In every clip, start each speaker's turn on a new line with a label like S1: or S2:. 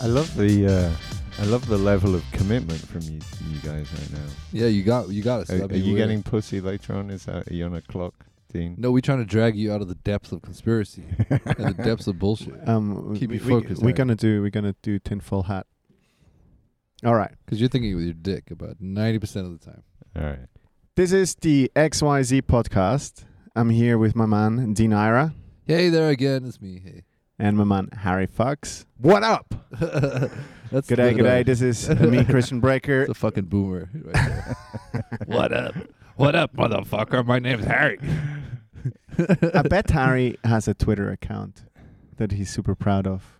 S1: I love the uh, I love the level of commitment from you, you guys right now.
S2: Yeah, you got you got us.
S1: Are, are you getting pussy later on? Is that are you on a clock, Dean?
S2: No, we're trying to drag you out of the depths of conspiracy and the depths of bullshit.
S3: Um,
S2: Keep
S3: we,
S2: you focused,
S3: We're
S2: Eric.
S3: gonna do. We're gonna do tinfoil hat. All right.
S2: Because you're thinking with your dick about ninety percent of the time.
S1: All right.
S3: This is the XYZ podcast. I'm here with my man Dean Ira
S2: Hey there again, it's me. Hey.
S3: and my man Harry Fox. What up?
S2: That's
S3: Good day,
S2: the-
S3: good day. This is me, Christian Breaker.
S2: It's a fucking boomer. Right there. what up? What up, motherfucker? My name's Harry.
S3: I bet Harry has a Twitter account that he's super proud of.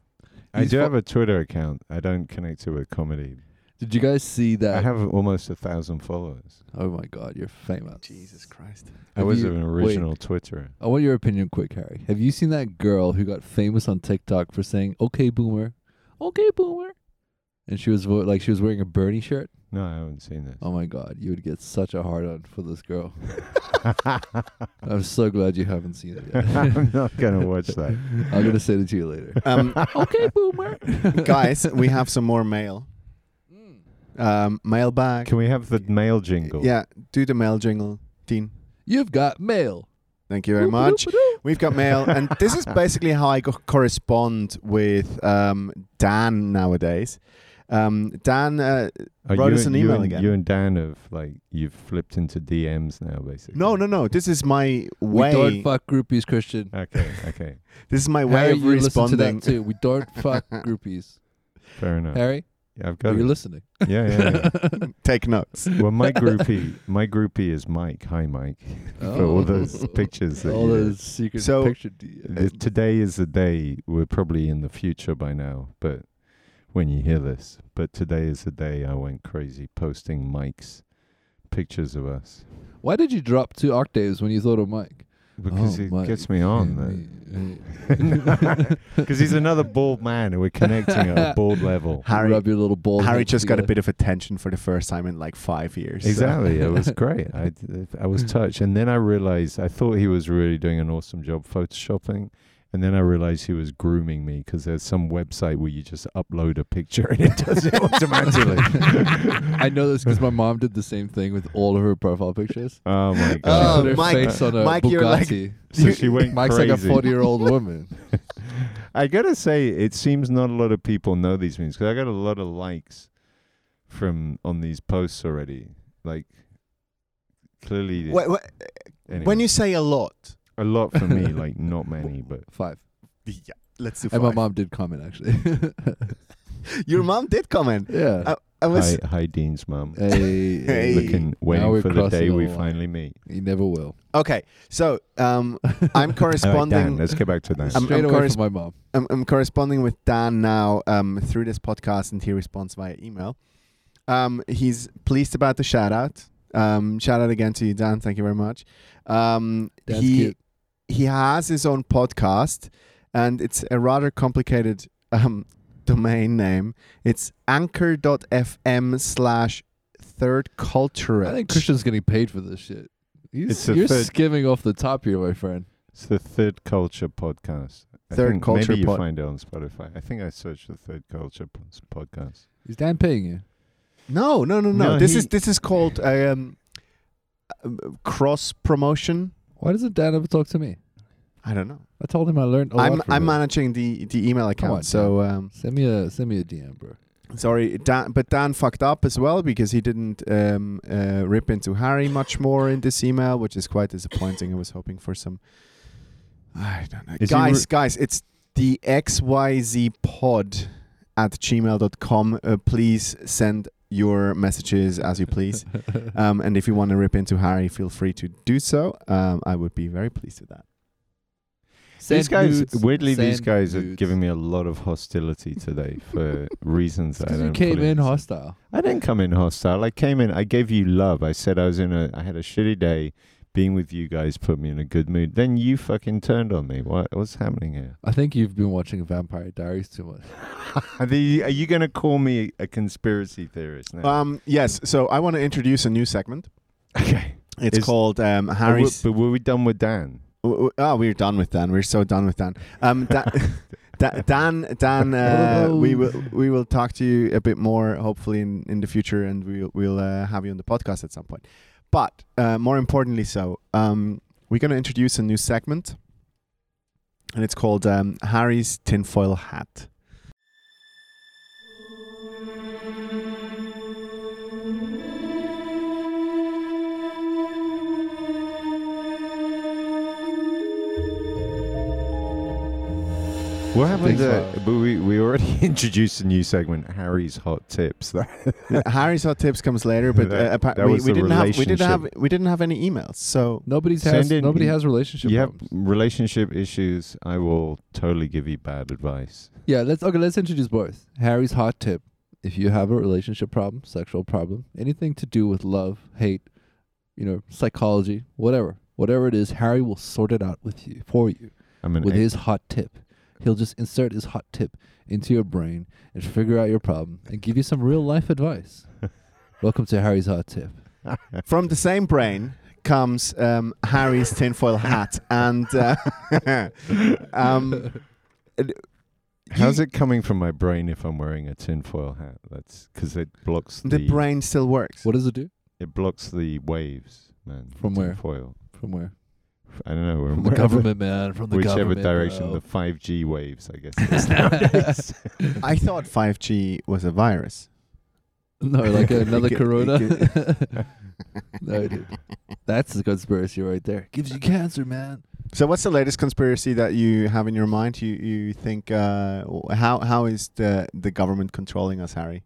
S1: I
S2: He's
S1: do
S2: fu-
S1: have a Twitter account. I don't connect it with comedy.
S2: Did you guys see that?
S1: I have almost a thousand followers.
S2: oh my god, you're famous.
S3: Jesus Christ.
S1: I
S2: Have
S1: was
S2: you-
S1: an
S2: wait.
S1: original Twitterer.
S2: I want your opinion quick, Harry. Have you seen that girl who got famous on TikTok for saying "Okay, boomer," "Okay, boomer," and she was vo- like she was wearing a Bernie shirt?
S1: No, I haven't seen this.
S2: Oh my god, you would get such a hard on for this girl. I'm so glad you haven't seen it yet.
S1: I'm not gonna watch that.
S2: I'm gonna send it to you later.
S3: Um,
S2: okay, boomer.
S3: guys, we have some more mail.
S2: Mm.
S3: Um, mail back.
S1: Can we have the mail jingle?
S3: Yeah, do the mail jingle, Dean.
S2: You've got mail.
S3: Thank you very much. We've got mail, and this is basically how I co- correspond with um, Dan nowadays. Um, Dan, uh,
S1: Are
S3: Wrote
S1: you
S3: us
S1: and-
S3: an
S1: you
S3: email
S1: and,
S3: again.
S1: You and Dan have like you've flipped into DMs now, basically.
S3: no, no, no. This is my
S2: We don't
S3: way.
S2: fuck groupies, Christian.
S1: Okay, okay,
S3: This is my way
S2: Harry,
S3: of
S2: you listen to
S3: responding.
S2: that too. We don't fuck groupies.
S1: fair enough.
S2: Harry,
S1: Yeah, I've got
S2: Uh, are you
S1: it.
S2: listening?
S1: yeah, yeah.
S3: Take notes.
S1: yeah. well, my groupie, my groupie is Mike. Hi, Mike. For all those pictures that
S2: Oh. all
S1: you-
S2: those secret
S3: So-
S2: picture. D-
S1: Th- today is the day we're probably in the future by now but when you hear this but today is the day i went crazy posting mike's pictures of us
S2: Why did you drop two octaves when you thought of Mike?
S1: because
S2: Oh,
S1: it
S2: Mike.
S1: gets me on
S2: Hey, hey.
S1: because he's another bald man and we're connecting at a bald level
S3: Harry,
S2: Rub your little ball.
S3: Harry just got a bit of attention for the first time in like five years. so-
S1: exactly it was great I, d- I
S2: Hmm.
S1: was touched and then i realized i thought he was really doing an awesome job photoshopping and then I realized he was grooming me because there's some website where you just upload a picture and it does it automatically.
S2: I know this because my mom did the same thing with all of her profile pictures.
S1: Oh my
S2: She
S3: Oh,
S1: god!
S2: put her
S3: Mike-
S2: face on a
S3: Mike, you're like-
S2: Bugatti.
S1: so she went
S2: Mike's
S1: crazy.
S2: like a forty-year-old woman.
S1: I gotta say, it seems not a lot of people know these memes because I got a lot of likes from on these posts already. Like clearly,
S3: Wait, wait,
S1: anyway,
S3: When you say a lot,
S1: a lot for me, like not many, but
S2: Five.
S3: yeah, let's do
S2: And my
S3: five.
S2: mom did comment actually.
S3: Your mom did comment.
S2: yeah.
S3: I was
S1: hi, hi, Dean's mum.
S2: hey,
S3: Hey.
S1: Looking,
S2: we're
S1: waiting for the
S2: crossing
S1: day
S2: the
S1: we
S2: line.
S1: finally meet.
S2: You never will.
S3: okay. So um, I'm
S1: All right,
S3: corresponding.
S1: Dan, let's get back to Dan.
S3: I'm-
S2: Straight
S3: I'm
S2: away
S3: corres-
S2: from my mom.
S3: I'm, I'm corresponding with Dan now um, through this podcast, and he responds via email. Um, he's pleased about the shout out. Um, shout out again to you, Dan. Thank you very much. Um,
S2: That's
S3: he
S2: cute.
S3: he has his own podcast, and it's a rather complicated um, domain name. It's anchor.fm slash third culture.
S2: I think Christian's getting paid for this shit. He's-
S1: It's a
S2: you're
S1: third-
S2: skimming off the top here, my friend.
S1: It's the Third Culture podcast. I
S3: Third
S1: think
S3: Culture
S1: Maybe you
S3: pod-
S1: find it on Spotify. I think I searched the Third Culture p- podcast.
S2: Is Dan paying you?
S3: No, no, no, no.
S1: No,
S3: this
S1: he-
S3: is this is called um, uh, cross promotion.
S2: Why doesn't Dan ever talk to me?
S3: I don't know.
S2: I told him I learned. A
S3: I'm
S2: lot from
S3: I'm
S2: him.
S3: managing the the email
S2: Come
S3: account.
S2: on,
S3: so um,
S2: Send me a send me a DM, bro.
S3: sorry, Dan, but Dan fucked up as well because he didn't um, uh, rip into Harry much more in this email, which is quite disappointing. I was hoping for some. I don't know,
S1: Is he
S3: guys.
S1: re-
S3: guys, it's the xyz pod at gmail.com. Uh, please send your messages as you please. um, and if you want to rip into Harry, feel free to do so. Um, I would be very pleased with that.
S1: these guys, weirdly, these guys are giving me a lot of hostility today for reasons that I
S2: Because
S1: don't.
S2: you came
S1: fully
S2: in
S1: understand.
S2: hostile.
S1: I didn't come in hostile. I came in. I gave you love. I said I was in a. I had a shitty day. Being with you guys put me in a good mood. Then you fucking turned on me. What? What's happening here?
S2: I think you've been watching Vampire Diaries too much.
S1: Are, the, are you going to call me a conspiracy theorist now?
S3: Um, yes, so I want to introduce a new segment.
S1: okay.
S3: It's
S1: Is-
S3: called um,
S1: But were-
S3: Harry's.
S1: but were we done with Dan?
S3: W- w- Oh, we're done with Dan. We're so done with Dan. Um, Dan, Da- Dan, Dan, uh,
S2: Hello.
S1: Oh.
S3: we will we will talk to you a bit more hopefully in, in the future, and we'll we'll uh, have you on the podcast at some point. But uh, more importantly, so um, we're going to introduce a new segment, and it's called um, Harry's Tinfoil Hat.
S1: What happened?
S2: Tinfoil.
S1: Uh, but we, we already introduced a new segment, Harry's hot tips. That,
S3: Harry's hot tips comes later, but
S1: That-
S3: uh, appa-
S1: that
S3: we,
S1: was
S3: we
S1: the
S3: didn't have we didn't have
S1: relationship.
S3: we didn't have any emails, so
S2: Nobody's
S1: Send
S2: has
S1: in-
S2: nobody has relationship
S1: you have
S2: problems.
S1: relationship issues. I will totally give you bad advice.
S2: Yeah, let's okay. Let's introduce both. Harry's hot tip: if you have a relationship problem, sexual problem, anything to do with love, hate, you know, psychology, whatever, whatever it is, Harry will sort it out with you for you
S1: I'm an
S2: with
S1: ex-
S2: his hot tip. He'll just insert his hot tip into your brain and figure out your problem and give you some real life advice. Welcome to Harry's hot tip.
S3: from the same brain comes um, Harry's tinfoil hat, and uh, um,
S1: How's it coming from my brain if I'm wearing a tinfoil hat? That's because it blocks the,
S3: the brain still works.
S2: What does it do?
S1: It blocks the waves, man.
S2: From where?
S1: Tinfoil.
S2: From where?
S1: I don't know.
S2: From the
S1: wherever-
S2: government, man. From the
S1: Whichever
S2: government.
S1: direction the
S2: bro.
S1: 5G waves, I guess. It is nowadays.
S3: I thought 5G was a virus.
S2: No, like another
S3: Get-
S2: corona. no, dude. That's a conspiracy right there. Gives you cancer, man.
S3: So, what's the latest conspiracy that you have in your mind? You you think uh, w- how how is the the government controlling us, Harry?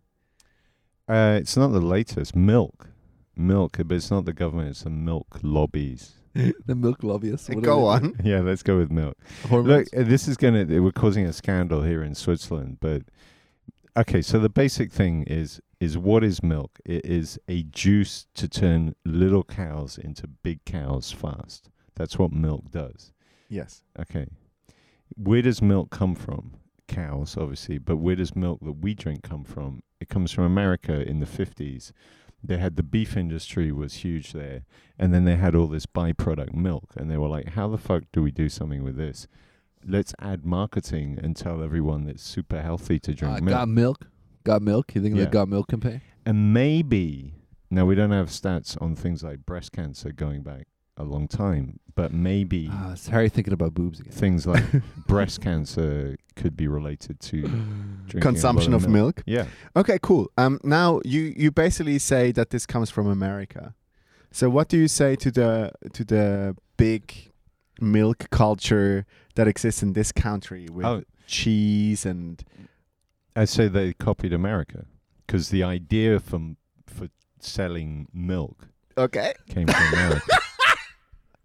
S1: uh, it's not the latest. Milk. Milk, but it's not the government. It's the milk lobbies.
S2: The milk lobbyists. what are
S3: Go
S2: they-
S3: on.
S1: Yeah, let's go with milk.
S2: Hormones.
S1: Look, uh, this is going to, we're causing a scandal here in Switzerland, but okay, so the basic thing is, is what is milk? It is a juice to turn little cows into big cows fast. That's what milk does.
S3: Yes.
S1: Okay. Where does milk come from? Cows, obviously, but where does milk that we drink come from? It comes from America in the 50s. They had the beef industry was huge there, and then they had all this byproduct milk, and they were like, how the fuck do we do something with this? Let's add marketing and tell everyone that's super healthy to drink
S2: Uh,
S1: milk.
S2: Got milk. Got milk. You think
S1: Yeah.
S2: that got milk can pay?
S1: And maybe, now we don't have stats on things like breast cancer going back a long time, but maybe
S2: Ah, it's Harry thinking about boobs again.
S1: things like breast cancer could be related to drinking a
S3: Consumption
S1: lot
S3: of milk.
S1: Yeah,
S3: Okay, cool. Um, now you you basically say that this comes from America. So, what do you say to the to the big milk culture that exists in this country with
S1: Oh.
S3: cheese and
S1: I say they copied America because the idea from for selling milk
S3: okay?
S1: came from America,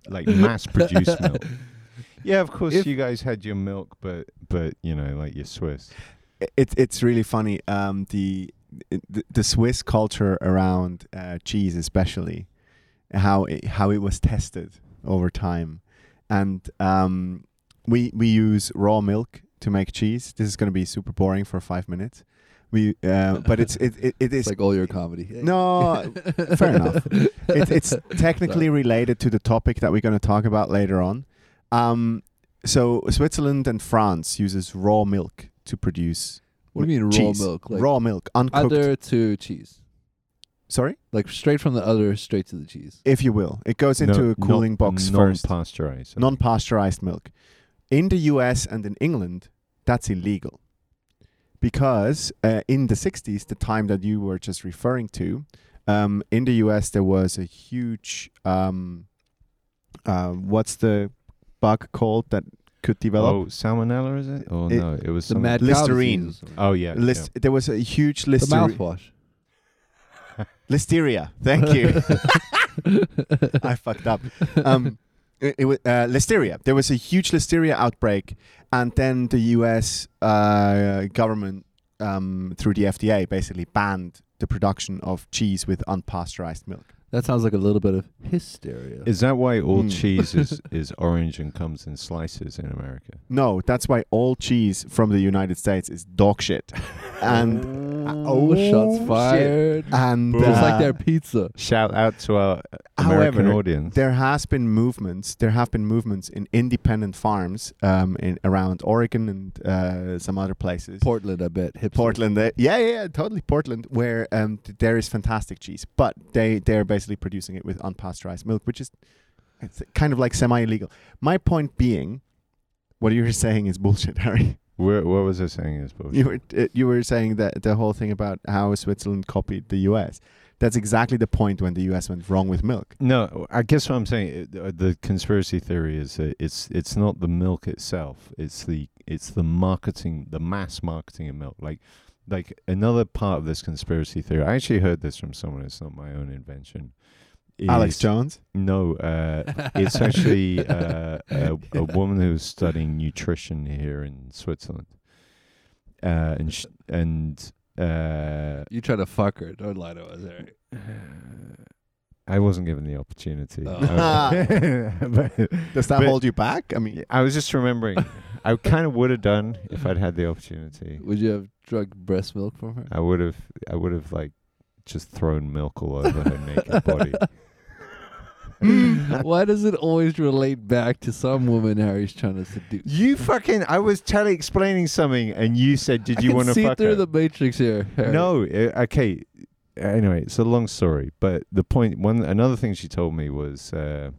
S1: like mass-produced milk. Yeah, of course,
S2: If-
S1: you guys had your milk, but but you know, like you're Swiss.
S3: It, it's really funny. Um, the, the the Swiss culture around uh, cheese, especially how it, how it was tested over time, and um, we we use raw milk to make cheese. This is going to be super boring for five minutes. We uh, but it's it, it, it
S2: It's
S3: is
S2: like all your comedy. Hey.
S3: no fair enough. It, it's technically related to the topic that we're going to talk about later on. Um, so Switzerland and France uses raw milk to produce
S2: What do you mean raw
S3: cheese.
S2: milk? Like
S3: raw milk, uncooked.
S2: Other to cheese.
S3: Sorry,
S2: Like straight from the other straight to the cheese.
S3: if you will, it goes into
S1: No-
S3: a cooling
S1: non-
S3: box first.
S1: non-pasteurized.
S3: Non-pasteurized milk. In the U.S. and in England, that's illegal because uh, in the '60s, the time that you were just referring to, um, in the U.S. there was a huge um, uh, what's the bug called that could develop?
S1: Oh, salmonella is it? Oh
S3: It-
S1: no, it was
S2: The
S1: some-
S2: mad cow
S3: Listerine.
S2: disease or something.
S1: Oh yeah,
S3: List- There was a huge
S2: The
S3: listeria.
S2: mouthwash.
S3: Listeria. Thank you. I fucked up. Um, it, it was uh, listeria. There was a huge listeria outbreak, and then the U.S. Uh, government, um, through the FDA, basically banned the production of cheese with unpasteurized milk.
S2: That sounds like a little bit of hysteria.
S1: Is Hmm. that why all
S3: Mm.
S1: cheese is, is orange and comes in slices in America?
S3: No, that's why all cheese from the United States is dog shit, and Oh,
S2: shots
S3: shit.
S2: fired.
S3: And
S2: Just
S3: uh,
S2: like their pizza.
S1: Shout out to our American
S3: However,
S1: audience.
S3: there has been movements. There have been movements in independent farms um, in around Oregon and uh, some other places.
S2: Portland, I bet. Hipster.
S3: Portland, eh? yeah, yeah, yeah, totally Portland, where um, th- there is fantastic cheese, but they they're basically producing it with unpasteurized milk, which is it's kind of like semi illegal. My point being, what you were saying is bullshit, Harry.
S1: Where, what was I saying? Is bullshit.
S3: You were uh, you were saying that the whole thing about how Switzerland copied the U.S. That's exactly the point when the U.S. went wrong with milk.
S1: No, I guess what I'm saying, uh, the conspiracy theory is that it's it's not the milk itself; it's the it's the marketing, the mass marketing of milk. Like, like another part of this conspiracy theory. I actually heard this from someone. It's not my own invention.
S3: Alex
S1: is-
S3: Jones.
S1: No, uh, it's actually uh, a, a woman who was studying nutrition here in Switzerland, uh, and sh- and uh,
S2: You trying to fuck her. Don't lie to us, Harry.
S1: I wasn't given the opportunity.
S2: Oh.
S1: I- but-
S3: Does that
S1: But-
S3: hold you back? I mean,
S1: I was just remembering. I kind of would have done if I'd had the opportunity.
S2: Would you have drugged breast milk from her?
S1: I would have. I would have like just thrown milk all over her naked body.
S2: Why does it always relate back to some woman Harry's trying to seduce?
S1: You fucking. I was telling, explaining something, and you said, "Did
S2: I
S1: you
S2: can
S1: want to
S2: see
S1: fuck
S2: through
S1: her?"
S2: the matrix here? Harry.
S1: No. uh, Okay. Anyway, it's a long story, but the point. One another thing she told me was uh,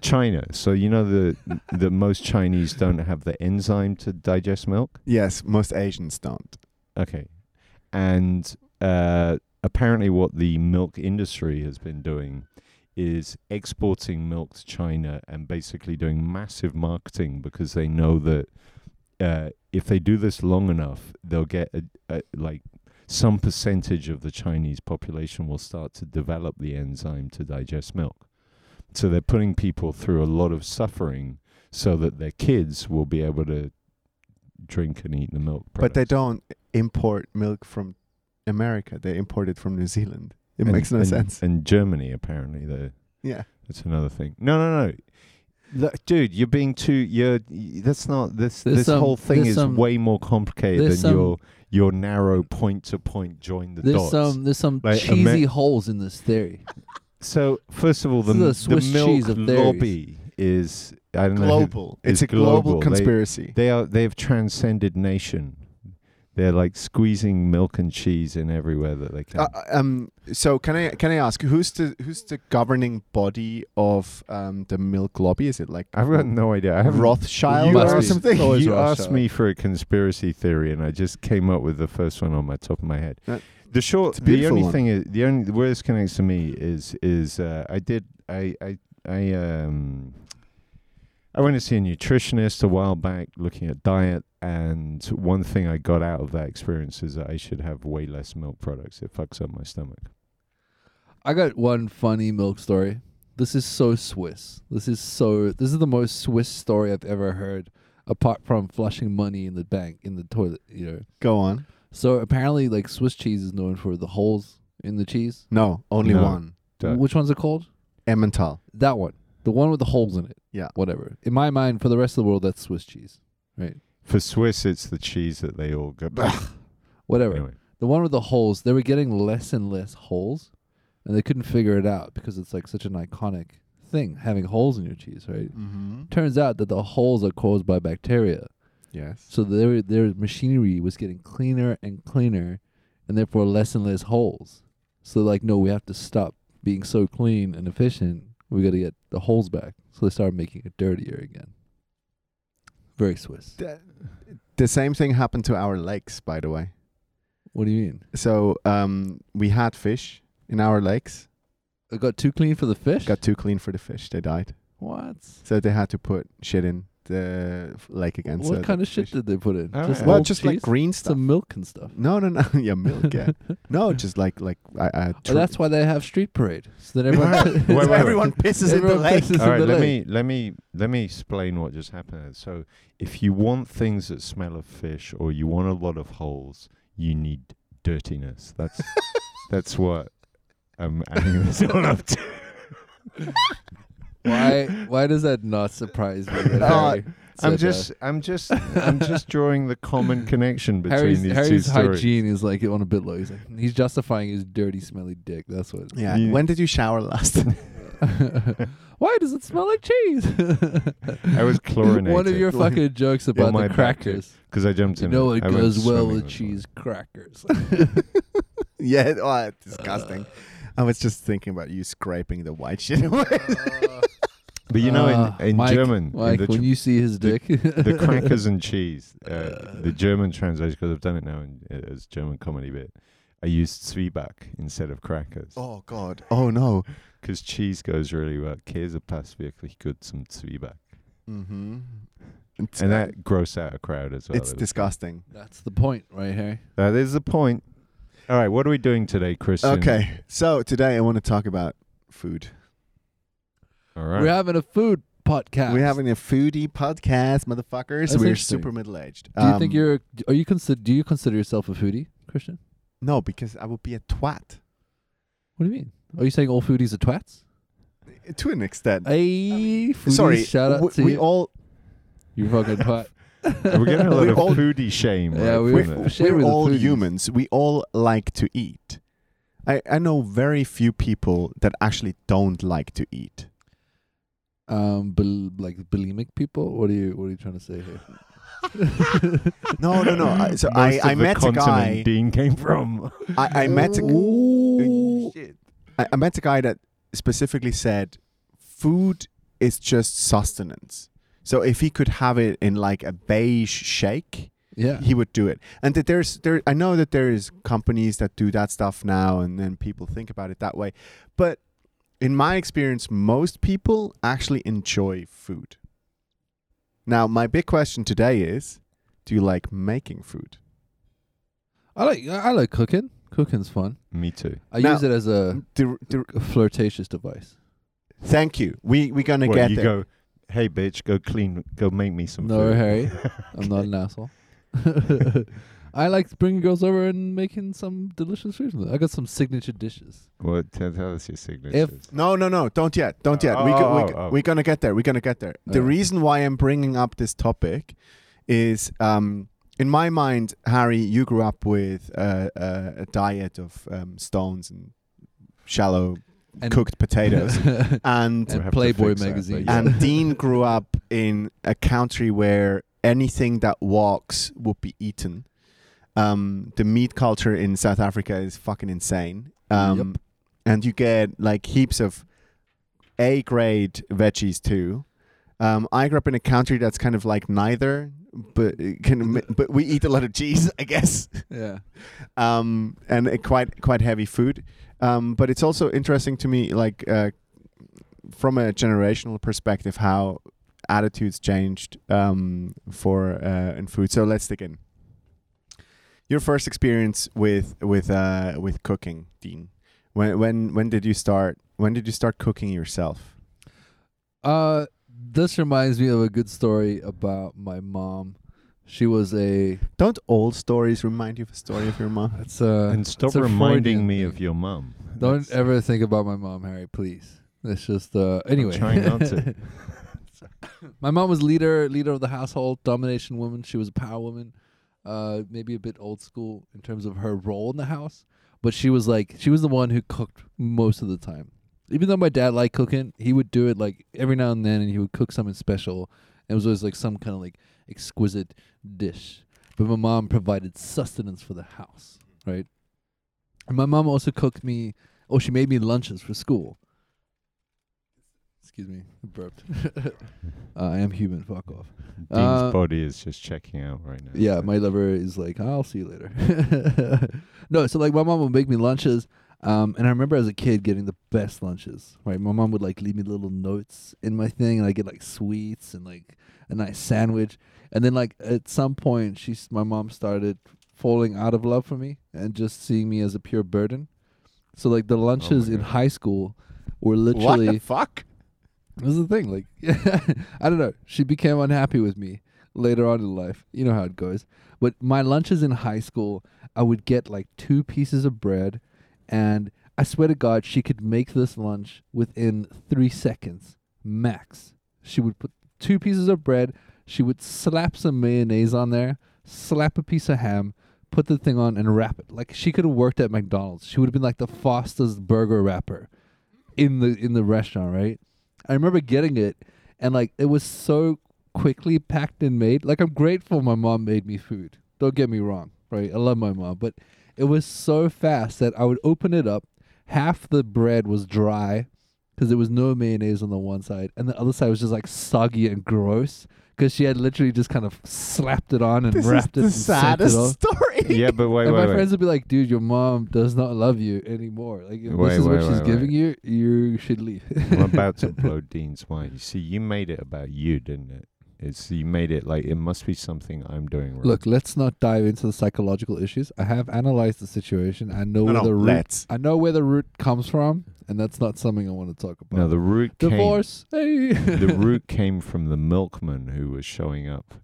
S1: China. So you know the the most Chinese don't have the enzyme to digest milk.
S3: yes, most Asians don't.
S1: Okay. And uh, apparently, what the milk industry has been doing is exporting milk to China and basically doing massive marketing because they know that uh, if they do this long enough, they'll get a, a, like some percentage of the Chinese population will start to develop the enzyme to digest milk. So they're putting people through a lot of suffering so that their kids will be able to drink and eat the milk.
S3: But they
S1: products.
S3: don't import milk from America. They import it from New Zealand. It
S1: And-
S3: makes no
S1: and-
S3: sense.
S1: And Germany, apparently, though.
S3: Yeah.
S1: That's another thing. No, no, no. Look, dude, you're being too. You're. y- That's not this.
S2: There's
S1: this
S2: some-
S1: whole thing
S2: there's
S1: is
S2: some-
S1: way more complicated than
S2: there's
S1: your your narrow point to point join the
S2: There's
S1: dots.
S2: some there's some
S1: Like,
S2: cheesy
S1: ama-
S2: holes in this theory.
S1: so first of all, the,
S2: This
S1: m-
S2: is a
S1: the
S2: Swiss
S1: milk
S2: cheese of theirs.
S1: lobby is I don't know. who-
S3: Global.
S1: It's
S3: It's a global,
S1: global. They-
S3: conspiracy.
S1: They are. They have transcended nation. They're like squeezing milk and cheese in everywhere that they can.
S3: uh, um. So can I can I ask who's the who's the governing body of um the milk lobby? Is it like
S1: I've got no idea. I haven't Oh,
S3: Rothschild
S2: You
S3: or
S2: asked-
S3: something?
S2: Always
S1: you
S2: Russia.
S1: asked me for a conspiracy theory, and I just came up with the first one on my top of my head.
S3: That-
S1: the short,
S3: Uh, it's a
S1: the
S3: beautiful
S1: only
S3: one.
S1: thing is the only where this connects to me is is uh, I did I I I um I went to see a nutritionist a while back looking at diet, and one thing I got out of that experience is that I should have way less milk products. It fucks up my stomach.
S2: I got one funny milk story. This is so Swiss. This is so. This is the most Swiss story I've ever heard, apart from flushing money in the bank in the toilet. You know.
S3: Go on.
S2: So apparently, like Swiss cheese is known for the holes in the cheese.
S3: No, only
S1: No.
S3: one.
S1: Duh.
S2: Which ones are called?
S3: Emmental.
S2: That one, the one with the holes in it.
S3: Yeah.
S2: Whatever. In my mind, for the rest of the world, that's Swiss cheese.
S1: For Swiss, it's the cheese that they all go.
S2: Whatever.
S1: anyway,
S2: The one with the holes. They were getting less and less holes, and they couldn't figure it out because it's like such an iconic thing having holes in your cheese, right?
S3: Mm-hmm.
S2: Turns out that the holes are caused by bacteria.
S3: Yes.
S2: So their their machinery was getting cleaner and cleaner, and therefore less and less holes. So like, no, we have to stop being so clean and efficient. We got to get the holes back. So they started making it dirtier again. Very Swiss.
S3: The, the same thing happened to our lakes, by the way.
S2: What do you mean?
S3: So um, we had fish in our lakes.
S2: It got too clean for the fish.
S3: Got too clean for the fish. They died.
S2: what?
S3: So they had to put shit in the f- lake again. so
S2: what kind of
S3: that
S2: shit
S3: fish-
S2: did they put in?
S1: All right.
S3: Well,
S2: old
S3: just
S2: cheese?
S3: like green stuff.
S2: some milk and stuff.
S3: No, no, no. yeah, milk. Yeah. no, just like like I. I
S2: Oh, that's why they have street parade. So that everyone,
S1: Wait, wait, wait.
S3: everyone pisses in
S2: everyone
S3: the lake.
S2: pisses in
S1: All right,
S2: the
S1: let
S2: lake.
S1: me let me let me explain what just happened. So, if you want things that smell of fish, or you want a lot of holes, you need dirtiness. That's that's what I'm adding this all up to.
S2: Why? Why does that not surprise me?
S1: Uh,
S2: Harry?
S1: I'm
S2: said, uh,
S1: just, I'm just, I'm just drawing the common connection between
S2: Harry's,
S1: these two
S2: Harry's
S1: stories.
S2: hygiene is like on a bit low. He's like he's justifying his dirty, smelly dick. That's what.
S3: Yeah.
S1: You-
S3: When did you shower last?
S2: Why does it smell like cheese?
S1: I was
S2: One of
S1: chlorinated.
S2: your fucking jokes about
S1: my
S2: the
S1: back
S2: crackers.
S1: because I jumped
S2: You
S1: in.
S2: know
S1: it
S2: it
S1: I went
S2: goes well
S1: swimming
S2: with
S1: it.
S2: cheese crackers.
S3: yeah. Oh, disgusting.
S2: Uh.
S3: I was just thinking about you scraping the white shit away.
S2: Uh.
S1: But you know,
S2: Ah,
S1: in, in
S2: Mike-
S1: German, in
S2: Like
S1: the,
S2: when
S1: tr-
S2: you see his
S1: the-
S2: dick,
S1: the crackers and cheese, uh, the German translation, because I've done it now in, uh, as German comedy bit, I used Zwieback instead of crackers.
S3: oh God. Oh no.
S1: Because cheese goes really well. Käse passt wirklich gut zum Zwieback.
S3: Mm-hmm. It's,
S1: And that grossed out a crowd as well.
S3: it's
S1: It was-
S3: disgusting.
S2: That's the point, right, Harry?
S1: That is the point. All right, what are we doing today, Christian?
S3: Okay. So today I want to talk about food.
S1: All right.
S2: We're having a food podcast.
S3: We're having a foodie podcast, motherfuckers.
S2: That's
S3: We're
S2: interesting.
S3: super Um, middle aged.
S2: Do you think
S1: um,
S2: you're? Are you consider? Do you consider yourself a foodie, Christian?
S3: No, because I would be a twat
S2: What do you mean? Are you saying all foodies are twats?
S3: to an extent.
S2: Hey, foodies,
S3: Sorry.
S2: shout out
S3: we,
S2: to
S3: we
S2: you.
S3: all
S2: you fucking twat.
S1: We're getting a lot
S3: We're
S1: of
S3: all-
S1: foodie shame.
S2: Yeah,
S1: right,
S2: we're-
S1: from
S2: we're
S1: this.
S2: Share
S3: we're
S2: with the
S3: all
S2: foodies.
S3: humans. We all like to eat. I, I know very few people that actually don't like to eat.
S2: um, bul- like bulimic people. What are you? What are you trying to say here?
S3: No, no, no. I, so
S1: Most
S3: I,
S1: of
S3: I
S1: the
S3: met a
S1: continent
S3: guy.
S1: Dean came from.
S3: I, I met a,
S2: Ooh.
S3: I, I met a guy that specifically said food is just sustenance. So if he could have it in like a beige shake,
S2: Yeah.
S3: he would do it. And that there's there I know that there is companies that do that stuff now and then people think about it that way. But in my experience, most people actually enjoy food. Now, my big question today is, do you like making food?
S2: I like. I like cooking. Cooking's fun.
S1: Me too.
S2: I
S3: Now-
S2: use it as
S1: Uh,
S2: a,
S3: Do- do-
S2: a flirtatious device.
S3: thank you. We we're gonna
S1: Well,
S3: get
S1: you
S3: there.
S1: go, hey bitch, go clean, go make me some
S2: No,
S1: food.
S2: Harry, I'm not an asshole. I like bringing girls over and making some delicious food. with them. I got some signature dishes.
S1: Well, tell, tell us your signatures.
S3: No, no, no! Don't yet, don't yet. we go, we
S1: Oh,
S3: go,
S1: oh, oh.
S3: We're gonna get there. We're gonna get there. The
S2: Alright.
S3: reason why I'm bringing up this topic is, um, in my mind, Harry, you grew up with uh, uh, a diet of um, stones and shallow
S2: And-
S3: cooked potatoes, and
S1: We'll
S2: and
S1: have to
S2: Playboy
S1: fix that, but
S2: magazine.
S1: yeah.
S3: and Dean grew up in a country where anything that walks would be eaten. Um, the meat culture in South Africa is fucking insane. Um, And you get like heaps of A grade veggies too. Um, I grew up in a country that's kind of like neither, but it can, but we eat a lot of cheese, I guess
S2: yeah.
S3: um, and a quite quite heavy food. Um, but it's also interesting to me, like uh, from a generational perspective, how attitudes changed um, for uh, in food. So let's dig in. Your first experience with with uh, with cooking, Dean. When when when did you start? When did you start cooking yourself?
S2: Uh, this reminds me of a good story about my mom. She was a.
S3: Don't old stories remind you of a story of your mom?
S2: That's a.
S1: and stop
S2: it's a
S1: reminding
S2: Freudian
S1: me of
S2: thing.
S1: your mum.
S2: Don't
S1: uh, That's-
S2: ever think about my mom, Harry. Please. That's just uh.
S1: I'm
S2: Anyway,
S1: trying not to.
S2: my mom was leader, leader of the household, domination woman. She was a power woman. Uh, maybe a bit old school in terms of her role in the house, but she was like she was the one who cooked most of the time. Even though my dad liked cooking, he would do it like every now and then, and he would cook something special. And it was always like some kind of like exquisite dish. But my mom provided sustenance for the house, right? And my mom also cooked me. Oh, she made me lunches for school. Excuse me, I burped. Uh, I am human. Fuck off.
S1: Dean's
S2: Uh,
S1: body is just checking out right now.
S2: Yeah, my lover is like, I'll see you later. no, so like my mom would make me lunches. Um, and I remember as a kid getting the best lunches. Right, my mom would like leave me little notes in my thing, and I get like sweets and like a nice sandwich. And then like at some point, she's my mom started falling out of love for me and just seeing me as a pure burden. So like the lunches in
S1: God.
S2: high school were
S3: What
S2: literally
S3: the fuck?
S2: this is the thing. Like, I don't know. She became unhappy with me later on in life. You know how it goes. But my lunches in high school, I would get like two pieces of bread, and I swear to God, she could make this lunch within three seconds max. She would put two pieces of bread, She would slap some mayonnaise on there, slap a piece of ham, put the thing on, and wrap it. Like she could have worked at McDonald's. She would have been like the fastest burger wrapper in the in the restaurant, right? I remember getting it, and like it was so quickly packed and made. Like I'm grateful my mom made me food. Don't get me wrong, right? I love my mom, but it was so fast that I would open it up. Half the bread was dry because there was no mayonnaise on the one side, and the other side was just like soggy and gross because she had literally just kind of slapped it on and
S3: This is
S2: wrapped it
S3: the
S2: and sent it
S3: saddest
S2: off.
S3: story.
S1: yeah, but wait,
S2: and
S1: wait,
S2: my
S1: wait.
S2: friends would be like, "Dude, your mom does not love you anymore. Like, if
S1: Wait,
S2: this is
S1: wait,
S2: what she's
S1: wait,
S2: giving you. You should leave."
S1: I'm about to blow Dean's mind. You see, you made it about you, didn't it? It's you made it like it must be something I'm doing wrong.
S2: Look, let's not dive into the psychological issues. I have analyzed the situation. I know
S3: No,
S2: where
S3: no,
S2: the root.
S3: let's.
S2: I know where the root comes from, and that's not something I want to talk about.
S1: no, the root
S2: Divorce. Hey.
S1: Came, the root came from the milkman who was showing up.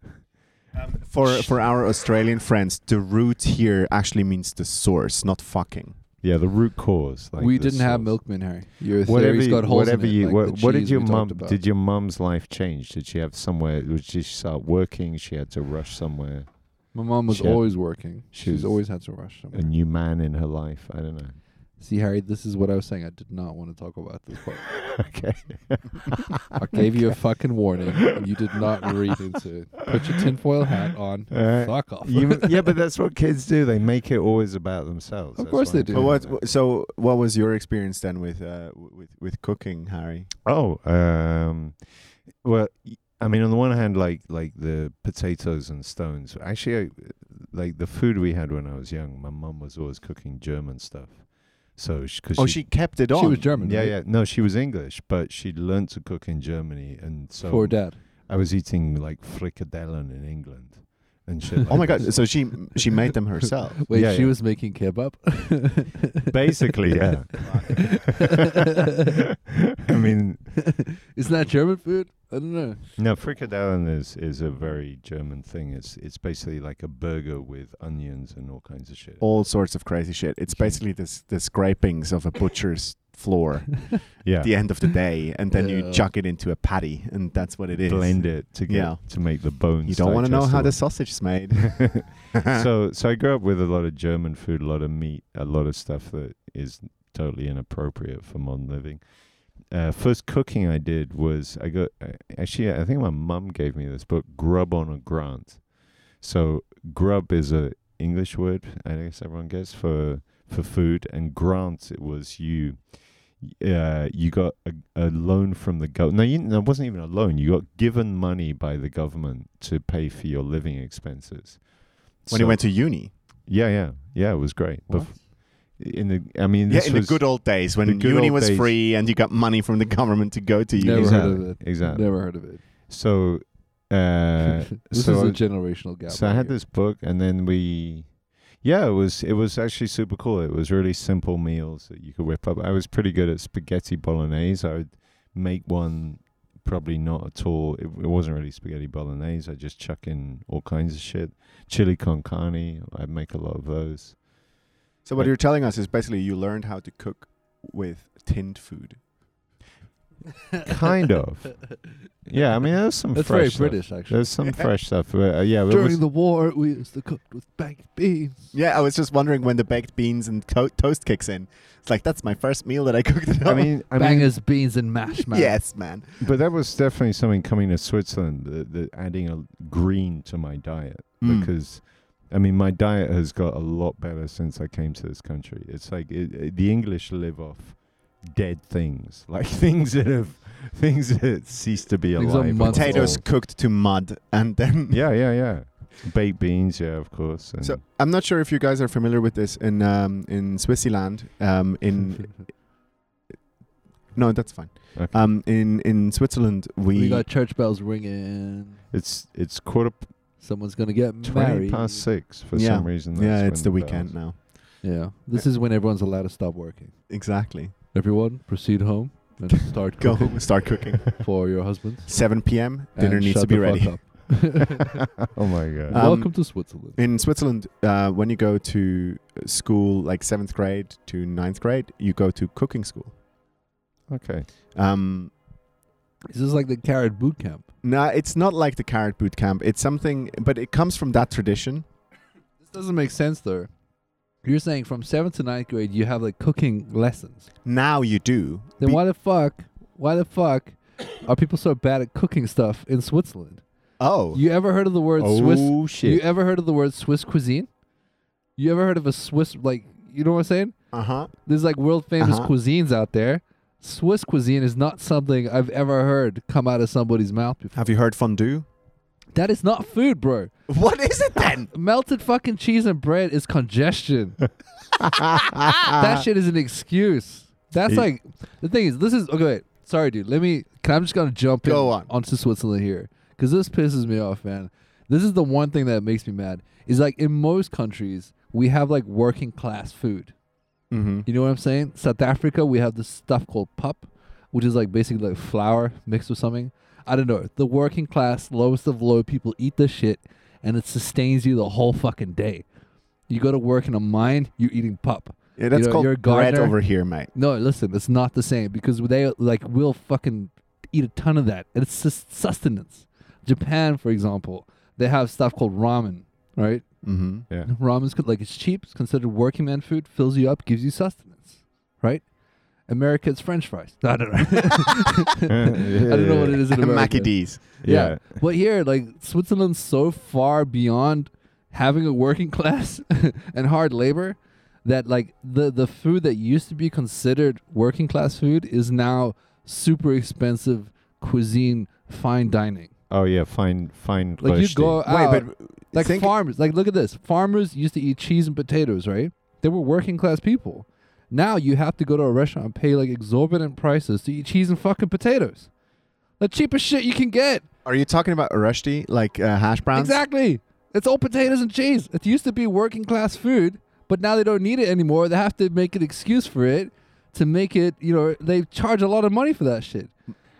S3: For for our Australian friends, the root here actually means the source, not fucking.
S1: Yeah, the root cause. Like
S2: we
S1: the
S2: didn't have
S1: source.
S2: milkman, Harry. Your
S1: Whatever,
S2: theory's
S1: you-
S2: got holes
S1: whatever
S2: in it,
S1: you,
S2: like
S1: what,
S2: the
S1: what did
S2: cheese
S1: your
S2: we talked
S1: mum?
S2: about.
S1: Did your mum's life change? Did she have somewhere? Did she start working? She had to rush somewhere.
S2: My mom was
S1: She had-
S2: always working.
S1: she
S2: She's
S1: was-
S2: always had to rush somewhere.
S1: A new man in her life. I don't know.
S2: See, Harry, this is what I was saying. I did not want to talk about this part.
S1: okay.
S2: I gave you a fucking warning. and You did not read into it. Put your tinfoil hat on.
S1: Uh,
S2: Fuck off.
S1: You- yeah, but that's what kids do. They make it always about themselves.
S2: Of
S1: That's
S2: course
S1: why
S2: they
S1: I'm
S2: do.
S3: But
S1: doing
S3: what?
S1: that.
S3: So what was your experience then with uh, with with cooking, Harry?
S1: Oh, um, well, y- I mean, on the one hand, like like the potatoes and stones. Actually, I, like the food we had when I was young, my mum was always cooking German stuff. So, because
S3: Oh, she kept it on.
S2: she was German.
S1: yeah,
S2: right?
S1: yeah, no, she was English, but she learned to cook in Germany, and so
S2: For dad.
S1: I was eating like frikadellen in England and shit.
S3: Oh my
S1: like
S3: god!
S1: this.
S3: So she she made them herself.
S2: Wait,
S1: Yeah,
S2: she
S1: yeah.
S2: was making kebab.
S1: basically, yeah. I mean,
S2: Isn't that German food? I don't know.
S1: No, frikadellen is is a very German thing. It's it's basically like a burger with onions and all kinds of shit.
S3: All sorts of crazy shit. It's basically this the scrapings of a butcher's floor
S1: yeah,
S3: at the end of the day, and then
S2: Yeah.
S3: you chuck it into a patty, and that's what it is.
S1: blend it to get
S3: Yeah.
S1: to make the bones.
S3: You don't want to know how the
S1: digestible.
S3: sausage is made.
S1: so so I grew up with a lot of German food, a lot of meat, a lot of stuff that is totally inappropriate for modern living. Uh, first cooking I did was I got uh, actually I think my mum gave me this book Grub on a Grant. So grub is a English word I guess everyone gets for for food, and grant it was you. Uh, you got a, a loan from the government. No, you, no, it wasn't even a loan. You got given money by the government to pay for your living expenses.
S3: when you
S1: So-
S3: went to uni,
S1: yeah, yeah, yeah. It was great.
S2: What?
S1: Bef- in the, I mean,
S3: yeah,
S1: this
S3: in
S1: was
S3: the good old days when
S1: the good
S3: uni
S1: old
S3: was
S1: days.
S3: free and you got money from the government to go to uni.
S2: Never
S1: exactly,
S2: heard of it.
S1: Exactly.
S2: Never heard of it.
S1: So, uh,
S2: this
S1: so
S2: is
S1: I-
S2: a generational gap.
S1: so I
S2: right
S1: had
S2: here.
S1: this book, and then we, yeah, it was it was actually super cool. It was really simple meals that you could whip up. I was pretty good at spaghetti bolognese. I would make one, probably not at all. It, it wasn't really spaghetti bolognese. I just chuck in all kinds of shit. Chili con carne. I'd make a lot of those.
S3: So what you're telling us is basically you learned how to cook with tinned food.
S1: Kind of. Yeah, I mean, there's some
S2: That's
S1: fresh
S2: very
S1: stuff.
S2: British, actually.
S1: There's some fresh stuff. But, uh, yeah, it
S2: During
S1: was,
S2: the war, we used to cook with baked beans.
S3: Yeah, I was just wondering when the baked beans and to- toast kicks in. It's like that's my first meal that I cooked at
S1: I
S3: home.
S1: mean, I mean,
S2: Bangers, beans, and mash, man.
S3: yes, man.
S1: but that was definitely something coming to Switzerland, the, the adding a green to my diet
S3: Mm.
S1: because. I mean, my diet has got a lot better since I came to this country. It's like it, it- the English live off dead things, like things that have things that cease to be
S2: Things are
S1: alive. and
S2: months
S1: old.
S3: Potatoes cooked to mud and then
S1: Yeah, yeah, yeah. Baked beans, yeah, of course. And
S3: So I'm not sure if you guys are familiar with this in um, in Switzerland. Um, in no, that's fine.
S1: Okay.
S3: Um, in in Switzerland, we,
S2: we got church bells ringing.
S1: it's it's quarter p-
S2: Someone's gonna get
S1: twenty
S2: married.
S1: past six for
S3: Yeah.
S1: some reason. That's
S3: yeah, it's
S1: when uh,
S3: the
S1: bells-
S3: weekend now.
S2: Yeah, this is when everyone's allowed to stop working.
S3: Exactly.
S2: Everyone, proceed home and start
S3: Go
S2: cooking
S3: start cooking.
S2: for your husbands.
S3: 7 p.m. Dinner
S2: and
S3: needs to
S2: shut
S3: be
S2: the fuck
S3: ready.
S2: up.
S1: oh my god.
S3: Um,
S2: Welcome to Switzerland.
S3: In Switzerland, uh, when you go to school, like seventh grade to ninth grade, you go to cooking school.
S1: okay.
S3: Um,
S2: This is like the carrot boot camp.
S3: No, it's not like the carrot boot camp. It's something, but it comes from that tradition.
S2: This doesn't make sense though. You're saying from seventh to ninth grade you have like cooking lessons.
S3: Now you do.
S2: Then
S3: Be-
S2: why the fuck? Why the fuck are people so bad at cooking stuff in Switzerland?
S3: Oh,
S2: You ever heard of the word Swiss?
S1: oh
S2: You
S1: shit!
S2: ever heard of the word Swiss cuisine? You ever heard of a Swiss like you know what I'm saying?
S3: uh huh.
S2: There's like world famous
S3: Uh-huh.
S2: cuisines out there. Swiss cuisine is not something I've ever heard come out of somebody's mouth before.
S3: Have you heard fondue?
S2: That is not food, bro.
S3: What is it then?
S2: Melted fucking cheese and bread is congestion. that shit is an excuse. That's
S1: It-
S2: like the thing is this is okay. Wait, sorry, dude. Let me. Can I'm just gonna jump
S3: Go
S2: in
S3: on.
S2: onto Switzerland here because this pisses me off, man. This is the one thing that makes me mad. Is like in most countries we have like working class food.
S3: mm-hmm.
S2: You know what I'm saying? South Africa we have this stuff called pup, which is like basically like flour mixed with something. I don't know. The working class, lowest of low people eat this shit, and it sustains you the whole fucking day. You go to work in a mine, you're eating pup.
S3: Yeah, that's
S2: You know,
S3: called
S2: you're a
S3: bread
S2: gardener.
S3: over here, mate.
S2: No, listen, it's not the same because they like will fucking eat a ton of that. It's just sustenance. Japan, for example, they have stuff called ramen, right?
S3: Mm-hmm.
S1: Yeah.
S2: Ramen's co- like it's cheap, it's considered working man food, fills you up, gives you sustenance, right? America, it's French fries. No, I don't know. I don't know what it is in
S3: And
S2: America.
S3: Mackie D's.
S2: Yeah.
S1: Yeah.
S2: But here, like Switzerland's so far beyond having a working class and hard labor that like the the food that used to be considered working class food is now super expensive cuisine fine dining.
S1: Oh yeah. Fine. Fine.
S2: Like you
S1: Gosti.
S2: go out
S3: Wait, but
S2: Uh, like
S3: think-
S2: farmers, like look at this. Farmers used to eat cheese and potatoes, right? They were working class people. Now you have to go to a restaurant and pay like exorbitant prices to eat cheese and fucking potatoes. The cheapest shit you can get.
S3: are you talking about rusty, like uh, hash browns?
S2: Exactly. It's all potatoes and cheese. It used to be working class food, but now they don't need it anymore. They have to make an excuse for it to make it, you know, they charge a lot of money for that shit.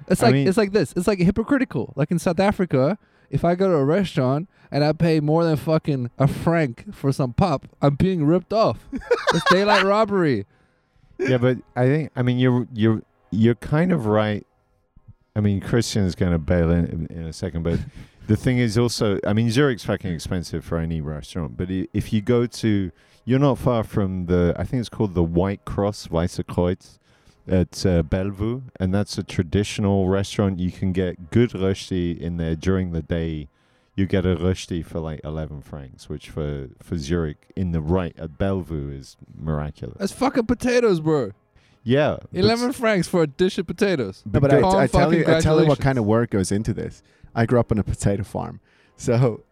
S2: It's
S1: I
S2: like
S1: mean-
S2: it's like this. It's like hypocritical. Like in South Africa, if I go to a restaurant and I pay more than fucking a franc for some pop, I'm being ripped off. it's daylight robbery.
S1: yeah, but I think I mean you're you're you're kind of right. I mean Christian's going to bail in in a second, but the thing is also I mean Zurich's fucking expensive for any restaurant, but i- if you go to you're not far from the I think it's called the White Cross Weiße Kreuz at uh, Bellevue, and that's a traditional restaurant. You can get good rösti in there during the day. You get a rösti for like eleven francs, which for for Zurich in the right at Bellevue is miraculous.
S2: That's fucking potatoes, bro.
S1: Yeah, but-
S2: Eleven francs for a dish of potatoes.
S3: No, but I,
S2: Calm
S3: I tell you,
S2: fucking
S3: I tell you what
S2: congratulations.
S3: kind of work goes into this. I grew up on a potato farm, so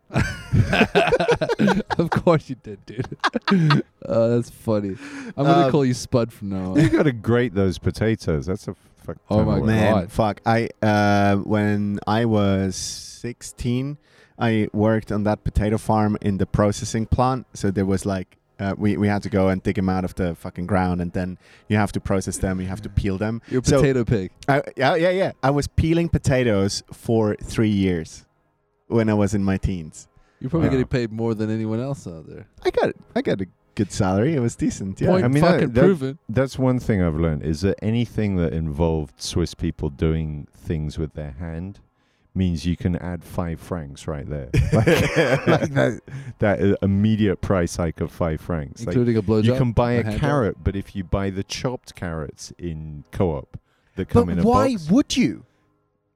S2: of course you did, dude. oh, that's funny. I'm gonna
S3: Um,
S2: call you Spud from now
S1: You
S2: on.
S1: gotta grate those potatoes. That's a fuck.
S2: Oh
S1: ton of
S2: my
S1: work.
S3: man,
S2: God.
S3: fuck. I uh, when I was sixteen, I worked on that potato farm in the processing plant. So there was like. Uh, we, we had to go and dig them out of the fucking ground and then you have to process them you have to peel them
S2: You're a
S3: so-
S2: potato pig.
S3: I, yeah yeah yeah i was peeling potatoes for three years when i was in my teens
S2: You're probably
S1: Yeah.
S2: getting paid more than anyone else out there.
S3: I got I got a good salary. It was decent. Yeah.
S2: Point
S1: I mean, that-
S2: fucking
S1: that-
S2: proven.
S1: That's one thing I've learned is that anything that involved Swiss people doing things with their hand means you can add five francs right there. like, like that, that i- immediate price hike of five francs. Like,
S2: Including a blowjob.
S1: you can buy
S2: a
S1: a
S2: hand job.
S1: carrot, but if you buy the chopped carrots in co-op that come in a box,
S3: would you?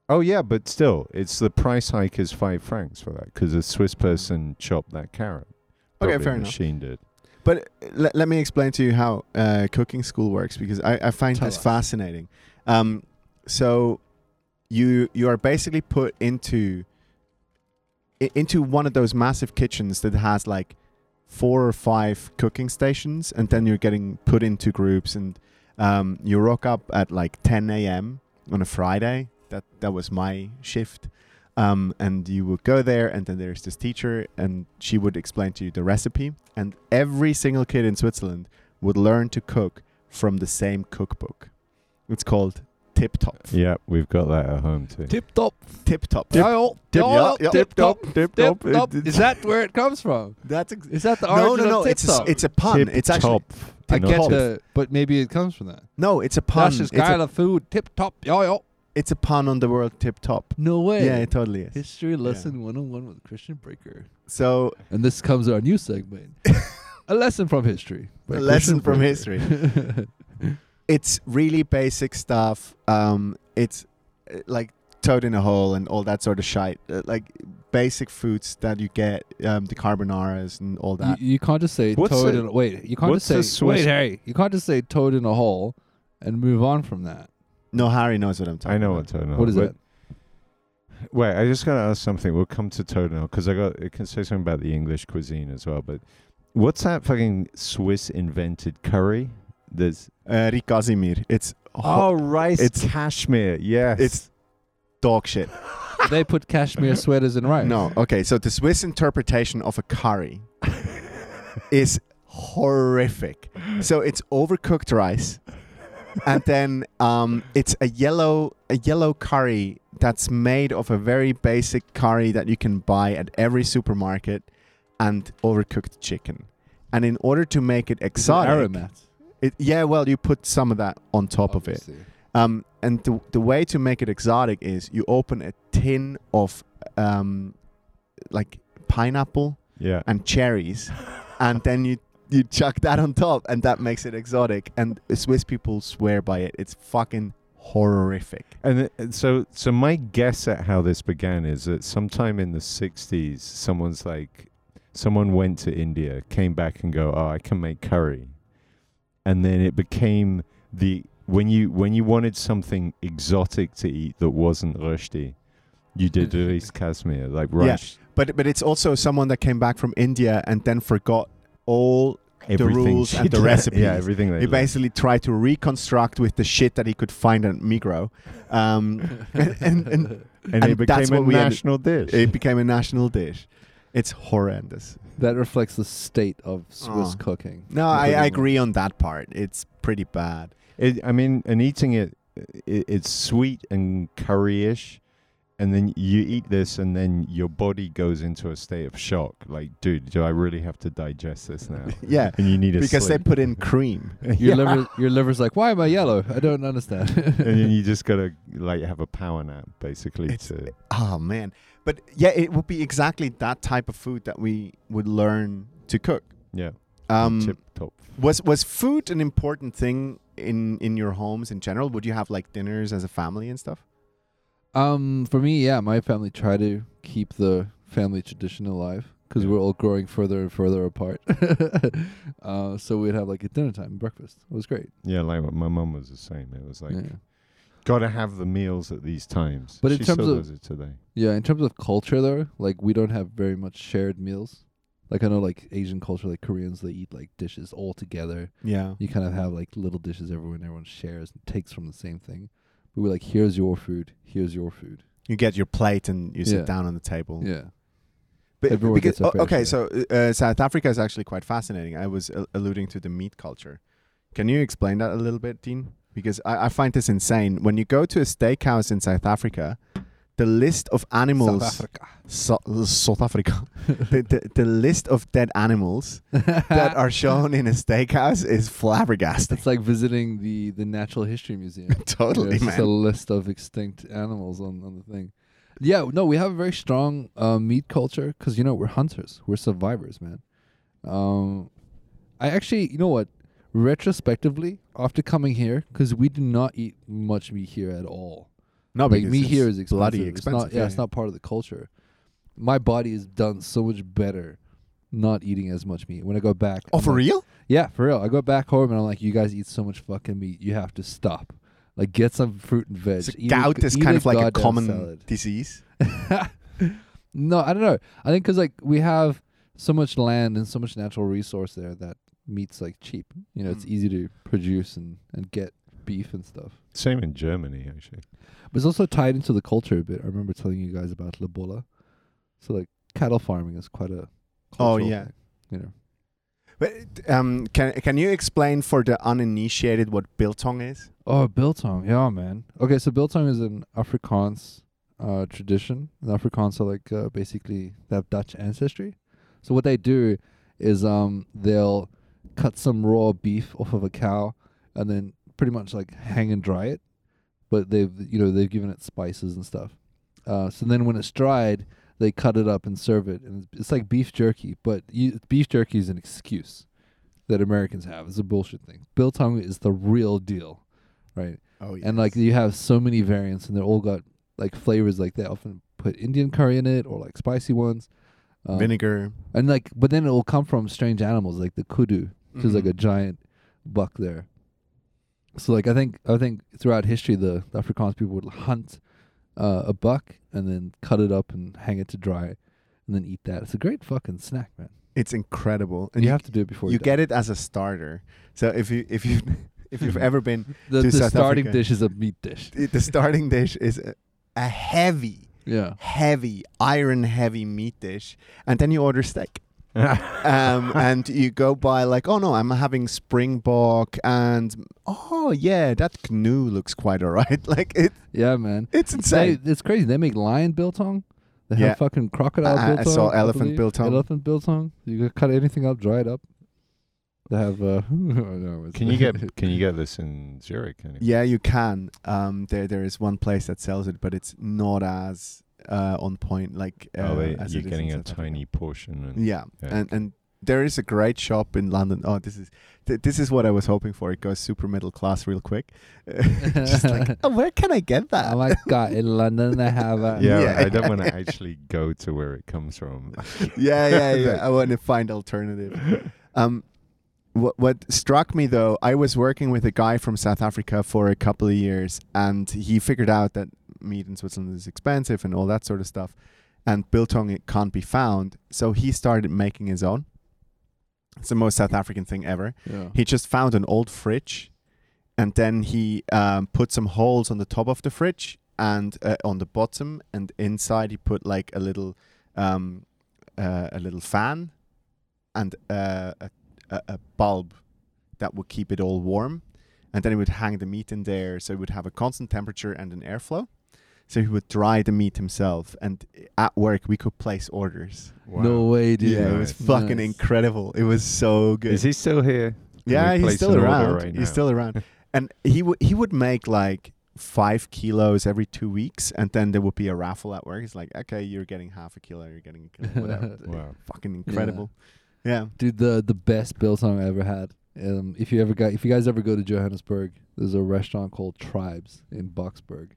S1: Oh yeah, but still, it's the price hike is five francs for that because a Swiss person chopped that carrot.
S3: Hmm. Okay,
S1: Probably
S3: fair
S1: a
S3: enough.
S1: machine did.
S3: But uh, let, let me explain to you how uh, cooking school works because I, I find
S2: Tell
S3: this
S2: us.
S3: fascinating. Um, so you you are basically put into i- into one of those massive kitchens that has like four or five cooking stations, and then you're getting put into groups, and um, you rock up at like 10 a.m. on a Friday. That that was my shift. Um, and you would go there, and then there's this teacher, and she would explain to you the recipe. And every single kid in Switzerland would learn to cook from the same cookbook. It's called Tip Top.
S1: Yeah, we've got that at home too.
S2: Tip top.
S3: Tip Top. Oh,
S2: Yo, yo,
S3: yeah.
S2: Tip top.
S1: Tip
S2: Tip top. Is that where it comes from?
S3: That's ex-
S2: Is that the
S3: no,
S2: origin
S3: no, no.
S2: of tip
S3: It's a, s-
S2: top?
S3: it's a pun. it's actually
S2: I
S3: no,
S2: get
S3: top.
S2: the, but maybe it comes from that.
S3: no. It's a pun.
S2: That's just
S3: It's a-
S2: kind of food. Tip top. Yo, yo.
S3: It's a pun on the word tip top.
S2: No way.
S3: Yeah, it totally is.
S2: History lesson one on one with Christian Breaker.
S3: so
S2: And this comes our new segment. a lesson from history. by
S3: A lesson
S2: Christian
S3: from
S2: Breaker.
S3: it's really basic stuff. Um, it's uh, like toad in a hole and all that sort of shite. Uh, like basic foods that you get, um, the carbonaras and all that.
S2: you, you can't just say
S1: What's
S2: toad
S1: a-
S2: in a wait, you can't
S1: what's
S2: just
S1: a
S2: say
S1: Swiss-
S2: wait, Harry. You can't just say toad in a hole and move on from that.
S3: no, Harry knows what I'm talking.
S1: I know what
S3: about.
S1: Toad
S2: what is
S1: it?
S2: that?
S1: Wait, I just gotta ask something. We'll come to Toad now because I got. I can say something about the English cuisine as well. But what's that fucking Swiss invented curry? There's
S3: Uh, Rikazimir. It's ho-
S1: oh, rice.
S3: it's-
S1: It's Kashmir. Yes,
S3: it's dog shit.
S2: they put cashmere sweaters in rice.
S3: No, okay. So the Swiss interpretation of a curry is horrific. So it's overcooked rice, and then um, it's a yellow a yellow curry that's made of a very basic curry that you can buy at every supermarket, and overcooked chicken. And in order to make it
S2: It's an
S3: exotic,
S2: aromat.
S3: it- yeah, well, you put some of that on top of it.
S2: obviously.
S3: Um, and the, the way to make it exotic is you open a tin of um, like pineapple
S1: yeah.
S3: and cherries, and then you you chuck that on top, and that makes it exotic. And Swiss people swear by it. It's fucking horrific.
S1: And, it- and so, so my guess at how this began is that sometime in the '60s, someone's like, someone went to India, came back, and go, "Oh, I can make curry," and then it became the when you when you wanted something exotic to eat that wasn't rusty, you did rice kasmir, like
S3: Yeah,
S1: rice.
S3: But but it's also someone that came back from India and then forgot all.
S1: everything
S3: rules
S1: she
S3: and the
S1: did.
S3: recipes.
S1: Yeah, everything they
S3: He
S1: learned.
S3: basically tried to reconstruct with the shit that he could find at Migro. Um, and, and, and
S1: and, it
S3: and
S1: became
S3: that's
S1: a
S3: what we ended-
S1: national dish.
S3: it became a national dish. It's horrendous.
S2: that reflects the state of Swiss
S3: Oh.
S2: cooking.
S3: No, I, I
S2: Pretty
S3: agree on that part. It's pretty bad.
S1: It, I mean, and eating it, it, it's sweet and curry-ish, and then you eat this, and then your body goes into a state of shock. Like, dude, do I really have to digest this now?
S3: Yeah,
S1: And you need a
S3: because they
S1: sleep.
S3: put in cream.
S2: Your liver, your liver's like, why am I yellow? I don't understand.
S1: and then you just gotta like have a power nap basically
S3: It's-
S1: to
S3: Oh man, but yeah, it would be exactly that type of food that we would learn to cook.
S1: yeah
S3: Um,
S1: tip top.
S3: was was food an important thing in in your homes in general? Would you have like dinners as a family and stuff?
S2: Um, for me, yeah, my family tried to keep the family tradition alive because
S1: Yeah.
S2: we're all growing further and further apart. uh, so we'd have like a dinner time, breakfast. It was great.
S1: Yeah, like what my mum was the same. It was like
S2: yeah.
S1: gotta have the meals at these times.
S2: But
S1: she
S2: in terms
S1: still
S2: of-
S1: does it today.
S2: yeah, in terms of culture, though, like we don't have very much shared meals. Like I know, like Asian culture, like Koreans, they eat like dishes all together.
S3: Yeah,
S2: You kind of have like little dishes everyone everyone shares and takes from the same thing. But we're like, here's your food, here's your food.
S3: you get your plate and you
S2: Yeah.
S3: sit down on the table.
S2: Yeah.
S3: But
S2: Everyone
S3: because-
S2: gets their
S3: o-
S2: fair share.
S3: okay, so uh, South Africa is actually quite fascinating. I was a- alluding to the meat culture. Can you explain that a little bit, Dean? Because I, I find this insane. When you go to a steakhouse in South Africa, the list of animals
S2: South
S3: So- South Africa, the, the, the list of dead animals
S2: Africa.
S3: that are shown in a steakhouse is flabbergasting.
S2: It's like visiting the the Natural History Museum. You know,
S3: totally,
S2: it's just a
S3: man.
S2: list of extinct animals on, on the thing. Yeah, no, we have a very strong uh, meat culture because you know we're hunters, we're survivors, man. Um, I actually, you know what? Retrospectively, after coming here, because we do not eat much meat here at all.
S3: No,
S2: like
S3: because
S2: meat
S3: it's
S2: here is expensive.
S3: bloody
S2: It's not-
S3: expensive.
S2: yeah, it's not part of the culture. My body has done so much better not eating as much meat. When I go back,
S3: Oh,
S2: I'm
S3: for
S2: like,
S3: real?
S2: yeah, for real. I go back home and I'm like, you guys eat so much fucking meat. You have to stop. Like, get some fruit and veg.
S3: So
S2: Eat a
S3: gout
S2: g-
S3: is
S2: eat
S3: kind of like a
S2: goddamn
S3: common
S2: salad.
S3: disease.
S2: no, I don't know. I think because like we have so much land and so much natural resource there that meat's like cheap. You know, it's
S3: Mm.
S2: easy to produce and and get beef and stuff.
S1: Same in Germany actually.
S2: But it's also tied into the culture a bit. I remember telling you guys about Labola. So like cattle farming is quite a
S3: Oh,
S2: cultural
S3: yeah.
S2: thing, you know.
S3: But um, can can you explain for the uninitiated what biltong is?
S2: Oh, biltong. Yeah, man. Okay, so biltong is an Afrikaans uh, tradition. And Afrikaans are like uh, basically they have Dutch ancestry. So what they do is um they'll cut some raw beef off of a cow and then pretty much like hang and dry it, but they've you know they've given it spices and stuff. Uh, so then when it's dried, they cut it up and serve it, and it's, it's like beef jerky. But you, beef jerky is an excuse that Americans have. It's a bullshit thing. Biltong is the real deal, right?
S3: Oh yeah.
S2: And like you have so many variants, and they're all got like flavors. Like they often put Indian curry in it, or like spicy ones. Um,
S3: vinegar.
S2: and like, but then it will come from strange animals, like the kudu, which is like a
S3: Mhm.
S2: giant buck there. So like, I think I think throughout history, the, the Afrikaans people would hunt uh, a buck and then cut it up and hang it to dry, and then eat that. It's a great fucking snack, man.
S3: Mm-hmm. It's incredible.
S2: And you, have to do it before
S3: you get it as a starter. So if you if you if
S2: Mm-hmm.
S3: you've ever been
S2: the,
S3: to
S2: the
S3: South
S2: starting
S3: Africa.
S2: dish is a meat dish.
S3: the starting dish is a, a heavy,
S2: Yeah,
S3: heavy, iron heavy meat dish, and then you order steak. um, and you go by like, oh no, I'm having springbok, and oh yeah, that gnu looks quite alright. like it,
S2: yeah, man.
S3: it's
S2: They,
S3: insane.
S2: it's crazy. They make lion biltong. They
S3: Yeah.
S2: have fucking crocodile
S3: I- I- I
S2: biltong.
S3: saw elephant
S2: believe.
S3: biltong.
S2: Elephant biltong. You can cut anything up, dry it up. They have. Uh, no, it's-
S1: Can you get can you get this in Zurich? Anyway?
S3: yeah, you can. Um, there there is one place that sells it, but it's not as uh, on point. Like uh,
S1: oh, they,
S3: as
S1: you're
S3: it is in
S1: getting a
S3: South Africa.
S1: tiny portion. And
S3: Yeah,
S1: Yeah.
S3: and and there is a great shop in London. Oh, this is th- this is what I was hoping for. It goes super middle class real quick. Just like, oh, where can I get that?
S2: Oh my god! In London, they have. A,
S1: yeah,
S3: Yeah.
S1: I don't want to actually go to where it comes from.
S3: yeah, yeah, yeah. I want to find alternative. Um, what what struck me though, I was working with a guy from South Africa for a couple of years, and he figured out that meat in Switzerland is expensive and all that sort of stuff, and biltong it can't be found. So he started making his own. It's the most South African thing ever.
S2: Yeah.
S3: He just found an old fridge, and then he um, put some holes on the top of the fridge and uh, on the bottom, and inside he put like a little, um, uh, a little fan, and uh, a, a a bulb that would keep it all warm, and then he would hang the meat in there, so it would have a constant temperature and an airflow. So he would dry the meat himself, and uh, at work we could place orders.
S1: Wow.
S2: No way, dude.
S3: Yeah, it was fucking
S2: Nice.
S3: incredible. It was so good.
S1: Is he still here? Can
S3: Yeah,
S1: we
S3: he's
S1: place
S3: still
S1: an order
S3: around.
S1: right
S3: he's
S1: now?
S3: still around, and he would he would make like five kilos every two weeks, and then there would be a raffle at work. It's like, okay, you're getting half a kilo, you're getting a kilo, whatever.
S1: Wow.
S3: Fucking incredible. Yeah.
S2: Dude, the the best biltong I ever had. Um, if you ever got, if you guys ever go to Johannesburg, there's a restaurant called Tribes in Boxburg.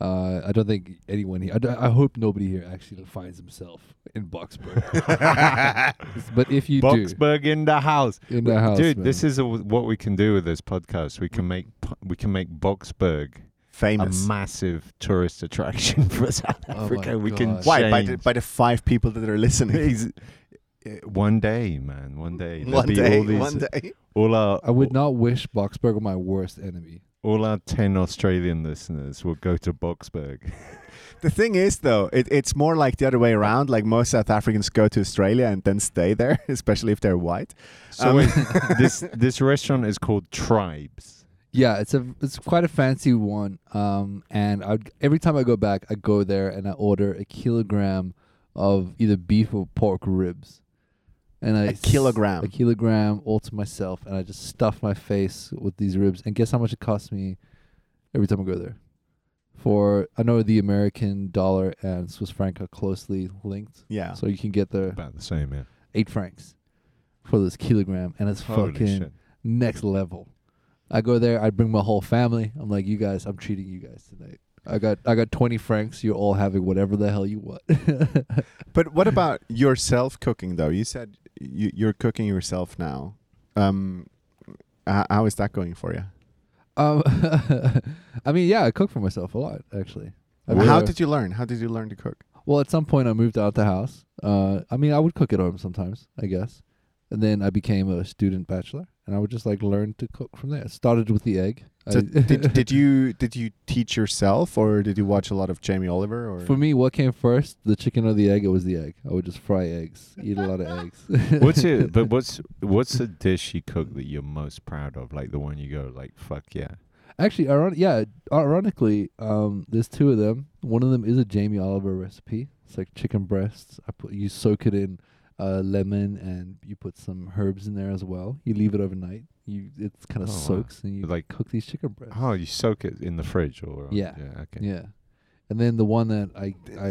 S2: Uh, I don't think anyone here. I, d- I hope nobody here actually finds himself in Boxburg. but if you
S1: Boxburg in the house.
S2: do, in the house,
S1: Dude, this is a, what we can do with this podcast. We can make po- we can make Boxburg a
S3: famous.
S1: massive tourist attraction for South
S2: Oh my
S1: Africa. we can
S2: God.
S3: Why? By the,
S1: change-
S3: by the five people that are listening.
S1: Ex- uh, one day, man. One day. There'll
S3: one
S1: be
S3: day,
S1: All, these-
S3: one day.
S1: all our
S2: I would not wish Boxburg my worst enemy.
S1: all our ten Australian listeners will go to Boxburg.
S3: The thing is, though, it, it's more like the other way around. Like most South Africans go to Australia and then stay there, especially if they're white.
S1: So
S3: Um,
S1: wait, this this restaurant is called Tribes.
S2: Yeah, it's a it's quite a fancy one. Um, and I every time I go back, I go there and I order a kilogram of either beef or pork ribs, and I
S3: A
S2: s-
S3: kilogram.
S2: a kilogram all to myself, and I just stuff my face with these ribs. And guess how much it costs me every time I go there? For I know the American dollar and Swiss franc are closely linked,
S3: Yeah.
S2: so you can get the
S1: About the same, yeah.
S2: eight francs for this kilogram, and it's
S1: Holy
S2: fucking
S1: shit.
S2: next level. I go there, I bring my whole family. I'm like, you guys, I'm treating you guys tonight. I got I got 20 francs. You're all having whatever the hell you want.
S3: But what about yourself cooking though? You said you, you're cooking yourself now. Um, h- how is that going for you?
S2: um, I mean, yeah, I cook for myself a lot actually. I
S3: How
S2: cook-
S3: did you learn? How did you learn to cook?
S2: well, at some point I moved out the house. Uh, I mean, I would cook at home sometimes, I guess. And then I became a student bachelor, and I would just like learn to cook from there. Started with the egg.
S3: So
S2: I-
S3: did, did you did you teach yourself, or did you watch a lot of Jamie Oliver? Or
S2: for me, what came first, the chicken or the egg? It was the egg. I would just fry eggs, eat a lot of eggs.
S1: What's it? But what's what's the dish you cook that you're most proud of? Like the one you go like, fuck yeah.
S2: Actually, iron- yeah, ironically, um, there's two of them. One of them is a Jamie Oliver recipe. It's like chicken breasts. I put you soak it in uh, lemon and you put some herbs in there as well. You leave it overnight. You it kind of
S1: Oh, wow.
S2: soaks and you
S1: Like-
S2: like cook these chicken breasts.
S1: Oh, you soak it in the fridge or
S2: Yeah.
S1: yeah, okay.
S2: Yeah, and then the one that I I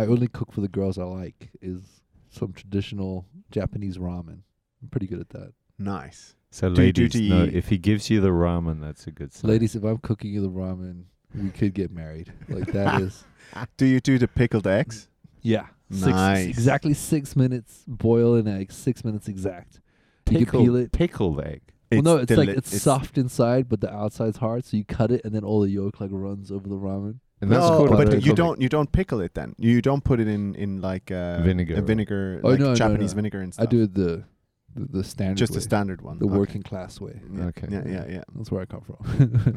S2: I only cook for the girls I like is some traditional Japanese ramen. I'm pretty good at that.
S3: Nice.
S1: So
S3: Do you do
S1: ladies,
S3: to
S1: no,
S3: eat-
S1: if he gives you the ramen, that's a good sign.
S2: Ladies, if I'm cooking you the ramen, we could get married. Like that is
S3: Do you do the pickled eggs?
S2: yeah. Six,
S3: Nice.
S2: Exactly six minutes boil an egg. Six minutes exact. You can
S1: pickle,
S2: peel it.
S1: pickled egg.
S2: Well, no, it's like
S3: deli-
S2: it's, soft inside, but the outside's hard. So you cut it, and then all the yolk like runs over the ramen.
S1: And that's
S3: no,
S1: called a
S3: but
S1: pickled
S3: you
S1: egg.
S3: don't you don't pickle it then. You don't put it in in like uh,
S1: Vinegar
S3: a
S1: or-
S3: vinegar,
S2: Oh,
S3: like
S2: no, no,
S3: Japanese
S2: no.
S3: vinegar and stuff.
S2: I do it the the, the standard,
S3: just the
S2: way,
S3: standard one,
S2: the
S3: Okay.
S2: working class way.
S3: Yeah,
S1: Okay.
S3: Yeah, yeah, yeah.
S2: That's where I come from.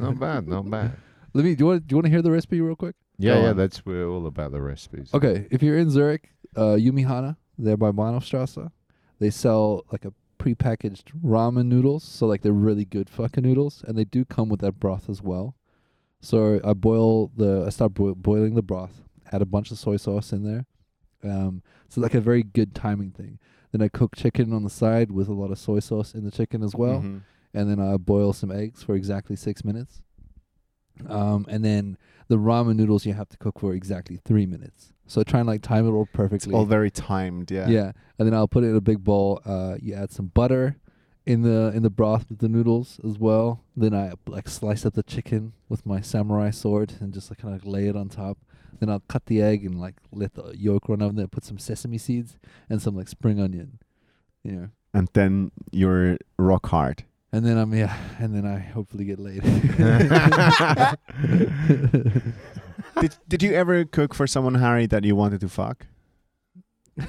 S1: Not bad, not bad.
S2: Let me. Do you want? Do you want to hear the recipe real quick?
S1: Yeah,
S3: Go
S1: yeah,
S3: on.
S1: that's we're all about the recipes.
S2: Okay, if you're in Zurich, uh, Yumihana, there by Bahnhofstrasse, they sell like a prepackaged ramen noodles. So like they're really good fucking noodles, and they do come with that broth as well. So I boil the, I start boi- boiling the broth, add a bunch of soy sauce in there. Um, so like a very good timing thing. Then I cook chicken on the side with a lot of soy sauce in the chicken as well.
S3: Mhm.
S2: and then I boil some eggs for exactly six minutes. Um, and then the ramen noodles you have to cook for exactly three minutes. So try and like time it all
S3: it's
S2: perfectly.
S3: all very timed. Yeah.
S2: yeah, and then I'll put it in a big bowl. Uh, you add some butter in the in the broth with the noodles as well. Then I like slice up the chicken with my samurai sword and just like kind of lay it on top. Then I'll cut the egg and like let the yolk run over there. Put some sesame seeds and some like spring onion. You know,
S3: And then you're rock hard.
S2: and then I'm yeah, and then I hopefully get laid.
S3: did Did you ever cook for someone, Harry, that you wanted to fuck?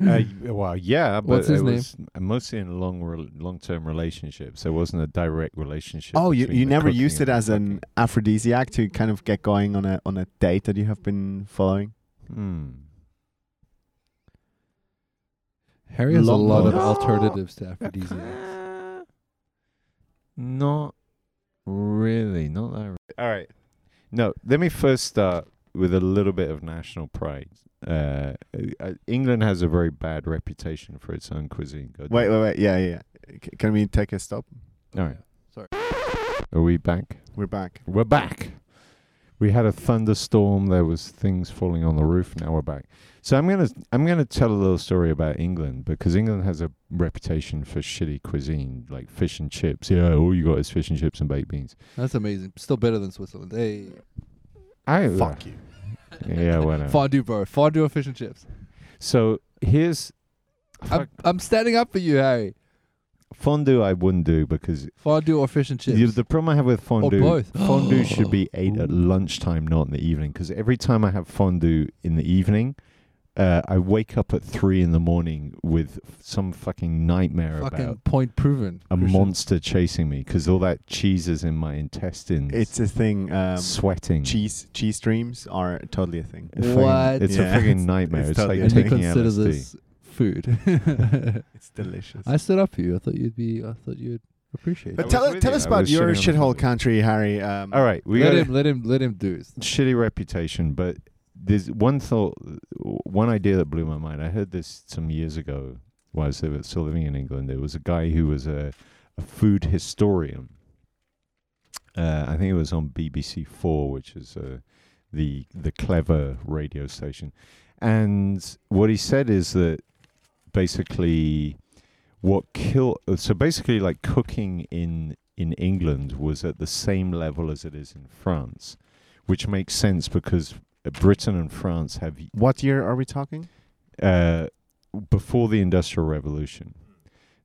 S1: Uh, y- well, yeah, but
S2: What's his
S1: it
S2: name?
S1: was mostly in long, re- long-term relationships. There wasn't a direct relationship.
S3: Oh, you,
S1: between
S3: you
S1: the
S3: never
S1: cooking
S3: used it
S1: and the
S3: as an aphrodisiac to kind of get going on a on a date that you have been following.
S1: cooking. Hmm.
S2: Harry has a lot of
S1: Lumpo.
S2: alternatives to aphrodisiacs.
S1: Not really. Not that. All right. No, let me first start with a little bit of national pride. Uh, uh, England has a very bad reputation for its own cuisine. God
S3: Wait,
S1: damn.
S3: wait, wait. Yeah, yeah. yeah. C- can we take a stop?
S1: All right.
S2: Sorry.
S1: Are we back?
S3: We're back.
S1: We're back. We had a thunderstorm. There was things falling on the roof. Now we're back. So I'm gonna I'm gonna tell a little story about England because England has a reputation for shitty cuisine, like fish and chips. Yeah, all you got is fish and chips and baked beans.
S2: That's amazing. Still better than Switzerland. Hey,
S1: I
S3: Fuck you.
S1: Yeah, whatever.
S2: fondue, bro. Fondue or fish and chips.
S1: So here's
S2: I'm, I'm standing up for you, Harry.
S1: fondue. I wouldn't do because
S2: Fondue or fish and chips.
S1: the, the problem I have with
S2: or
S1: fondue
S2: both.
S1: fondue should be ate at
S2: Oh. Ooh.
S1: lunchtime, not in the evening. Because every time I have fondue in the evening, uh, I wake up at three in the morning with f- some fucking nightmare
S2: fucking
S1: about
S2: point proven.
S1: a
S2: for sure.
S1: monster chasing me because all that cheese is in my intestines.
S3: It's a thing. Um,
S1: sweating.
S3: cheese cheese streams are totally a thing.
S1: A fucking-
S2: What?
S1: It's
S3: Yeah.
S1: a fucking nightmare.
S3: it's
S1: It's,
S3: totally
S1: like
S2: And you
S1: taking
S2: consider
S1: LSD.
S2: this food.
S3: It's delicious.
S2: I stood up for you. I thought you'd be. I thought you'd appreciate.
S1: I
S3: but
S2: it.
S1: was
S3: tell,
S1: with
S3: tell
S1: you.
S3: us
S1: I
S3: about
S1: was
S3: your
S1: shitting on
S3: shithole
S1: the-
S3: country, Harry. Um,
S1: All right, we
S2: let
S1: got
S2: him. Let him. Let him do. it.
S1: shitty reputation, but there's one thought, one idea that blew my mind. I heard this some years ago while I was li- still living in England. There was a guy who was a, a food historian. Uh, I think it was on BBC Four, which is uh, the the clever radio station. And what he said is that basically what killed so basically like cooking in in England was at the same level as it is in France, which makes sense because uh, Britain and France have
S3: What year are we talking?
S1: uh, before the Industrial Revolution,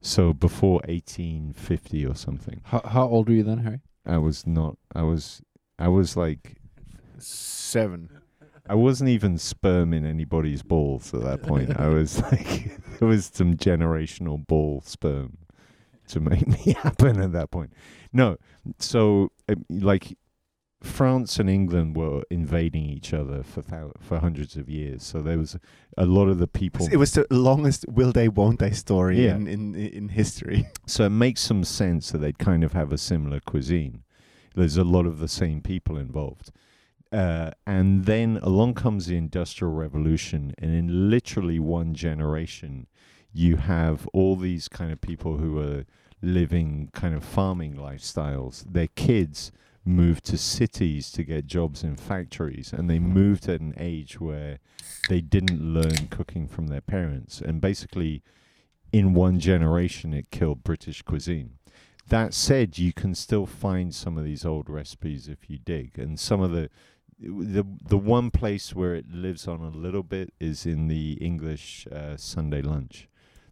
S1: so before 1850 or something.
S2: How, how old were you then, Harry?
S1: I was not. I was. I was like.
S3: Seven.
S1: I wasn't even sperm in anybody's balls at that point. I was like, there was some generational ball sperm to make me happen at that point. No, so um, like France and England were invading each other for thou- for hundreds of years. So there was a lot of the people.
S3: It was the longest will they won't they story
S1: Yeah.
S3: in, in in history.
S1: So it makes some sense that they'd kind of have a similar cuisine. There's a lot of the same people involved. Uh, and then along comes the Industrial Revolution, and in literally one generation, you have all these kind of people who are living kind of farming lifestyles. Their kids moved to cities to get jobs in factories, and they moved at an age where they didn't learn cooking from their parents. And basically, in one generation, it killed British cuisine. That said, you can still find some of these old recipes if you dig, and some of the the the one place where it lives on a little bit is in the English uh, Sunday lunch.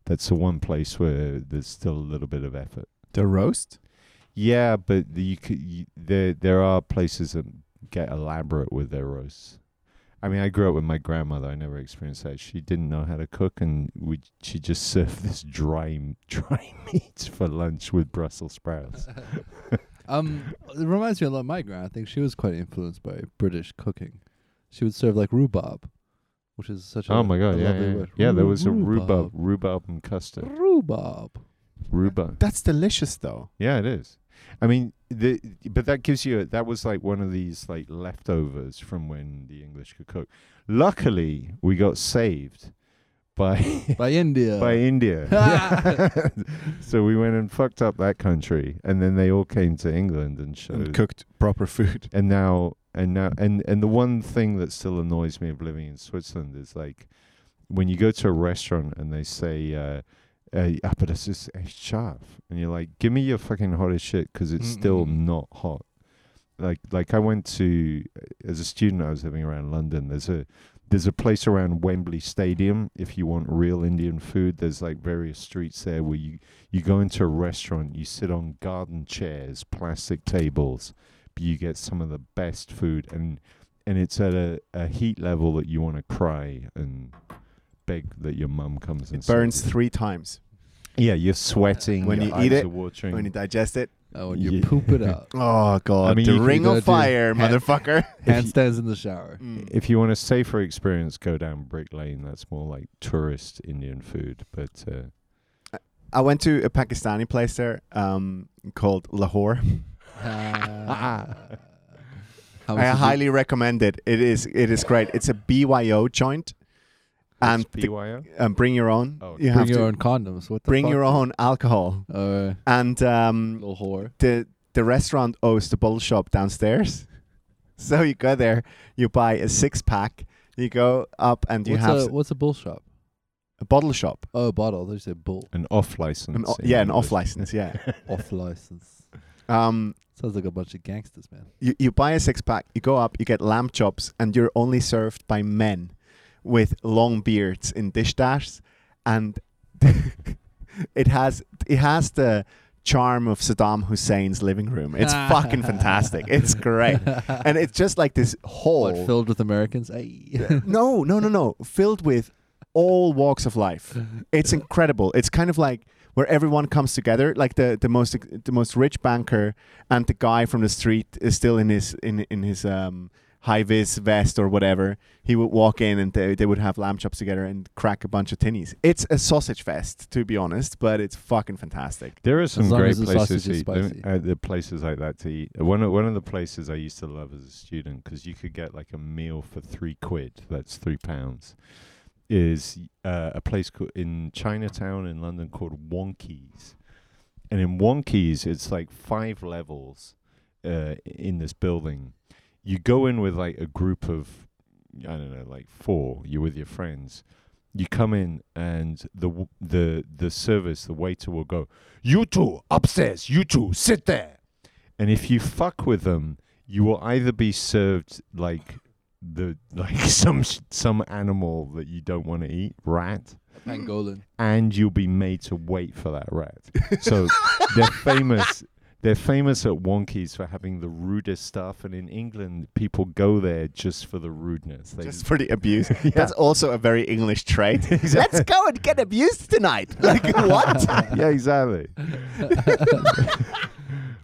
S1: That's the one place where there's still a little bit of effort.
S3: The roast?
S1: Yeah, but the, you could, you, there there are places that get elaborate with their roasts. I mean, I grew up with my grandmother. I never experienced that. She didn't know how to cook, and we she just served this dry dry meat for lunch with Brussels sprouts.
S2: Um, it reminds me a lot of my grand. I think she was quite influenced by British cooking. She would serve like rhubarb, which is such a
S1: oh my god!
S2: a
S1: Yeah,
S2: lovely
S1: yeah, yeah.
S2: word.
S1: yeah. There
S2: Rhu-
S1: was a rhubarb, rhubarb and custard.
S2: Rhubarb.
S1: Rhubarb.
S3: That's delicious, though.
S1: Yeah, it is. I mean, the but that gives you that was like one of these like leftovers from when the English could cook. Luckily, we got saved by
S2: By India.
S1: by India. so we went and fucked up that country, and then they all came to England and showed.
S3: And cooked proper food.
S1: and now and now and and the one thing that still annoys me of living in Switzerland is like when you go to a restaurant and they say. Uh, uh, ah, but das ist echt scharf. And you're like, give me your fucking hottest shit because it's still
S2: Mm-mm.
S1: not hot. Like, like I went to as a student, I was living around London. There's a there's a place around Wembley Stadium if you want real Indian food. There's like various streets there where you you go into a restaurant, you sit on garden chairs, plastic tables, but you get some of the best food and and it's at a, a heat level that you want to cry and beg that your mum comes and
S3: It
S1: serves
S3: burns
S1: you.
S3: three times
S1: Yeah, you're sweating.
S3: When
S1: your
S3: you
S1: eyes
S3: eat it,
S1: are watering.
S3: when you digest it.
S2: Oh, and you
S1: Yeah.
S2: poop it out.
S3: Oh god,
S1: I mean,
S3: the
S1: you could
S3: ring
S2: go
S3: of
S2: to
S3: fire,
S2: hand-
S3: motherfucker.
S2: Handstands in the shower.
S3: Mm.
S1: if you want a safer experience, go down Brick Lane. That's more like tourist Indian food. But uh,
S3: I went to a Pakistani place there um, called Lahore.
S2: Ah. How much
S3: I
S2: is it?
S3: highly recommend it. It is it is great. It's a BYO joint. And
S1: it's
S3: the-
S1: BYO.
S3: um, bring your own.
S1: Oh, okay.
S3: you have
S2: Bring
S3: to
S2: your own condoms. What the
S3: bring
S2: fuck?
S3: your own alcohol.
S2: Uh,
S3: And um,
S2: little whore.
S3: the the restaurant owes the bottle shop downstairs. So you go there, you buy a six pack, you go up and you
S2: what's,
S3: have
S2: a,
S3: s-
S2: what's a bull shop?
S3: a bottle shop.
S2: Oh, a bottle. They say bull.
S1: An off license.
S3: An o- yeah, an off license, yeah.
S2: Off license.
S3: Um,
S2: Sounds like a bunch of gangsters, man.
S3: you, you buy a six pack, you go up, you get lamb chops, and you're only served by men with long beards in dish dashs, and it has it has the charm of Saddam Hussein's living room. It's fucking fantastic. It's great, and it's just like this
S2: What,
S3: whole
S2: filled with Americans? Ay.
S3: no no no no filled with all walks of life. It's incredible. It's kind of like where everyone comes together. Like the, the most the most rich banker and the guy from the street is still in his in in his um, high vis vest or whatever. He would walk in and they, they would have lamb chops together and crack a bunch of tinnies. It's a sausage fest, to be honest, but it's fucking fantastic.
S1: There are some
S2: long
S1: great
S2: as the
S1: places
S2: sausage
S1: to
S2: is
S1: eat. Let me-
S2: spicy.
S1: Uh, the places like that to eat. Uh, One of one of the places I used to love as a student because you could get like a meal for three quid. That's three pounds. Is uh, a place called, in Chinatown in London called Wonkies, and in Wonkies it's like five levels uh, in this building. You go in with like a group of I don't know, like four. You're with your friends. You come in and the w- the the service, the waiter will go. You two, upstairs, you two, sit there. And if you fuck with them, you will either be served like the like some sh- some animal that you don't want to eat, rat,
S2: Angolan.
S1: and you'll be made to wait for that rat. So they're famous. They're famous at Wonkies for having the rudest stuff, and in England, people go there just for the rudeness. They,
S3: Just for the abuse. That's also a very English trait. Let's go and get abused tonight. Like what?
S1: yeah, exactly.
S2: That's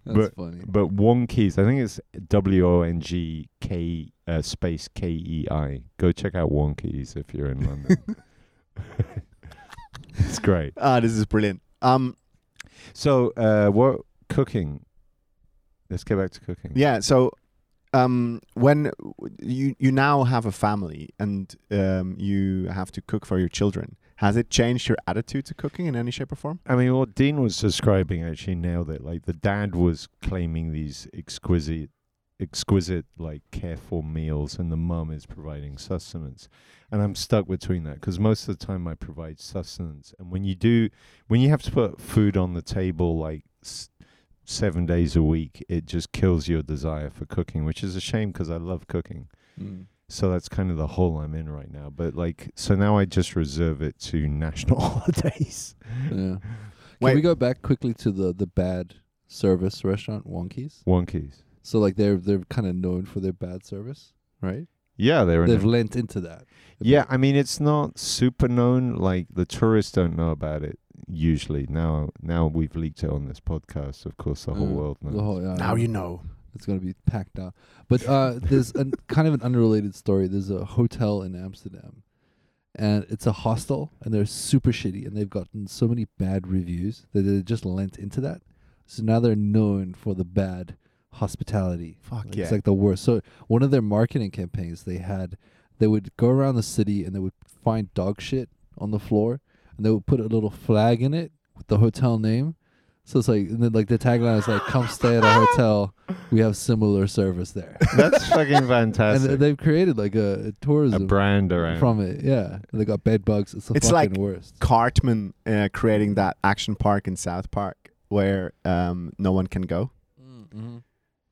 S1: But-
S2: funny.
S1: But Wonkeys, I think it's W O N G K uh, space K E I. Go check out Wonkeys if you're in London. it's great.
S3: Ah, this is brilliant. Um,
S1: So, uh, what cooking? Let's get back to cooking.
S3: Yeah. So, um, when you you now have a family and um, you have to cook for your children, Has it changed your attitude to cooking in any shape or form?
S1: I mean, what Dean was describing actually nailed it. Like the dad was claiming these exquisite, exquisite, like careful meals, and the mum is providing sustenance. And I'm stuck between that because most of the time I provide sustenance, and when you do, when you have to put food on the table like s- seven days a week, it just kills your desire for cooking, which is a shame because I love cooking.
S3: Hmm.
S1: So that's kind of the hole I'm in right now. But like, so now I just reserve it to national holidays.
S2: Yeah.
S3: Wait.
S2: Can we go back quickly to the the bad service restaurant Wonkies?
S1: Wonkies.
S2: So like they're they're kind of known for their bad service, right?
S1: Yeah, they were.
S2: They've
S1: known.
S2: lent into that. a
S1: Yeah,
S2: bit.
S1: I mean it's not super known. Like the tourists don't know about it usually. Now, now we've leaked it on this podcast. Of course, the whole
S2: Mm.
S1: world knows.
S2: The whole- yeah,
S3: Now
S2: yeah.
S3: you know.
S2: it's gonna be packed out. But uh, there's an, kind of an unrelated story. There's a hotel in Amsterdam, and it's a hostel, and they're super shitty, and they've gotten so many bad reviews that they just lent into that. So now they're known for the bad hospitality.
S3: Fuck
S2: Like,
S3: yeah.
S2: It's like the worst. So one of their marketing campaigns they had, they would go around the city and they would find dog shit on the floor, and they would put a little flag in it with the hotel name. So it's like, and then like the tagline is like, "Come stay at a hotel. We have similar service there."
S1: That's fucking
S2: and
S1: fantastic.
S2: they've created like a, a
S1: a
S2: tourism
S1: brand around.
S2: from it. Yeah, and they got bed bugs. It's the
S3: It's
S2: fucking
S3: like
S2: worst.
S3: Cartman uh, creating that action park in South Park where um, no one can go. Do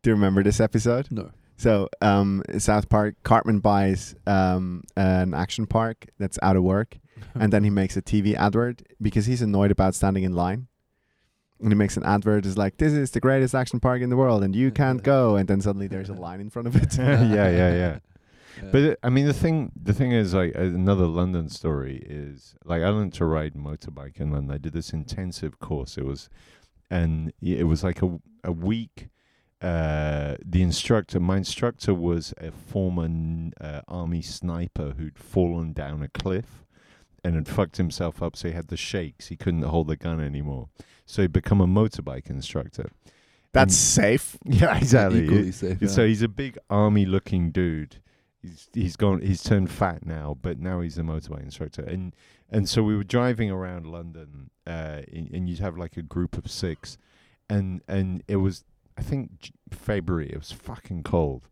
S3: you remember this episode?
S2: Mm-hmm. No.
S3: So, um, in South Park, Cartman buys um, an action park that's out of work, and then he makes a TV advert because he's annoyed about standing in line. And he makes an advert, is like, "This is the greatest action park in the world, and you can't go." And then suddenly there's a line in front of it.
S1: yeah, yeah, yeah. But it- I mean, the thing, the thing is, like another London story is like I learned to ride motorbike in London. I did this intensive course. It was, and y- it was like a a week. Uh, the instructor, my instructor, was a former n- uh, army sniper who'd fallen down a cliff and had fucked himself up. So he had the shakes. He couldn't hold the gun anymore. So he'd become a motorbike instructor.
S3: That's
S1: And-
S3: safe.
S1: yeah, exactly.
S2: equally safe.
S1: Yeah,
S2: yeah.
S1: So he's a big army looking dude. He's he's gone he's turned fat now, but now he's a motorbike instructor. And and so we were driving around London, uh, and, and you'd have like a group of six, and and it was I think J- February. It was fucking cold,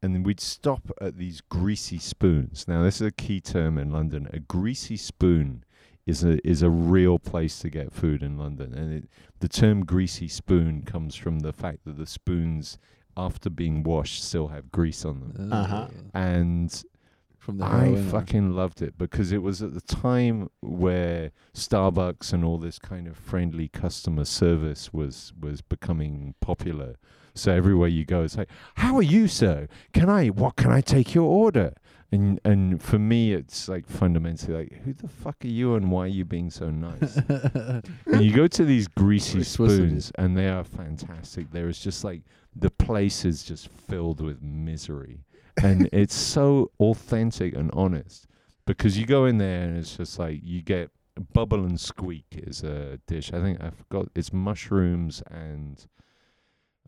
S1: and then we'd stop at these greasy spoons. Now this is a key term in London. A greasy spoon is a is a real place to get food in London, and it, the term greasy spoon comes from the fact that the spoons after being washed still have grease on them.
S3: Uh-huh.
S1: And
S2: From the
S1: I
S2: heroin or-
S1: fucking loved it because it was at the time where Starbucks and all this kind of friendly customer service was was becoming popular. So everywhere you go, it's like, "How are you, sir? Can I? What can I take your order?" And and for me, it's like fundamentally like, "Who the fuck are you, and why are you being so nice?" and you go to these greasy
S2: It's supposed to be-
S1: spoons, and they are fantastic. There is just like the place is just filled with misery, and it's so authentic and honest because you go in there and it's just like you get bubble and squeak is a dish. I think I forgot it's mushrooms and.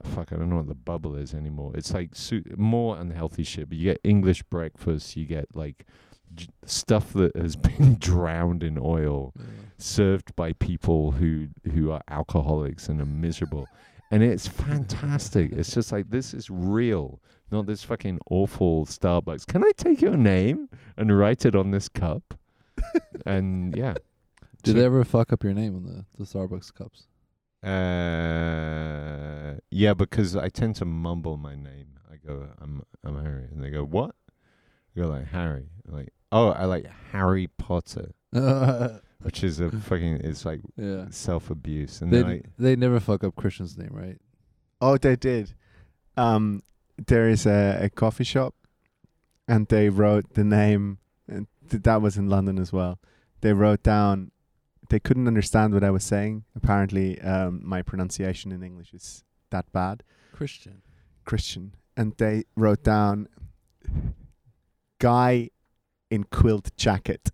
S1: Fuck, I don't know what the bubble is anymore. It's like su- more unhealthy shit, but you get English breakfast, you get like j- stuff that has been drowned in oil
S2: Yeah.
S1: served by people who who are alcoholics and are miserable and it's fantastic it's just like this is real not this fucking awful starbucks can i take your name and write it on this cup and yeah
S2: Did they ever fuck up your name on the, the Starbucks cups?
S1: uh yeah because i tend to mumble my name i go i'm i'm harry and they go what i go like harry like oh i like harry potter which is a fucking it's like
S2: yeah.
S1: self-abuse and
S2: They
S1: then I,
S2: they never fuck up Christian's name, right?
S3: Oh, they did. Um, there is a, a coffee shop, and they wrote the name. And th- that was in London as well. They wrote down. They couldn't understand what I was saying. Apparently, um, my pronunciation in English is that bad,
S2: Christian.
S3: Christian. And they wrote down, guy in quilt jacket.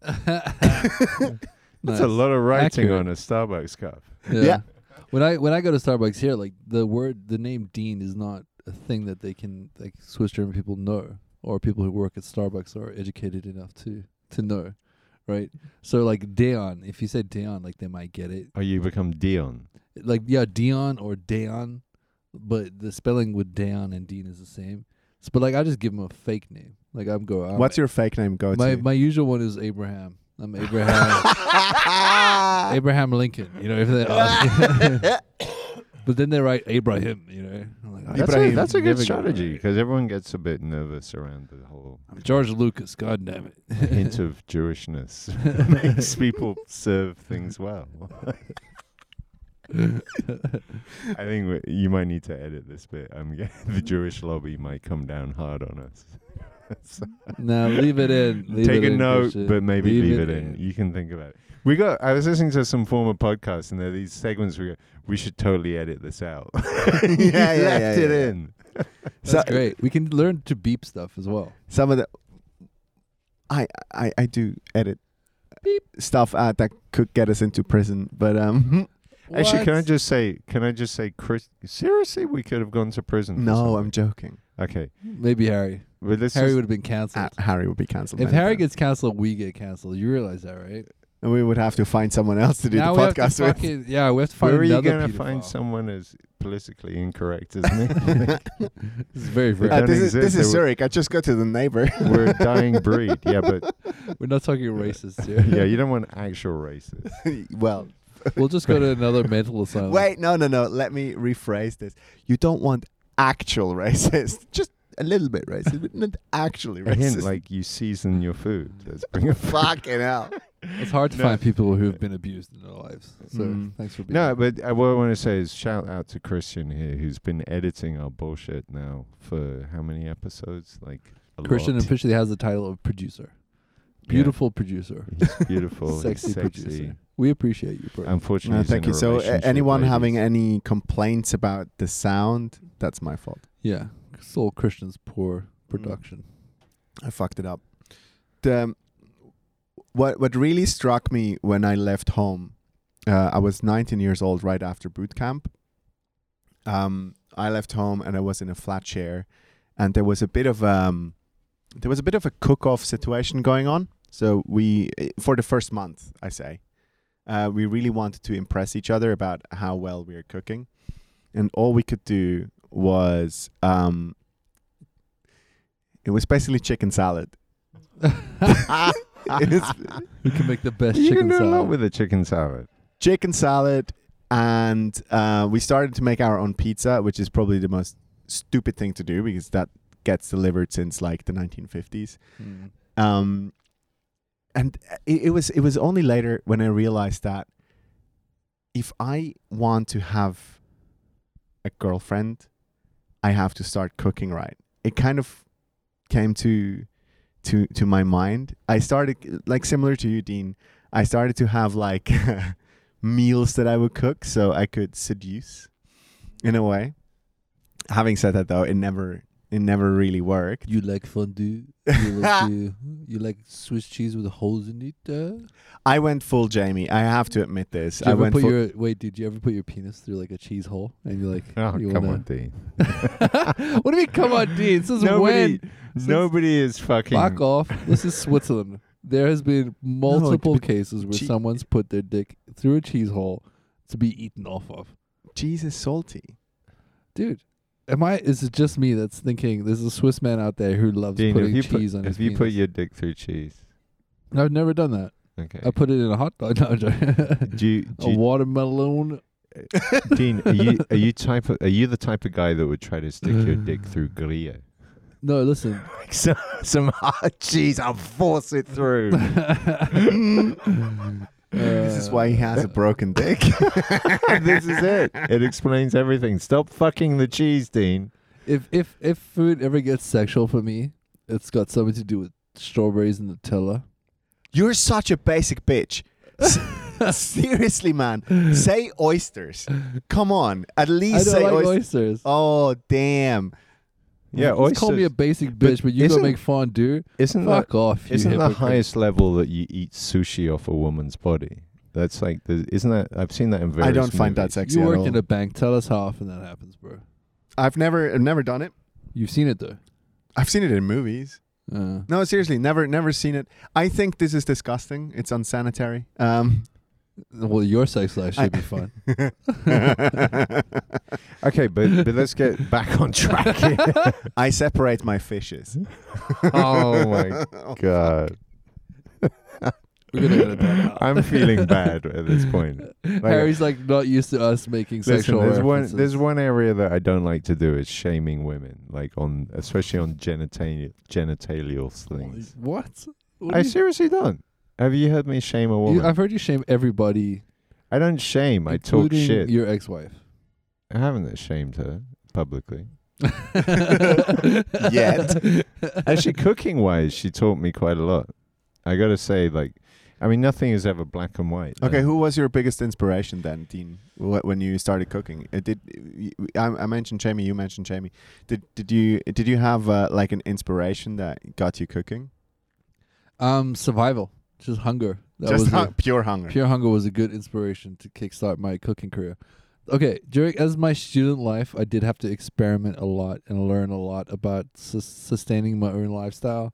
S1: That's a lot of writing
S2: Accurate.
S1: on a Starbucks cup.
S2: Yeah.
S3: Yeah.
S2: When I when I go to Starbucks here, like the word the name Dean is not a thing that they can like Swiss German people know or people who work at Starbucks are educated enough to to know, right? So like Deon, if you said Deon, like they might get it.
S1: Oh, you become Dion.
S2: Like yeah, Dion or Deon, but the spelling with Deon and Dean is the same. So, but like I just give him a fake name. Like I'm go. I'm,
S3: What's your fake name go
S2: Oh, my
S3: to?
S2: my usual one is Abraham. I'm Abraham Abraham Lincoln. You know if they. uh, but then they write Abraham. You know, I'm like,
S1: That's a,
S3: Ibrahim.
S1: that's a
S2: There
S1: good
S2: we go.
S1: strategy because everyone gets a bit nervous around the whole
S2: George Lucas. God damn it.
S1: hint of Jewishness. Makes people serve things well. I think we, you might need to edit this bit. I'm g- the Jewish lobby might come down hard on us. So
S2: No, leave it in. Leave
S1: take
S2: it
S1: a
S2: in,
S1: note,
S2: Christian.
S1: but maybe leave, it, in. You can think about it. We got. I was listening to some former podcast, and there are these segments we go, we should totally edit this out. yeah,
S3: yeah,
S1: left
S3: yeah,
S1: it
S3: yeah.
S1: in.
S2: That's great. We can learn to beep stuff as well.
S3: Some of the I I, I do edit
S2: Beep.
S3: stuff out that could get us into prison, but um
S1: Actually, can I
S2: What?
S1: just say? Can I just say, Chris? Seriously, we could have gone to prison. for
S2: Mm-hmm.
S3: no,
S1: something.
S3: I'm joking.
S1: okay.
S2: Maybe Harry.
S1: But let's
S2: Harry
S1: just-
S2: would have been canceled.
S3: Uh, Harry would be cancelled.
S2: if
S3: many
S2: Harry
S3: times.
S2: gets canceled, we get canceled. You realize that, right?
S3: And we would have to find someone else to do
S2: Now
S3: the
S2: we have to
S3: podcast with.
S2: fucking- yeah, we have to find
S1: Where are you
S2: another
S1: going to find
S2: pedophile.
S1: someone as politically incorrect as me?
S2: It's very
S1: They
S2: rare.
S3: Uh,
S1: don't
S3: this is this
S1: exist.
S3: is
S1: They were-
S3: Zurich. I just go to the neighbor.
S1: We're a dying breed. Yeah, but
S2: We're not talking racists here.
S1: yeah, you don't want actual racists.
S3: well,
S2: We'll just go to another mental asylum.
S3: wait, no, no, no. Let me rephrase this. You don't want actual racist, just a little bit racist, but not actually
S1: A hint
S3: racist.
S1: like you season your food. Let's bring a
S3: Fucking hell.
S2: It's hard to
S1: No.
S2: find people who have been abused in their lives. So
S3: Mm.
S2: thanks for being
S1: No,
S2: here.
S1: but uh, what I want to say is shout out to Christian here, who's been editing our bullshit now for how many episodes? Like a
S2: Christian
S1: lot.
S2: officially has the title of producer.
S1: Yeah.
S2: Beautiful producer.
S1: He's beautiful. he's
S2: sexy,
S1: sexy.
S2: producer. We appreciate you, bro.
S1: Unfortunately,
S3: No,
S1: he's
S3: thank
S1: in
S3: you.
S1: a
S3: So, uh,
S1: relationship,
S3: anyone
S1: ladies.
S3: having any complaints about the sound, that's my fault.
S2: yeah. Soul Christian's poor production.
S3: I fucked it up. The what what really struck me when I left home, uh, I was 19 years old right after boot camp. Um, I left home and I was in a flat chair, and there was a bit of um, there was a bit of a cook off situation going on. So we eh, for the first month, I say, uh, we really wanted to impress each other about how well we are cooking, and all we could do was um, it was basically chicken salad. It's
S2: We can make the best
S1: Mm. You can
S2: chicken
S1: do a lot
S2: salad.
S1: with a chicken salad.
S3: chicken salad, and uh, we started to make our own pizza, which is probably the most stupid thing to do because that gets delivered since like the 1950s.
S2: Mm.
S3: Um, and it, it was it was only later when I realized that if I want to have a girlfriend, I have to start cooking right. It kind of came to to to my mind. I started like similar to you, Dean. I started to have like meals that I would cook so I could seduce in a way. Having said that though, it never it never really worked.
S2: You like fondue? You like, you, you like Swiss cheese with holes in it? Uh?
S3: I went full Jamie. I have to admit this.
S2: Did you
S3: I
S2: ever
S3: went
S2: put
S3: full.
S2: your wait? Did you ever put your penis through like a cheese hole? And you're like,
S1: Oh,
S2: you
S1: come on,
S2: wanna-
S1: Dean.
S2: what do you mean? Come on, Dean. This is
S1: Nobody,
S2: when.
S1: nobody is fucking.
S2: Fuck off. This is Switzerland. There has been multiple
S3: but
S2: cases where
S3: che-
S2: someone's put their dick through a cheese hole to be eaten off of.
S3: cheese is salty.
S2: Dude, am I? Is it just me that's thinking? There's a Swiss man out there who loves
S1: Dean, have
S2: putting
S1: you,
S2: cheese
S1: put,
S2: on
S1: have
S2: his
S1: you put
S2: penis.
S1: your dick through cheese?
S2: I've never done that.
S1: Okay.
S2: I put it in a hot dog. No, I'm joking.
S1: do you, do
S2: a
S1: you-
S2: watermelon.
S1: Dean, are you are you type of, are you the type of guy that would try to stick your dick through grille?
S2: No, listen.
S1: some, some hard cheese, I'll force it through.
S2: Uh,
S3: this is why he has a broken dick.
S1: this is it. It explains everything. Stop fucking the cheese, Dean.
S2: If if if food ever gets sexual for me, it's got something to do with strawberries and Nutella.
S3: You're such a basic bitch. S- Seriously, man. Say oysters. Come on. At
S2: I
S3: least
S2: don't
S3: say
S2: like
S3: oysters.
S2: oysters.
S3: Oh damn.
S1: Yeah,
S2: just call me a basic bitch, but you
S1: isn't-
S2: gonna make fondue?
S1: Isn't that
S2: Fuck off! You
S1: isn't the
S2: hypocrite.
S1: highest level that you eat sushi off a woman's body? That's like the isn't that I've seen that in various
S3: I don't find that
S1: movies.
S3: sexy
S2: You
S3: at
S2: work
S3: all.
S2: in a bank. Tell us how often that happens, bro.
S3: I've never I've never done it.
S2: You've seen it though.
S3: I've seen it in movies.
S2: Uh,
S3: No, seriously, never, never seen it. I think this is disgusting. It's unsanitary. Um,
S2: well, your sex life should
S3: I-
S2: be fun.
S1: Okay, but, but let's get back on track here.
S3: I separate my fishes.
S1: oh my god.
S2: We're gonna edit that out.
S1: I'm feeling bad at this point.
S2: Harry's like not used to us making
S1: Listen,
S2: sexual
S1: there's
S2: references.
S1: one there's one area that I don't like to do is shaming women, like on especially on genitalia genitalial things.
S2: What? What do
S1: I
S2: you-
S1: seriously don't. Have you heard me shame a
S2: you-
S1: woman?
S2: I've heard you shame everybody.
S1: I don't shame. I talk
S2: including
S1: shit.
S2: Your ex-wife.
S1: I haven't shamed her publicly.
S3: Yet.
S1: Actually, cooking wise, she taught me quite a lot. I gotta say, like, I mean, nothing is ever black and white.
S3: Okay,
S1: Like,
S3: who was your biggest inspiration then, Dean, wh- when you started cooking? Uh, did y- I, I mentioned Jamie? You mentioned Jamie. Did did you did you have uh, like an inspiration that got you cooking?
S2: Um, survival, just hunger. That
S3: Just
S2: was
S3: hu-
S2: it.
S3: pure hunger.
S2: Pure Hunger was a good inspiration to kickstart my cooking career. Okay, during as my student life, I did have to experiment a lot and learn a lot about sus- sustaining my own lifestyle,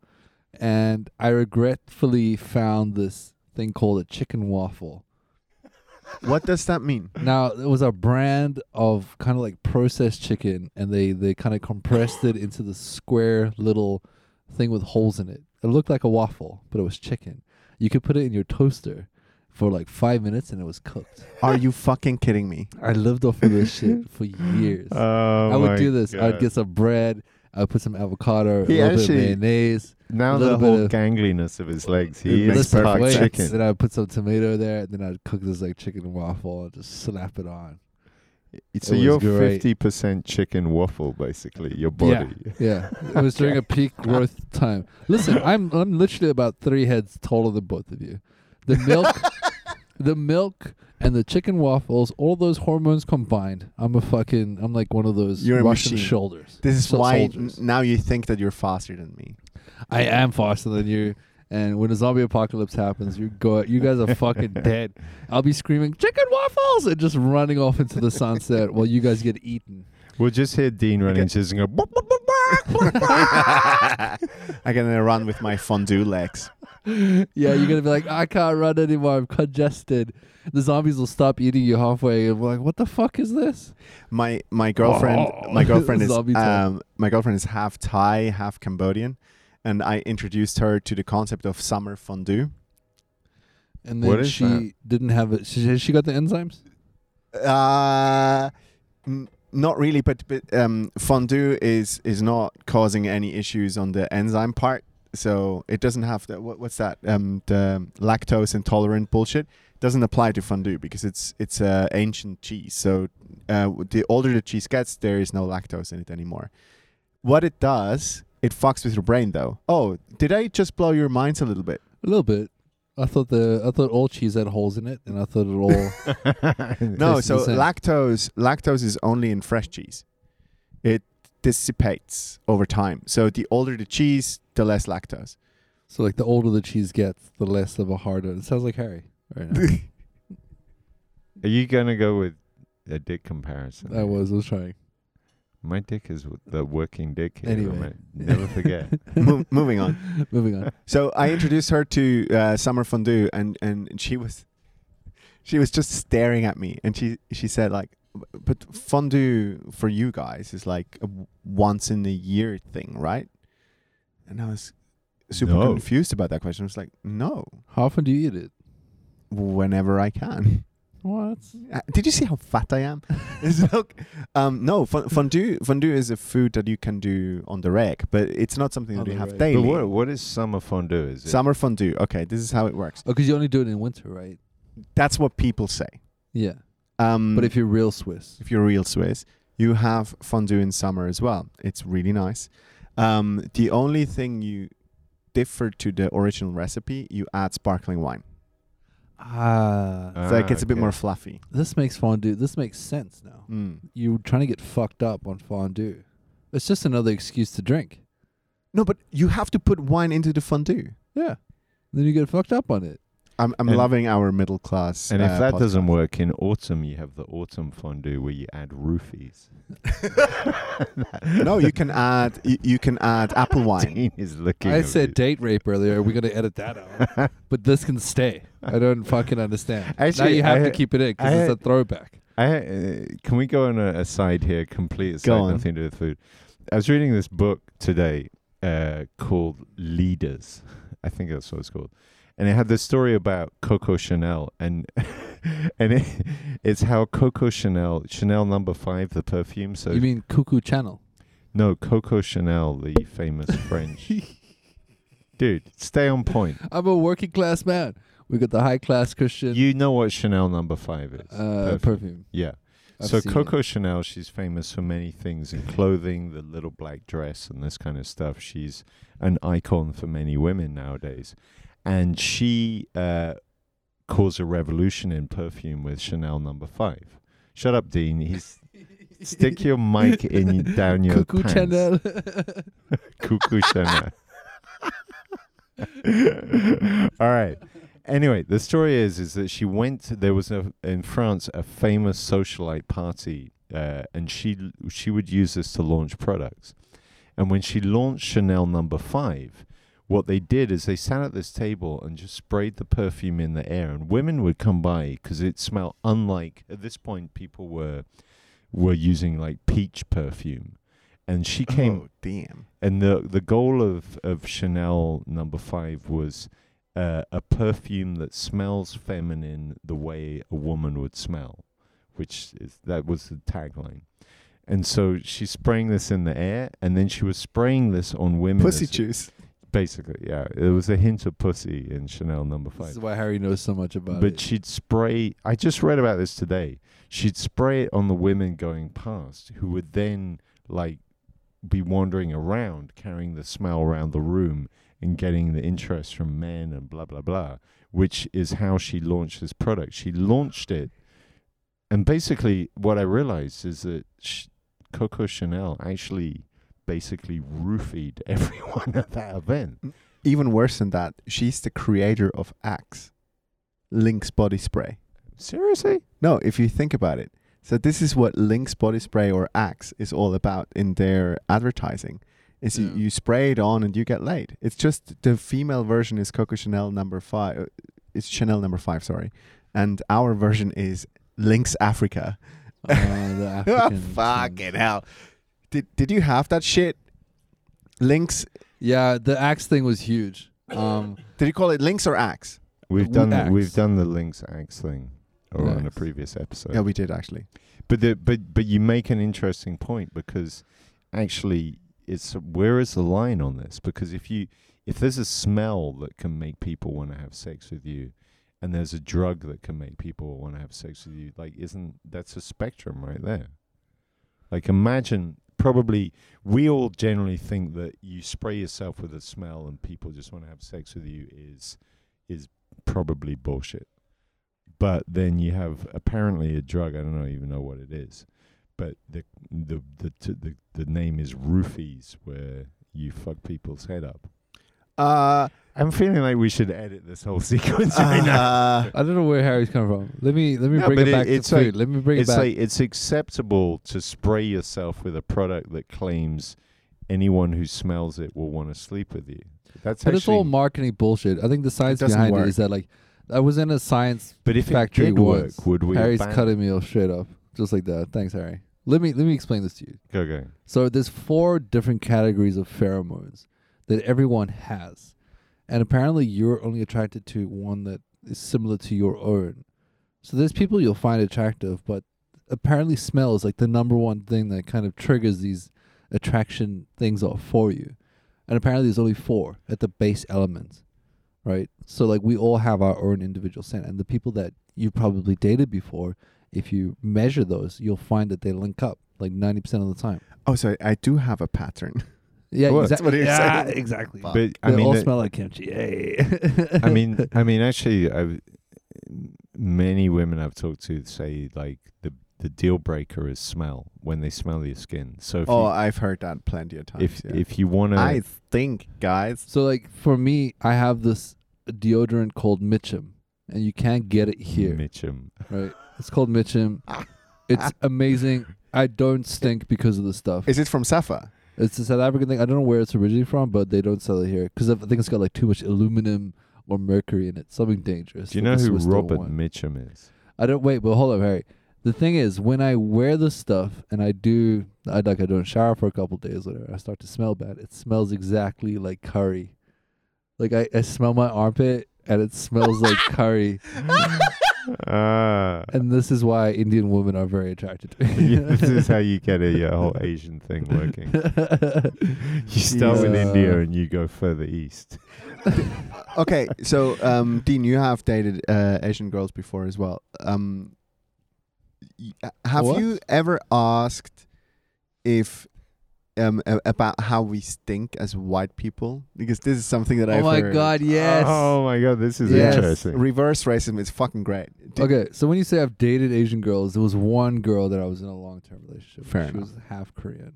S2: and I regretfully found this thing called a chicken waffle.
S3: What does that mean?
S2: Now it was a brand of kind of like processed chicken, and they they kind of compressed it into the square little thing with holes in it. It looked like a waffle, but it was chicken. You could put it in your toaster for like five minutes, and it was cooked.
S3: Are you fucking kidding me?
S2: I lived off of this shit for years.
S1: Oh
S2: I
S1: my
S2: would do this. I'd
S1: God.
S2: get some bread. I'd put some avocado,
S1: He
S2: a little
S1: actually-
S2: bit of mayonnaise,
S1: now the
S2: little bit
S1: whole
S2: of-
S1: gangliness of his legs.
S3: It
S1: He
S3: makes
S1: is
S2: listen,
S1: part
S3: perfect
S2: wait,
S1: chicken.
S2: Then I'd put some tomato there, and then I'd cook this like chicken and waffle and just slap it on.
S1: So
S2: was
S1: you're
S2: great.
S1: fifty percent chicken waffle, basically. Your body.
S2: Yeah, it was during a peak growth time. Listen, I'm I'm literally about three heads taller than both of you. The milk, the milk, and the chicken waffles, all those hormones combined. I'm a fucking. I'm like one of those
S3: You're a
S2: Russian
S3: machine.
S2: shoulders.
S3: This is
S2: so-
S3: why n-
S2: soldiers.
S3: now you think that you're faster than me.
S2: I am faster than you. And when the zombie apocalypse happens, you go. You guys are fucking dead. I'll be screaming chicken waffles and just running off into the sunset while you guys get eaten.
S1: We'll just hear Dean running and just go. "Bop, bop, bop, bop, bop."
S3: I can uh, run with my fondue legs.
S2: Yeah, you're gonna be like, I can't run anymore. I'm congested. The zombies will stop eating you halfway, and we're like, what the fuck is this?
S3: My my girlfriend
S2: Oh.
S3: my girlfriend is
S2: Zombie time.
S3: um, my girlfriend is half Thai, half Cambodian, and I introduced her to the concept of summer fondue.
S2: And then
S1: What is
S2: she
S1: that?
S2: didn't have it. She, she got the enzymes.
S3: Uh, n- not really, but, but um, fondue is is not causing any issues on the enzyme part, so it doesn't have the what, what's that um, the lactose intolerant bullshit doesn't apply to fondue because it's it's uh, ancient cheese. So uh, the older the cheese gets, there is no lactose in it anymore. What it does, it fucks with your brain though. Oh, did I just blow your minds a little bit?
S2: A little bit. I thought the I thought all cheese had holes in it, and I thought it all.
S3: No,
S2: Tastes
S3: so
S2: the same.
S3: lactose lactose is only in fresh cheese. It dissipates over time. So the older the cheese, the less lactose.
S2: so like the older the cheese gets, the less of a harder. It sounds like Harry right now.
S1: Are you gonna go with a dick comparison?
S2: I was I was trying.
S1: My dick is w- the working dick. Here,
S2: Anyway.
S1: mate. never forget.
S3: Mo- moving on.
S2: Moving on.
S3: So I introduced her to uh, summer fondue, and and she was she was just staring at me, and she she said like, "But fondue for you guys is like a once in a year thing, right?" And I was super
S1: No.
S3: confused about that question. I was like, "No,
S2: How often do you eat it?
S3: whenever I can."
S2: What?
S3: Uh, Did you see how fat I am? It's like, um, no, fon- fondue fondue is a food that you can do on the rack, but it's not something
S2: On
S3: that you
S2: the
S3: have
S2: reg. But
S1: But
S3: daily.
S1: what what is summer fondue? Is it?
S3: Summer fondue. Okay, this is how it works.
S2: Oh, because you only do it in winter, right?
S3: That's what people say.
S2: Yeah.
S3: Um,
S2: But if you're real Swiss,
S3: if you're real Swiss, you have fondue in summer as well. It's really nice. Um, the only thing you differ to the original recipe, you add sparkling wine.
S2: ah,
S1: Ah,
S3: so it gets a bit
S1: okay.
S3: more fluffy.
S2: this makes fondue. This makes sense now.
S3: Mm.
S2: You're trying to get fucked up on fondue. It's just another excuse to drink.
S3: No, but you have to put wine into the fondue.
S2: Yeah. Then you get fucked up on it.
S3: I'm, I'm
S1: And-
S3: loving our middle class.
S1: And if
S3: uh,
S1: that
S3: podcast.
S1: doesn't work in autumn, you have the autumn fondue where you add roofies.
S3: no, you can add you, you can add apple wine.
S1: Dean is looking.
S2: I
S1: at
S2: said
S1: you.
S2: date rape earlier. Are we gonna edit that out? but this can stay. I don't fucking understand. now
S1: Actually,
S2: you have
S1: I-
S2: to keep it in because
S1: I-
S2: it's a throwback.
S1: I, uh, can we go on a, a side here? Complete aside,
S3: on.
S1: nothing to do with food. I was reading this book today uh, called Leaders. I think that's what it's called. And it had this story about Coco Chanel, and and it, it's how Coco Chanel, Chanel number five, the perfume. So
S2: You mean Cuckoo Channel?
S1: no, Coco Chanel, the famous French dude. Stay on point.
S2: I'm a working class man. We got the high class Christian
S1: You know what Chanel number five is?
S2: uh,
S1: Perfume.
S2: perfume.
S1: Yeah.
S2: I've
S1: so
S2: seen
S1: Coco Chanel, she's famous for many things, in clothing, the little black dress, and this kind of stuff. She's an icon for many women nowadays, and she uh, caused a revolution in perfume with Chanel Number Five. Shut up, Dean. He's
S2: it.
S1: stick your mic in down your
S2: Cuckoo
S1: pants.
S2: Channel.
S1: Cuckoo Chanel. All right. Anyway, the story is is that she went. There was a in France a famous socialite party, uh, and she she would use this to launch products. And when she launched Chanel Number Five, what they did is they sat at this table and just sprayed the perfume in the air, and women would come by because it smelled unlike. At this point, people were were using like peach perfume, and she came
S3: Oh damn!
S1: and the the goal of of Chanel number five was uh, a perfume that smells feminine the way a woman would smell, which is that was the tagline. And so she's spraying this in the air, and then she was spraying this on women.
S3: Pussy
S1: as-
S3: juice.
S1: basically, yeah. There was a hint of pussy in Chanel number
S2: this
S1: five.
S2: is why Harry knows so much about
S1: But
S2: it.
S1: she'd spray. I just read about this today. She'd spray it on the women going past, who would then like be wandering around, carrying the smell around the room and getting the interest from men and blah blah blah. Which is how she launched this product. She launched it, and basically, what I realized is that sh- Coco Chanel actually basically roofied everyone at that event.
S3: Even worse than that, she's the creator of Axe, Lynx body spray.
S1: Seriously.
S3: No, if you think about it. So this is what Lynx body spray or Axe is all about in their advertising. Is
S2: Yeah.
S3: you, you spray it on and you get laid. It's just the female version is Coco Chanel number five. uh, It's Chanel number five, sorry, and our version is Lynx Africa.
S2: Uh, the African
S3: Fucking
S2: thing.
S3: hell! Did did you have that shit? Lynx?
S2: Yeah, the axe thing was huge. Um,
S3: Did you call it Lynx or Axe?
S1: We've
S2: We
S1: done the,
S2: axe.
S1: we've done the links axe thing or on a
S2: Nice.
S1: previous episode.
S3: Yeah, we did actually.
S1: But the, but but you make an interesting point because actually it's where is the line on this? Because if you if there's a smell that can make people want to have sex with you and there's a drug that can make people want to have sex with you, like isn't that's a spectrum right there. Like imagine probably we all generally think that you spray yourself with a smell and people just want to have sex with you is is probably bullshit but then you have apparently a drug. I don't know even know what it is, but the the the t- the, the name is roofies, where you fuck people's head up.
S3: Uh,
S1: I'm feeling like we should edit this whole sequence
S2: Uh-huh.
S1: right now.
S3: uh,
S2: I don't know where Harry's coming from. Let me let me
S1: No,
S2: bring
S1: but
S2: it
S1: it-
S2: back
S1: it's
S2: to
S1: like-
S2: food. Let me bring it
S1: It's
S2: back.
S1: like it's acceptable to spray yourself with a product that claims anyone who smells it will want to sleep with you. That's
S2: but it's all
S1: actually.
S2: marketing bullshit. I think the science
S3: doesn't
S2: behind
S3: work.
S2: it is that like I was in a science
S1: But if it
S2: factory
S1: did
S2: once.
S1: work, would we? have
S2: Harry's
S1: banned-
S2: cutting me off straight up, just like that. Thanks, Harry. Let me let me explain this to you.
S1: Go go.
S2: So there's four different categories of pheromones that everyone has, and apparently you're only attracted to one that is similar to your own. So there's people you'll find attractive, but apparently smell is like the number one thing that kind of triggers these attraction things off for you. And apparently there's only four at the base elements, right? So like we all have our own individual scent, and the people that you probably dated before, if you measure those, you'll find that they link up like ninety percent of the time.
S3: oh, sorry. I do have a pattern.
S2: Yeah,
S1: Well,
S3: that's what
S2: exactly.
S3: he was
S2: yeah,
S3: saying.
S2: exactly.
S3: Fuck.
S1: But I
S2: they
S1: mean,
S2: Uh, all
S1: that-
S2: smell like kimchi. Yay.
S1: I mean, I mean, actually, I've, many women I've talked to say like the the deal breaker is smell when they smell your skin. So if
S3: oh, I've heard that plenty of times.
S1: you, if
S3: yeah.
S1: if you want
S3: I
S1: to,
S3: think, guys.
S2: so like for me, I have this deodorant called Mitchum, and you can't get it here.
S1: Mitchum.
S2: Right? It's called Mitchum. It's amazing. I don't stink because of the stuff.
S3: Is it from Safa?
S2: It's a South African thing. I don't know where it's originally from, but they don't sell it here because I think it's got like too much aluminum or mercury in it, something dangerous.
S1: Do you
S2: that
S1: know
S2: the
S1: who
S2: Swiss don't
S1: Robert
S2: want.
S1: Mitchum is?
S2: I don't wait, but hold up, Harry. The thing is, when I wear this stuff and I do, I like I don't shower for a couple days, whatever. I start to smell bad. It smells exactly like curry. Like I, I smell my armpit and it smells like curry.
S1: Ah.
S2: And this is why Indian women are very attracted to me.
S1: Yeah, this is how you get a, your whole Asian thing working. You start with
S2: Yeah.
S1: India and you go further east.
S3: Okay, so um, Dean, you have dated uh, Asian girls before as well. Um, y- have
S2: What?
S3: you ever asked if um, a- about how we stink as white people? Because this is something that
S2: oh
S3: I've
S2: my
S3: heard.
S2: god, yes.
S1: Oh my god, this is
S2: Yes.
S1: interesting.
S3: Reverse racism is fucking great. Do-
S2: Okay, so when you say I've dated Asian girls, there was one girl that I was in a long term relationship. with.
S3: Fair
S2: she
S3: enough.
S2: was half Korean,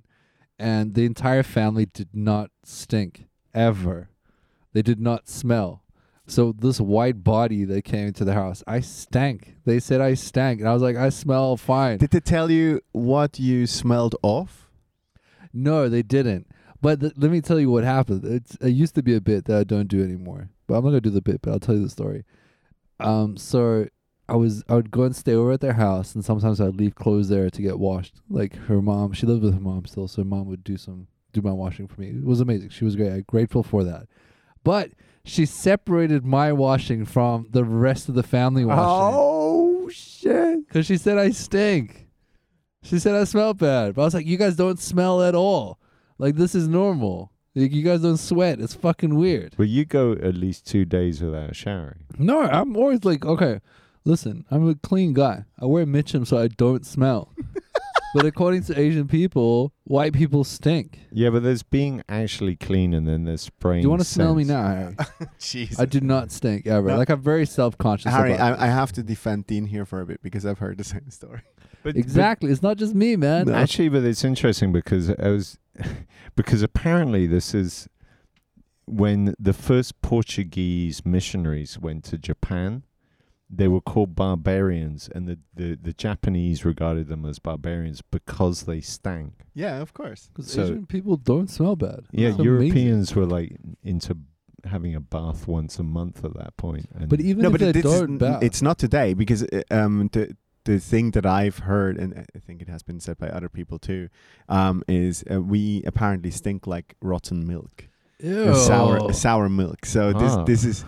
S2: and the entire family did not stink ever. They did not smell. So this white body that came into the house, I stank. They said I stank, and I was like, I smell fine.
S3: Did they tell you what you smelled off?
S2: No, they didn't. But th- let me tell you what happened. It's, it used to be a bit that I don't do anymore, but I'm not gonna do the bit. But I'll tell you the story. Um, so I was I would go and stay over at their house, and sometimes I'd leave clothes there to get washed. Like her mom, she lived with her mom still, so her mom would do some do my washing for me. It was amazing. She was great. I'm grateful for that. But she separated my washing from the rest of the family washing
S1: Oh shit.
S2: because she said I stink. She said I smell bad, but I was like, you guys don't smell at all. Like this is normal. Like you guys don't sweat. It's fucking weird.
S1: Well, you go at least two days without showering.
S2: No, I'm always like, okay, listen, I'm a clean guy. I wear Mitchum so I don't smell. but according to Asian people, white people stink.
S1: Yeah, but there's being actually clean and then there's spraying.
S2: Do you want to smell me
S1: scents.
S2: now? Harry?
S3: Jesus.
S2: I do not stink ever.
S3: No.
S2: Like I'm very self conscious.
S3: Harry, I, I have to defend Dean here for a bit because I've heard the same story.
S1: But- but
S2: exactly. It's not just me, man.
S1: No, Actually, but it's interesting because I was because apparently this is when the first Portuguese missionaries went to Japan. They were called barbarians, and the, the, the Japanese regarded them as barbarians because they stank.
S3: Yeah, of course.
S2: 'Cause
S1: so-
S2: Asian people don't smell bad.
S1: Yeah,
S2: That's amazing.
S1: Europeans were like into having a bath once a month at that point. And
S2: But e- even
S3: no,
S2: if
S3: but
S2: they
S3: it- this is
S2: don't,
S3: n-
S2: bath-
S3: it's not today because uh, um, the the thing that I've heard, and uh, I think it has been said by other people too, um, is uh, we apparently stink like rotten milk,
S2: Ew.
S3: Uh, sour sour milk. So this
S1: Ah.
S3: this is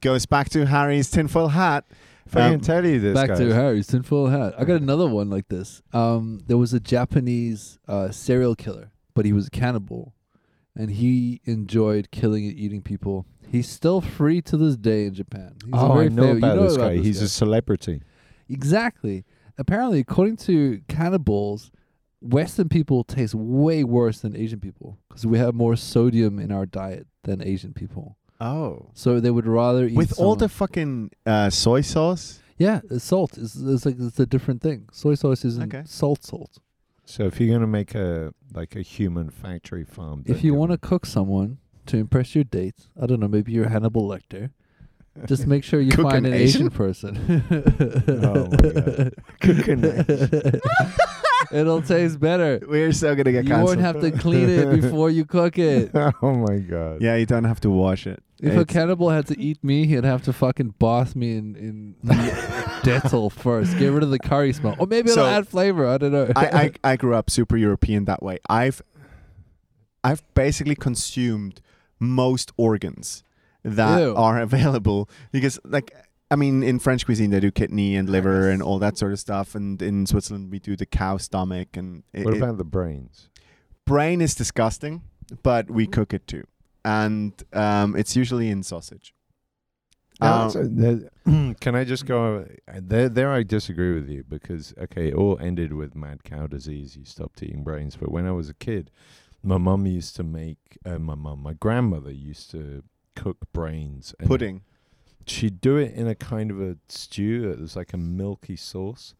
S3: goes back to Harry's tinfoil hat.
S1: if I
S3: um,
S1: can tell you this,
S2: Back
S1: guys,
S2: to Harry's tinfoil hat. I got another one like this. Um, there was a Japanese uh, serial killer, but he was a cannibal, and he enjoyed killing and eating people. He's still free to this day in Japan. He's a
S1: oh, I
S2: very
S1: know
S2: fam- you
S1: about this guy.
S2: this
S1: He's a celebrity.
S2: Exactly. Apparently, according to cannibals, Western people taste way worse than Asian people because we have more sodium in our diet than Asian people.
S3: Oh,
S2: So they would rather eat
S3: with all
S2: someone-
S3: the fucking uh, soy sauce.
S2: yeah it's salt. It's, it's like it's a different thing. Soy sauce isn't
S3: Okay.
S2: salt salt.
S1: So if you're gonna make a like a human factory farm,
S2: If
S1: don't
S2: you
S1: do
S2: want
S1: it.
S2: to cook someone to impress your dates, I don't know, maybe you're Hannibal Lecter. Just make sure you
S3: Cook
S2: find
S3: an
S2: an
S3: Asian?
S2: Asian, person.
S1: Oh my God. Cook an Asian.
S2: It'll taste better.
S3: We're so gonna
S2: You
S3: get canceled.
S2: won't have to clean it before you cook it.
S1: oh my god.
S3: yeah, you don't have to wash it.
S2: If a
S3: It's-
S2: cannibal had to eat me, he'd have to fucking bath me in in Dettol first. Get rid of the curry smell, or maybe it'll
S3: So-
S2: add flavor. I don't know.
S3: I, I I grew up super European that way. I've I've basically consumed most organs that
S2: Ew.
S3: are available because like I mean in French cuisine they do kidney and liver and all that sort of stuff and in Switzerland we do the cow stomach and it,
S1: What
S3: it-
S1: about the brains?
S3: brain is disgusting but
S2: Mm-hmm.
S3: we cook it too and um, it's usually in sausage. Um,
S1: Also, the- can I just go? uh, There, there, I disagree with you because okay, it all ended with mad cow disease. You stopped eating brains, but when I was a kid, my mum used to make uh, my mum, my grandmother used to cook brains and
S3: pudding.
S1: she'd do it in a kind of a stew. It was like a milky sauce.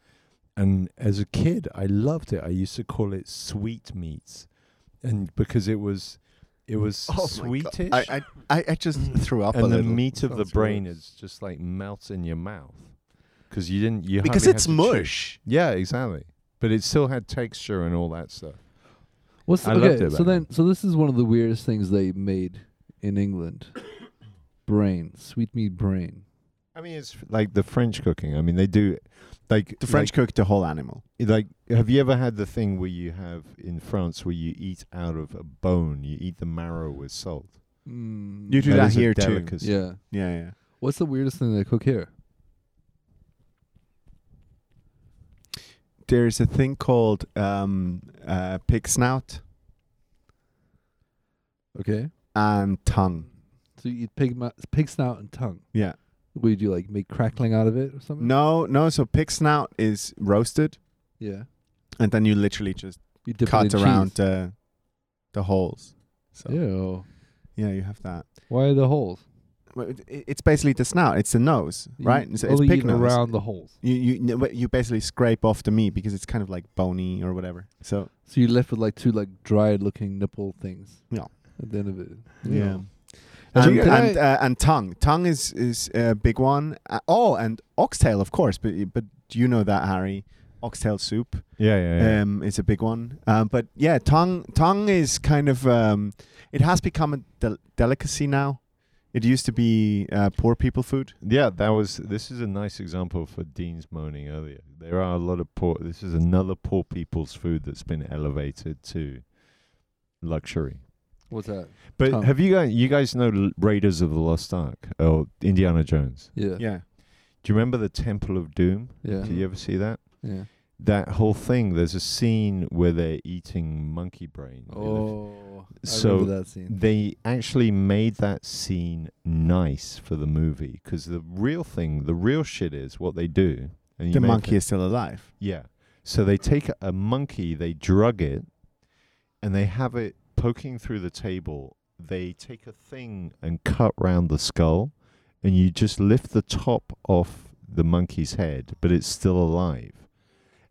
S1: And as a kid, I loved it. I used to call it sweet meats. And because it was It was
S3: Oh my God.
S1: sweetish,
S3: I, I, I- I just
S2: Mm.
S3: threw up a
S1: and the
S3: little.
S1: meat of the
S3: Sounds
S1: brain
S3: gross.
S1: is just like melts in your mouth because you didn't. You
S3: because
S1: hardly had
S3: it's
S1: to chew.
S3: mush.
S1: Yeah, exactly. But it still had texture and all that stuff.
S2: What's the,
S1: I
S2: okay?
S1: loved it
S2: so
S1: back
S2: then, so this is one of the weirdest things they made in England. brain, sweet meat brain.
S1: I mean, it's f- like the French cooking. I mean, they do like
S3: The French cook the whole animal.
S1: Like, like, have you ever had the thing where you have in France where you eat out of a bone? You eat the marrow with salt.
S2: Mm,
S3: You do that,
S1: is a
S3: here too.
S1: delicacy.
S2: Yeah.
S3: Yeah, yeah.
S2: What's the weirdest thing they cook here?
S3: There's a thing called um, uh, pig snout
S2: Okay.
S3: and tongue.
S2: So you eat pig, ma- pig snout and tongue.
S3: Yeah.
S2: Would you like make crackling out of it or something?
S3: No, no. So pig snout is roasted,
S2: Yeah.
S3: and then you literally just
S2: You dip it
S3: cut
S2: in
S3: around
S2: Cheese.
S3: the the holes. So
S2: Ew.
S3: yeah, you have that.
S2: Why the holes?
S3: Well, it- it- It's basically the snout. It's the nose,
S2: You
S3: right?
S2: eat-
S3: So it's
S2: only
S3: pig
S2: eat
S3: nose.
S2: around the holes.
S3: You you no, but you basically scrape off the meat because it's kind of like bony or whatever. So
S2: So you're left with like two like dried looking nipple things.
S3: Yeah.
S2: At the end of it.
S3: Yeah.
S2: So
S3: and
S2: can I-
S3: and, uh, and tongue tongue is is a big one. Uh, oh, and oxtail, of course. But but you know that Harry, oxtail soup
S1: Yeah, yeah, yeah.
S3: um, is a big one. Um, but yeah, tongue tongue is kind of um, it has become a del- delicacy now. It used to be uh, poor people food.
S1: Yeah, that was. This is a nice example for Dean's moaning earlier. There are a lot of poor. This is another poor people's food that's been elevated to luxury.
S2: What's that?
S1: But
S3: Oh.
S2: Tongue.
S1: have you guys? You guys know L- Raiders of the Lost Ark or Indiana Jones?
S2: Yeah.
S3: Yeah,
S1: Do you remember the Temple of Doom?
S2: Yeah.
S1: Did you ever see that?
S2: Yeah.
S1: That whole thing. There's a scene where they're eating monkey brain. in the f-
S2: Oh. I
S1: So,
S2: remember that scene.
S1: they actually made that scene nice for the movie because the real thing, the real shit is what they do. And you
S3: the
S1: may have
S3: monkey is still alive.
S1: Yeah. So they take a monkey, they drug it, and they have it poking through the table. They take a thing and cut round the skull, and you just lift the top off the monkey's head, but it's still alive.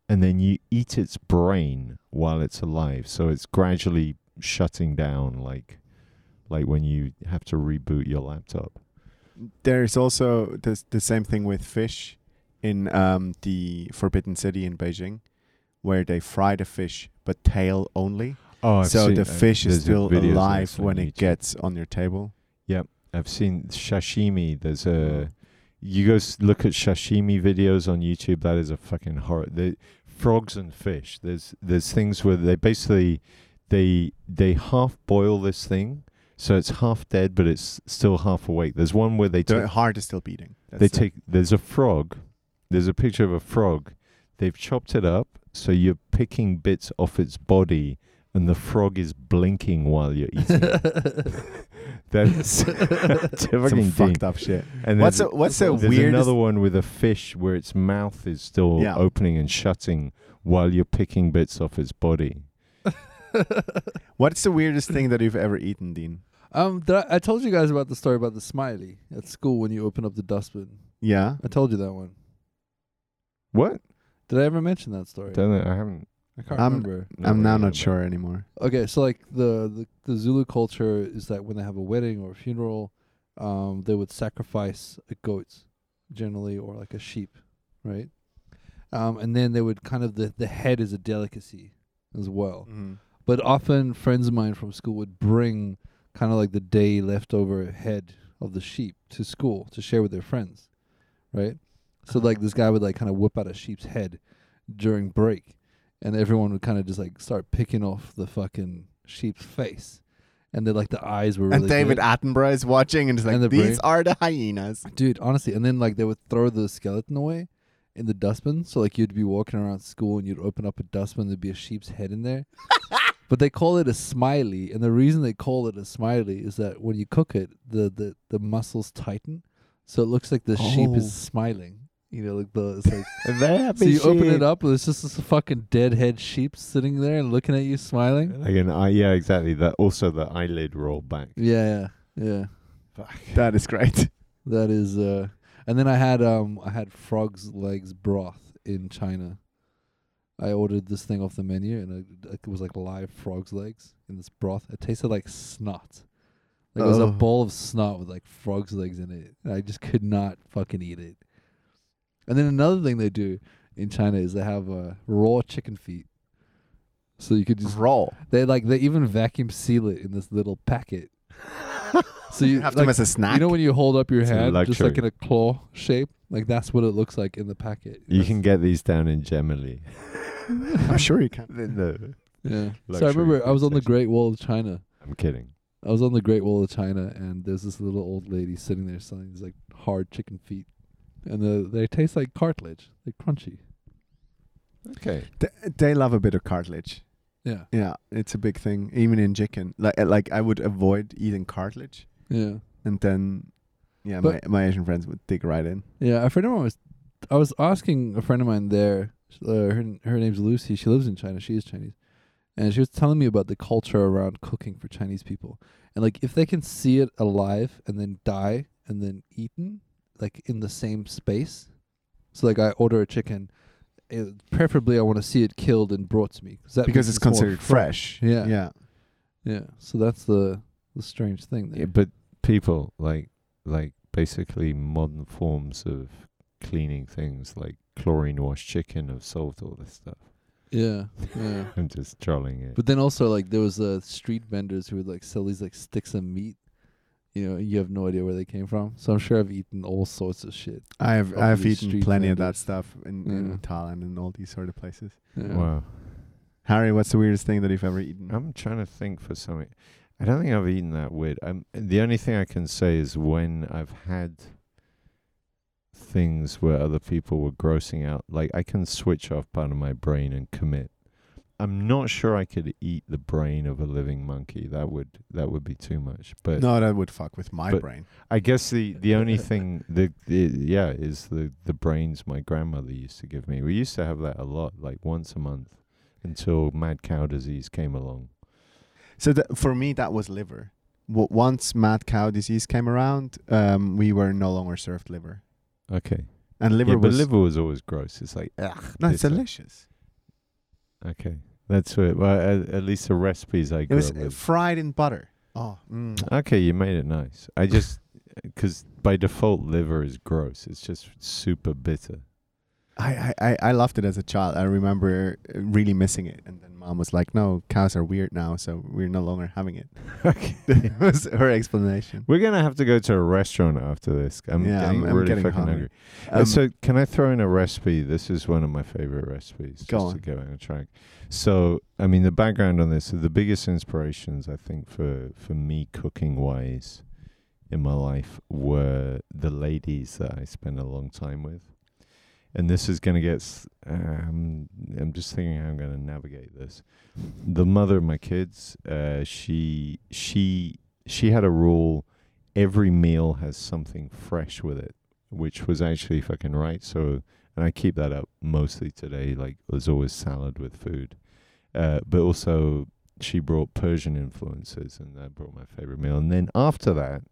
S1: And then you eat its brain while it's alive. So it's gradually shutting down, like like when you have to reboot your laptop.
S3: There is also the the same thing with fish in um, the Forbidden City in Beijing, where they fry the fish but tail only.
S1: Oh,
S3: so the fish is still alive when it gets on your table.
S1: I've seen sashimi. There's a you go s- look at sashimi videos on YouTube. That is a fucking horror. The frogs and fish. There's there's things where they basically they they half boil this thing, so it's half dead, but it's still half awake. There's one where they take
S3: The heart is still beating. That's
S1: they
S3: the-
S1: take there's a frog. There's a picture of a frog. They've chopped it up, so you're picking bits off its body, and the frog is blinking while you're eating. it. That's
S3: some
S1: fucking
S3: fucked up shit.
S1: and
S3: What's a,
S1: there's-
S3: what's the
S1: there's
S3: weirdest?
S1: another one with a fish where its mouth is still
S3: Yeah.
S1: opening and shutting while you're picking bits off its body.
S3: What's the weirdest thing that you've ever eaten, Dean?
S2: um, did I, I told you guys about the story about the smiley at school when you open up the dustbin.
S3: Yeah,
S2: I told you that one.
S1: What?
S2: Did I ever mention that story?
S1: Don't know, I haven't.
S2: I can't
S3: I'm-
S2: remember.
S1: no,
S3: I'm
S1: I
S3: now
S1: don't know.
S3: not sure anymore.
S2: Okay, so like the, the the Zulu culture is that when they have a wedding or a funeral, um, they would sacrifice a goat, generally, or like a sheep, right? Um, and then they would kind of the the head is a delicacy as well. But often friends of mine from school would bring kind of like the day leftover head of the sheep to school to share with their friends, right? So like this guy would like kind of whip out a sheep's head during break, and everyone would kind of just like start picking off the fucking sheep's face, and then like the eyes were really
S3: and David
S2: good.
S3: Attenborough is watching and is like,
S2: And the brain-
S3: "These are the hyenas."
S2: dude honestly and then like they would throw the skeleton away in the dustbin so like you'd be walking around school and you'd open up a dustbin there'd be a sheep's head in there but they call it a smiley and the reason they call it a smiley is that when you cook it the the, the muscles tighten so it looks like the sheep
S3: Oh.
S2: is smiling you know like the it's like
S1: That
S2: so you open it up and it's just this fucking deadhead sheep sitting there and looking at you smiling
S1: Like an eye, yeah, exactly. That also the eyelid roll back.
S2: yeah yeah yeah
S3: That is great.
S2: That is uh and then I had um I had frog's legs broth in China. I ordered this thing off the menu, and it, it was like live frog's legs in this broth. It tasted like snot. Like it was a
S3: Oh.
S2: bowl of snot with like frog's legs in it. And I just could not fucking eat it. And then another thing they do in China is they have uh, raw chicken feet, so you could just
S3: raw.
S2: they like they even vacuum seal it in this little packet. so you
S3: You have
S2: like,
S3: them as a snack.
S2: you know when you hold up your
S1: It's a
S2: hand just like in
S1: luxury.
S2: a claw shape, like that's what it looks like in the packet.
S1: You can get these down in Gemily.
S3: I'm sure you can.
S1: no,
S2: yeah. So I
S1: luxury
S2: remember I
S1: food
S2: was on the
S1: section.
S2: Great Wall of China.
S1: I'm kidding.
S2: I was on the Great Wall of China, and there's this little old lady sitting there selling these like hard chicken feet, and the, they taste like cartilage, like crunchy.
S1: Okay.
S3: They, they love a bit of cartilage.
S2: Yeah,
S3: Yeah, it's a big thing, even in chicken. Like, like I would avoid eating cartilage,
S2: yeah,
S3: and then, yeah,
S2: But-
S3: my, my Asian friends would dig right in.
S2: yeah. A friend of mine was, I was asking a friend of mine there. sh- Uh, her her name's Lucy. She lives in China. She is Chinese, and she was telling me about the culture around cooking for Chinese people, and like if they can see it alive and then die and then eaten, like in the same space. So like I order a chicken. It, preferably, I want to see it killed and brought to me that
S3: because
S2: means
S3: it's
S2: more
S3: considered fresh.
S2: Yeah.
S3: yeah.
S2: Yeah, so that's the the strange thing there.
S1: Yeah, but people like like basically modern forms of cleaning things like chlorine washed chicken have solved all this stuff.
S2: Yeah, yeah.
S1: I'm just trolling it.
S2: but then also like there was uh, street vendors who would like sell these like sticks of meat. You know, you have no idea where they came from. So I'm sure I've eaten all sorts of shit.
S3: I've
S2: Of
S3: I've
S2: the
S3: eaten
S2: street
S3: plenty of that
S2: vendors.
S3: stuff in, in
S2: Yeah.
S3: Thailand and all these sort of places.
S2: Yeah.
S1: wow.
S3: Harry, what's the weirdest thing that you've ever eaten?
S1: I'm trying to think for something. I don't think I've eaten that weird. i the only thing I can say is when I've had things where other people were grossing out, like I can switch off part of my brain and commit. I'm not sure I could eat the brain of a living monkey. That would that would be too much. But
S3: no, that would fuck with my
S1: but-
S3: brain.
S1: I guess the, the only thing the, the yeah is the the brains my grandmother used to give me. We used to have that a lot, like once a month, until mad cow disease came along.
S3: So that, for me, that was liver. W- once mad cow disease came around, um, we were no longer served liver,
S1: Okay,
S3: and liver
S1: yeah, but
S3: was
S1: liver was always gross. It's like ugh,
S3: no, it's
S1: this-
S3: delicious.
S1: Okay, that's it. Well, at, at least the recipes I
S3: It
S1: grew
S3: was uh,
S1: up with.
S3: fried in butter. Oh, mm.
S1: okay, you made it nice. I just because by default liver is gross. It's just super bitter.
S3: I, I- I I loved it as a child. I remember uh, really missing it, and then mom was like, "No, cows are weird now, so we're no longer having it."
S1: okay.
S3: that was her explanation.
S1: We're gonna have to go to a restaurant after this. I'm
S3: Yeah,
S1: getting
S3: I'm- I'm
S1: really
S3: getting
S1: fucking
S3: hungry.
S1: hungry. Uh,
S3: Um,
S1: so can I throw in a recipe? This is one of my favorite recipes.
S3: Go
S1: just
S3: on.
S1: to go on track. So I mean the background on this, the biggest inspirations I think for for me cooking wise in my life were the ladies that I spent a long time with. And this is going to get. s- Um, I'm just thinking how I'm going to navigate this. The mother of my kids, uh, she she she had a rule: every meal has something fresh with it which was actually fucking right. So, and I keep that up mostly today. Like, there's always salad with food. Uh, but also, she brought Persian influences, and that brought my favorite meal. And then after that,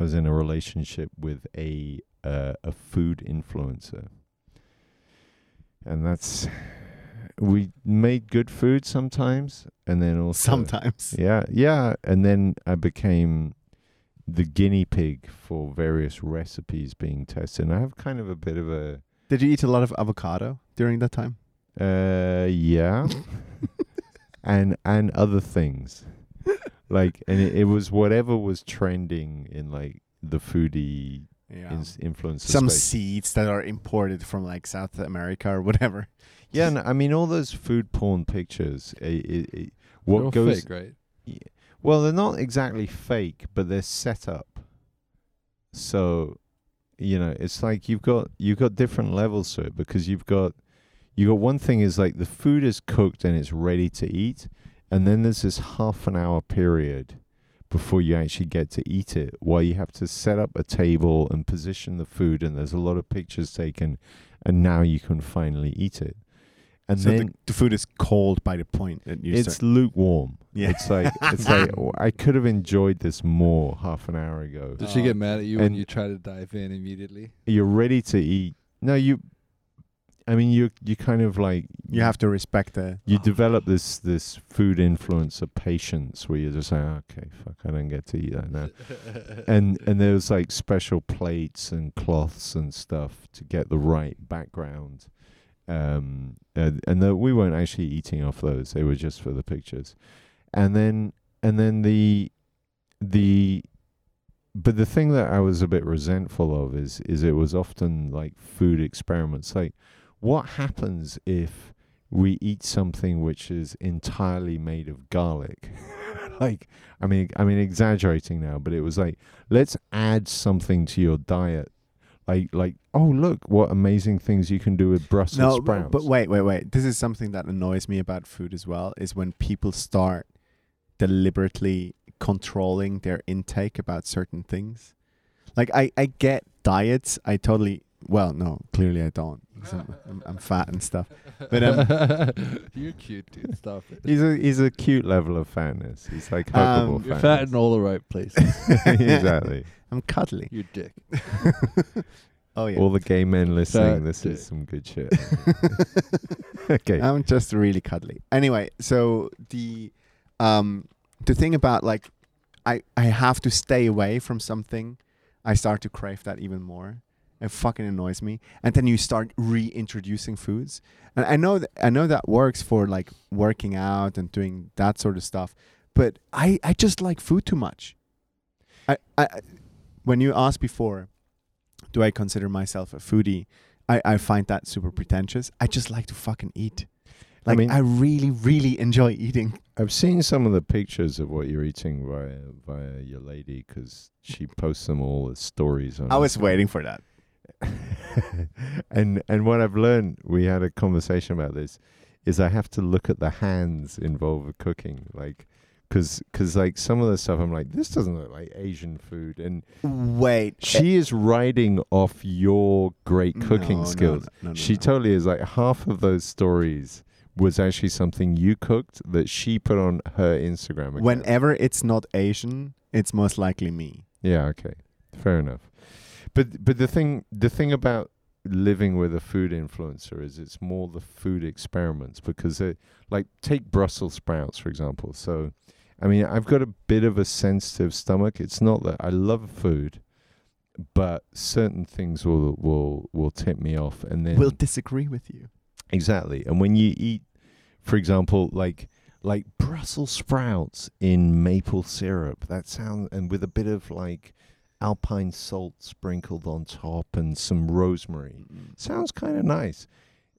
S1: I was in a relationship with a uh, a food influencer, and that's we made good food sometimes, and then also
S3: sometimes.
S1: yeah, yeah. And then I became the guinea pig for various recipes being tested. And I have kind of a bit of a
S3: Did you eat a lot of avocado during that time?
S1: uh yeah. and and other things. Like and it, it was whatever was trending in like the foodie
S3: Yeah.
S1: ins- influencer
S3: Some
S1: space.
S3: seeds that are imported from like South America or whatever.
S1: yeah, and I mean all those food porn pictures. i i i
S2: They're
S1: what
S2: all
S1: goes
S2: fake, right?
S1: Well, they're not exactly fake, but they're set up. So, you know, it's like you've got you've got different levels to it because you've got you got one thing is like the food is cooked and it's ready to eat, and then there's this half an hour period before you actually get to eat it, where you have to set up a table and position the food, and there's a lot of pictures taken, and now you can finally eat it. And
S3: so
S1: then
S3: the, the food is cold by the point that you
S1: it's
S3: start.
S1: lukewarm.
S3: Yeah.
S1: It's like it's like "Oh, I could have enjoyed this more half an hour ago.
S2: Did she
S3: Oh.
S2: get mad at you when
S1: And-
S2: you try to dive in immediately?
S1: You're ready to eat. No, you I mean, you you kind of like
S3: You have to respect the.
S1: you develop this this food influence of patience where you're just like, okay, fuck, I don't get to eat that now. and and there was like special plates and cloths and stuff to get the right background. Um, and, and the, we weren't actually eating off those; they were just for the pictures. And then and then the the but the thing that I was a bit resentful of is is it was often like food experiments. Like, what happens if we eat something which is entirely made of garlic? like, I mean, I mean, exaggerating now, but it was like, let's add something to your diet. Like, like, oh look, what amazing things you can do with Brussels
S3: No,
S1: sprouts.
S3: but but wait, wait, wait. This is something that annoys me about food as well. Is when people start deliberately controlling their intake about certain things. Like I, I get diets. I totally. Well, no, clearly I don't. 'cause I'm, I'm, I'm fat and stuff. But, um,
S2: you're cute, dude. Stop it.
S1: he's a he's a cute level of fatness. He's like huggable
S3: Um,
S2: You're
S1: fatness.
S2: fat in all the right places.
S1: exactly.
S3: I'm cuddly.
S2: You're dick.
S3: oh yeah.
S1: All the gay men listening,
S2: Fat
S1: this
S2: dick.
S1: is some good shit. okay.
S3: I'm just really cuddly. Anyway, so the um the thing about like I I have to stay away from something, I start to crave that even more. It fucking annoys me. And then you start reintroducing foods. And I know th- I know that works for like working out and doing that sort of stuff, but I I just like food too much. I I when you asked before, do I consider myself a foodie? I, I find that super pretentious. I just like to fucking eat.
S1: I
S3: Like I,
S1: mean-
S3: really, really enjoy eating.
S1: I've seen some of the pictures of what you're eating via via your lady because she posts them all as stories on.
S3: I was
S1: Instagram.
S3: waiting for that.
S1: and and what I've learned, we had a conversation about this, is I have to look at the hands involved with cooking, like, because like some of the stuff I'm like, this doesn't look like Asian food, and
S3: Eh Wait.
S1: she is riding off your great cooking skills. she totally is like half of those stories was actually something you cooked that she put on her Instagram account.
S3: Whenever it's not Asian, it's most likely me.
S1: Yeah, okay. Fair enough. But but the thing the thing about living with a food influencer is it's more the food experiments because it like take Brussels sprouts for example. So I mean, I've got a bit of a sensitive stomach. It's not that I love food, but certain things will will will tip me off and then
S3: Will disagree with you.
S1: Exactly. And when you eat, for example, like like Brussels sprouts in maple syrup, that sound and with a bit of like alpine salt sprinkled on top and some rosemary. Sounds kind of nice.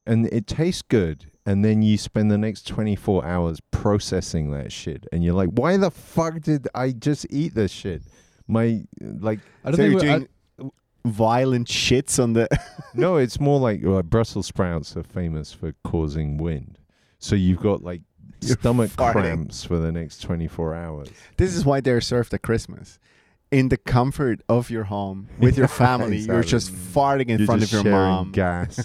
S1: And it tastes good. And then you spend the next 24 hours processing that shit. And you're like, why the fuck did I just eat this shit? My, like,
S2: I
S3: So you're
S2: we- I-
S3: doing violent shits on the.
S1: no, it's more like uh, Brussels sprouts are famous for causing wind. So you've got like
S3: You're
S1: stomach
S3: farting.
S1: cramps for the next 24 hours.
S3: This is why they're served at Christmas. In the comfort of your home with your
S1: Yeah,
S3: family, you're
S1: exactly.
S3: just farting in
S1: You're
S3: front
S1: just
S3: of your
S1: sharing
S3: mom.
S1: gas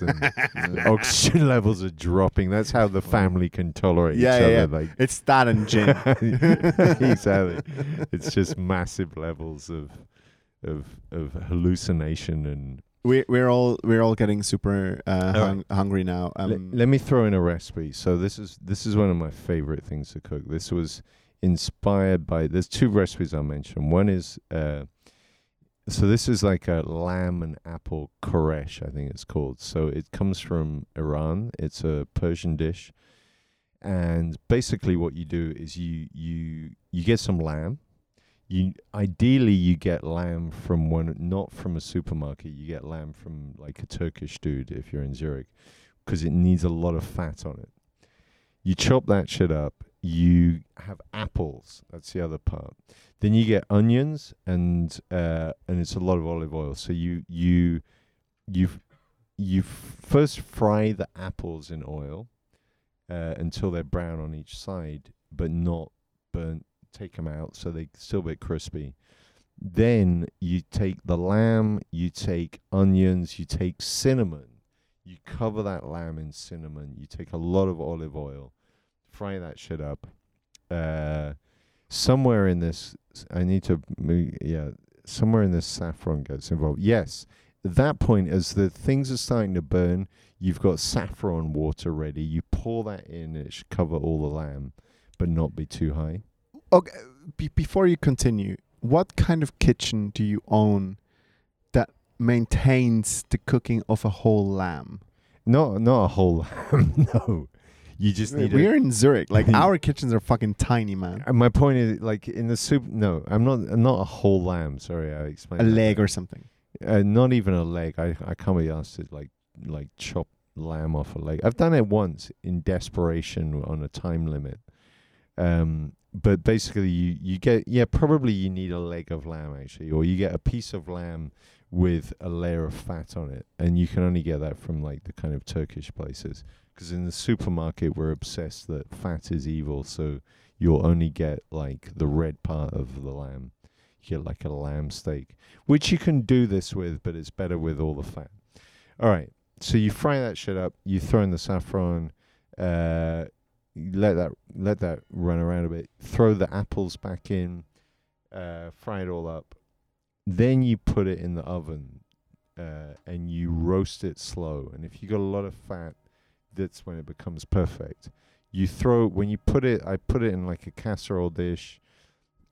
S1: and oxygen levels are dropping. That's how the family can tolerate
S3: Yeah,
S1: each
S3: yeah, yeah.
S1: other. Like
S3: it's that and gin.
S1: exactly. It's just massive levels of of of hallucination and
S3: We're we're all we're all getting super uh,
S1: All
S3: hung, hungry now.
S1: Le-
S3: Um,
S1: let me throw in a recipe. So this is this is one of my favorite things to cook. This was inspired by. There's two recipes I'll mention. One is uh, so this is like a lamb and apple koresh, I think it's called. So it comes from Iran. It's a Persian dish, and basically what you do is you you you get some lamb. You ideally you get lamb from one not from a supermarket. You get lamb from like a Turkish dude if you're in Zurich because it needs a lot of fat on it. You chop that shit up. You have apples. That's the other part. Then you get onions and uh, and it's a lot of olive oil. So you you you f- you f- first fry the apples in oil uh, until they're brown on each side, but not burnt. Take them out so they still a bit crispy. Then you take the lamb, you take onions, you take cinnamon, you cover that lamb in cinnamon. You take a lot of olive oil, fry that shit up. Uh, somewhere in this, I need to, mo- yeah, somewhere in this saffron gets involved. Yes, that point, as the things are starting to burn, you've got saffron water ready. You pour that in, it should cover all the lamb, but not be too high.
S3: Okay, be- before you continue, what kind of kitchen do you own that maintains the cooking of a whole lamb?
S1: Not not a whole lamb, no. You just need a-
S3: We're in Zurich. Like our kitchens are fucking tiny, man.
S1: And my point is, like in the soup. No, I'm not. I'm not a whole lamb. Sorry, I explained
S3: A
S1: that.
S3: leg or something.
S1: Uh, not even a leg. I I can't be asked to like like chop lamb off a leg. I've done it once in desperation on a time limit. Um, but basically, you you get yeah probably you need a leg of lamb actually, or you get a piece of lamb with a layer of fat on it, and you can only get that from like the kind of Turkish places. Because in the supermarket, we're obsessed that fat is evil, so you'll only get like the red part of the lamb. You get like a lamb steak, which you can do this with, but it's better with all the fat. All right, so you fry that shit up. You throw in the saffron. Uh, you let that let that run around a bit. Throw the apples back in. Uh, fry it all up. Then you put it in the oven, uh, and you roast it slow. And if you got a lot of fat, that's when it becomes perfect. You throw when you put it. I put it in like a casserole dish.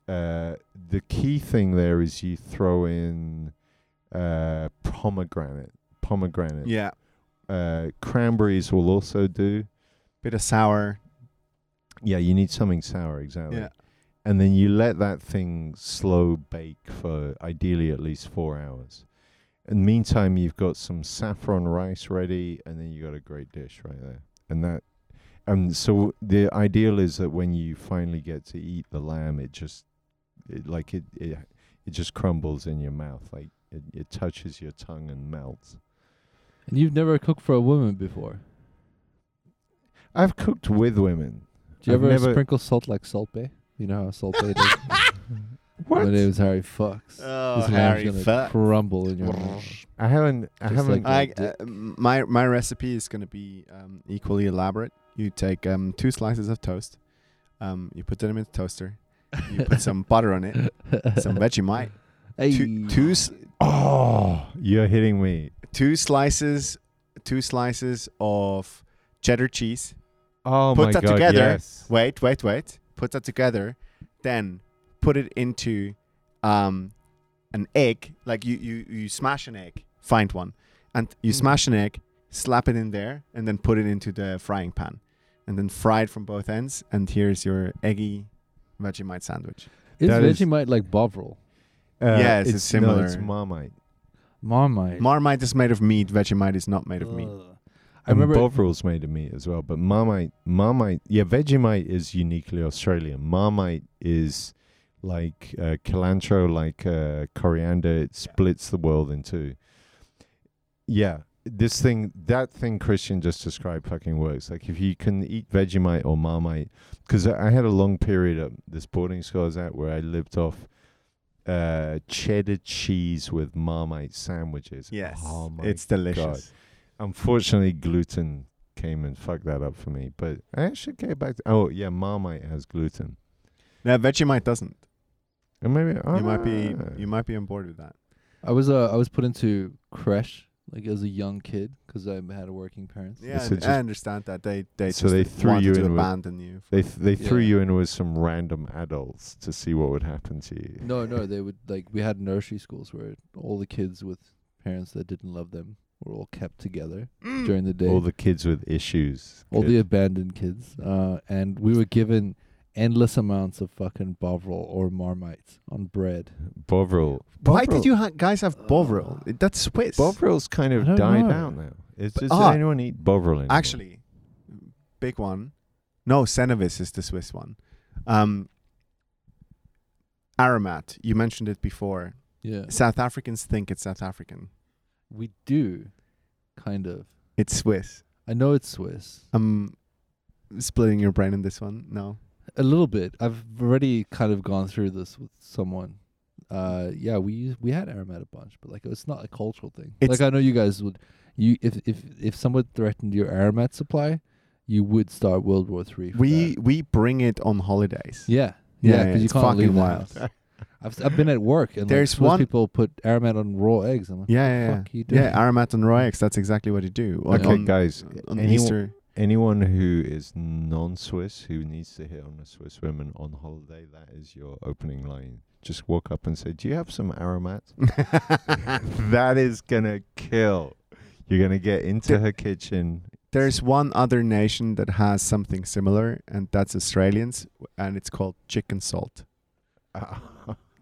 S1: Uh, the key thing there is you throw in uh, pomegranate. Pomegranate.
S3: Yeah.
S1: Uh, cranberries will also do.
S3: Bit of sour.
S1: Yeah, you need something sour, exactly.
S3: Yeah.
S1: And then you let that thing slow bake for ideally at least four hours. In the meantime, you've got some saffron rice ready, and then you got a great dish right there. And that, and so the ideal is that when you finally get to eat the lamb, it just, it, like it, it, it just crumbles in your mouth, like it, it touches your tongue and melts.
S2: And you've never cooked for a woman before.
S1: I've cooked with women.
S2: Do you
S1: I've
S2: ever
S1: never-
S2: sprinkle salt like Salt Bay? You know how Salt Bay does. My name is Harry Fox.
S3: Oh,
S2: this
S3: Harry
S2: lamb's gonna
S3: Fox.
S2: crumble in your mouth.
S1: I haven't. I
S2: Just
S1: haven't.
S2: like-
S3: I, uh, my my recipe is going to be um, equally elaborate. You take um, two slices of toast, um, you put them in the toaster, you put some butter on it, some Vegemite,
S2: hey.
S3: two, two, s-
S1: oh, you're hitting me.
S3: two slices, two slices of cheddar cheese.
S1: Oh
S3: Put
S1: my
S3: that
S1: god!
S3: together.
S1: Yes.
S3: Wait, wait, wait. Put that together, then put it into um, an egg. Like you, you, you smash an egg. Find one, and you
S2: Mm.
S1: Mm-hmm.
S3: smash an egg, slap it in there, and then put it into the frying pan, and then fry it from both ends. And here's your eggy Vegemite sandwich.
S2: is
S1: that is-
S2: Vegemite like Bovril?
S1: Uh,
S3: Yes, it's
S1: No, it's
S3: similar.
S1: Marmite.
S2: Marmite.
S3: Marmite is made of meat. Vegemite is not made of
S1: Oh,
S3: meat.
S2: Ugh.
S1: I
S2: I
S1: and
S2: remember.
S1: Bovril's made of meat as well, but Marmite, Marmite, yeah, Vegemite is uniquely Australian. Marmite is like uh, cilantro, like uh, coriander. It splits the world in two. Yeah, this thing, that thing Christian just described, fucking works. Like if you can eat Vegemite or Marmite, because I I had a long period at this boarding school I was at where I lived off uh, cheddar cheese with Marmite sandwiches.
S3: Yes,
S1: Oh my
S3: it's delicious.
S1: unfortunately gluten came and fucked that up for me but i actually came back to, oh yeah marmite has gluten
S3: Now Vegemite doesn't.
S1: and maybe
S3: You might be
S1: ah.
S3: you might be on board with that.
S2: I was uh, I was put into creche like as a young kid because I had working parents.
S3: Yeah,
S1: So
S3: and
S1: just-
S3: I understand that they they
S1: so
S3: just
S1: they threw
S3: wanted
S1: you
S3: to
S1: in with-
S3: abandon you.
S1: they, th- they threw
S2: Yeah.
S1: you in with some random adults to see what would happen to you
S2: No, no, they would like we had nursery schools where all the kids with parents that didn't love them were all kept together during the day.
S1: all the kids with issues
S2: all
S1: kid.
S2: the abandoned kids, uh, and we were given endless amounts of fucking Bovril or Marmite on bread.
S1: bovril Bovril-
S3: Why did you ha- guys have Bovril?
S2: Uh,
S3: That's Swiss.
S1: bovril's kind
S2: I
S1: of
S2: don't
S1: died
S2: know.
S1: out now it's just
S3: ah,
S1: anyone eat bovril anymore?
S3: Actually, big one. No, Senevis is the Swiss one. Um, Aramat, you mentioned it before.
S2: Yeah,
S3: South Africans think it's South African.
S2: we do, kind of.
S3: It's Swiss.
S2: I know it's Swiss
S3: I'm splitting your brain on this one. No.
S2: a little bit. I've already kind of gone through this with someone. Uh, yeah, we use, we had Aramat a bunch, but like it's not a cultural thing.
S3: It's-
S2: like I know you guys would, you if if if someone threatened your Aramat supply, you would start World War Three. for
S3: We
S2: that.
S3: we bring it on holidays.
S2: yeah
S3: Yeah,
S2: yeah
S3: yeah,
S2: because you
S3: it's
S2: can't leave
S3: fucking
S2: the
S3: wild.
S2: house. I've, I've been at work and like,
S3: There's
S2: most
S3: one-
S2: people put aromat on raw eggs. I'm like,
S3: Yeah, yeah, yeah.
S2: fuck you doing?
S3: Yeah, Aramat and Royx, that's exactly what you do. Like
S1: okay,
S3: on,
S1: guys.
S3: on
S1: anyone-
S3: Easter.
S1: Anyone who is non-Swiss who needs to hit on a Swiss woman on holiday, that is your opening line. Just walk up and say, "Do you have some aromat?" that is gonna kill. You're gonna get into
S3: Th-
S1: her kitchen.
S3: There's one other nation that has something similar, and that's Australians, and it's called chicken salt.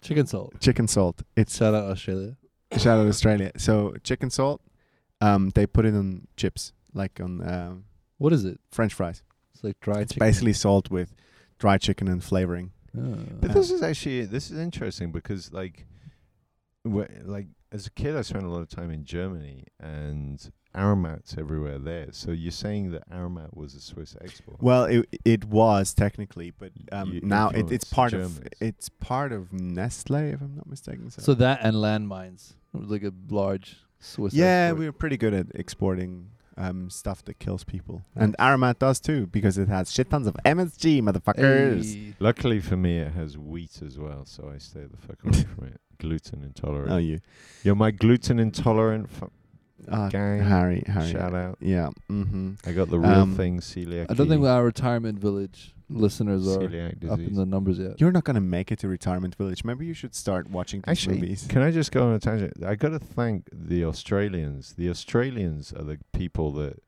S2: Chicken salt.
S3: Chicken salt. It's
S2: Shout out Australia.
S3: shout out Australia. So chicken salt, um, they put it on chips, like on um,
S2: What is it?
S3: French fries.
S2: It's like dried
S3: It's
S2: chicken.
S3: basically salt with dried chicken and flavoring.
S2: Oh.
S1: But this is actually this is interesting because like, wh- like as a kid, I spent a lot of time in Germany and aromats everywhere there. So you're saying that aromat was a Swiss export?
S3: Well, it it was technically, but um,
S1: You
S3: now it, it's
S1: influenced
S3: part of
S1: Germans.
S3: it's part of Nestle, if I'm not mistaken. So,
S2: So that and landmines, like a large Swiss.
S3: yeah,
S2: export.
S3: we are pretty good at exporting um, stuff that kills people, and Aramat does too because it has shit tons of MSG, motherfuckers.
S2: Hey.
S1: Luckily for me, it has wheat as well, so I stay the fuck away from it. Gluten intolerant.
S3: Oh, you,
S1: You're my gluten intolerant f-
S2: Oh,
S3: Ah,
S1: Uh, gang.
S3: Harry, Harry.
S1: Shout out.
S3: Yeah. Mm-hmm.
S1: I got the real
S3: Um,
S1: thing celiac.
S2: I don't think our retirement village listeners are
S1: celiac
S2: up in
S1: disease.
S2: the numbers yet.
S3: You're not gonna make it to retirement village. Maybe you should start watching these
S1: Actually,
S3: movies.
S1: Can I just go on a tangent? I got to thank the Australians. The Australians are the people that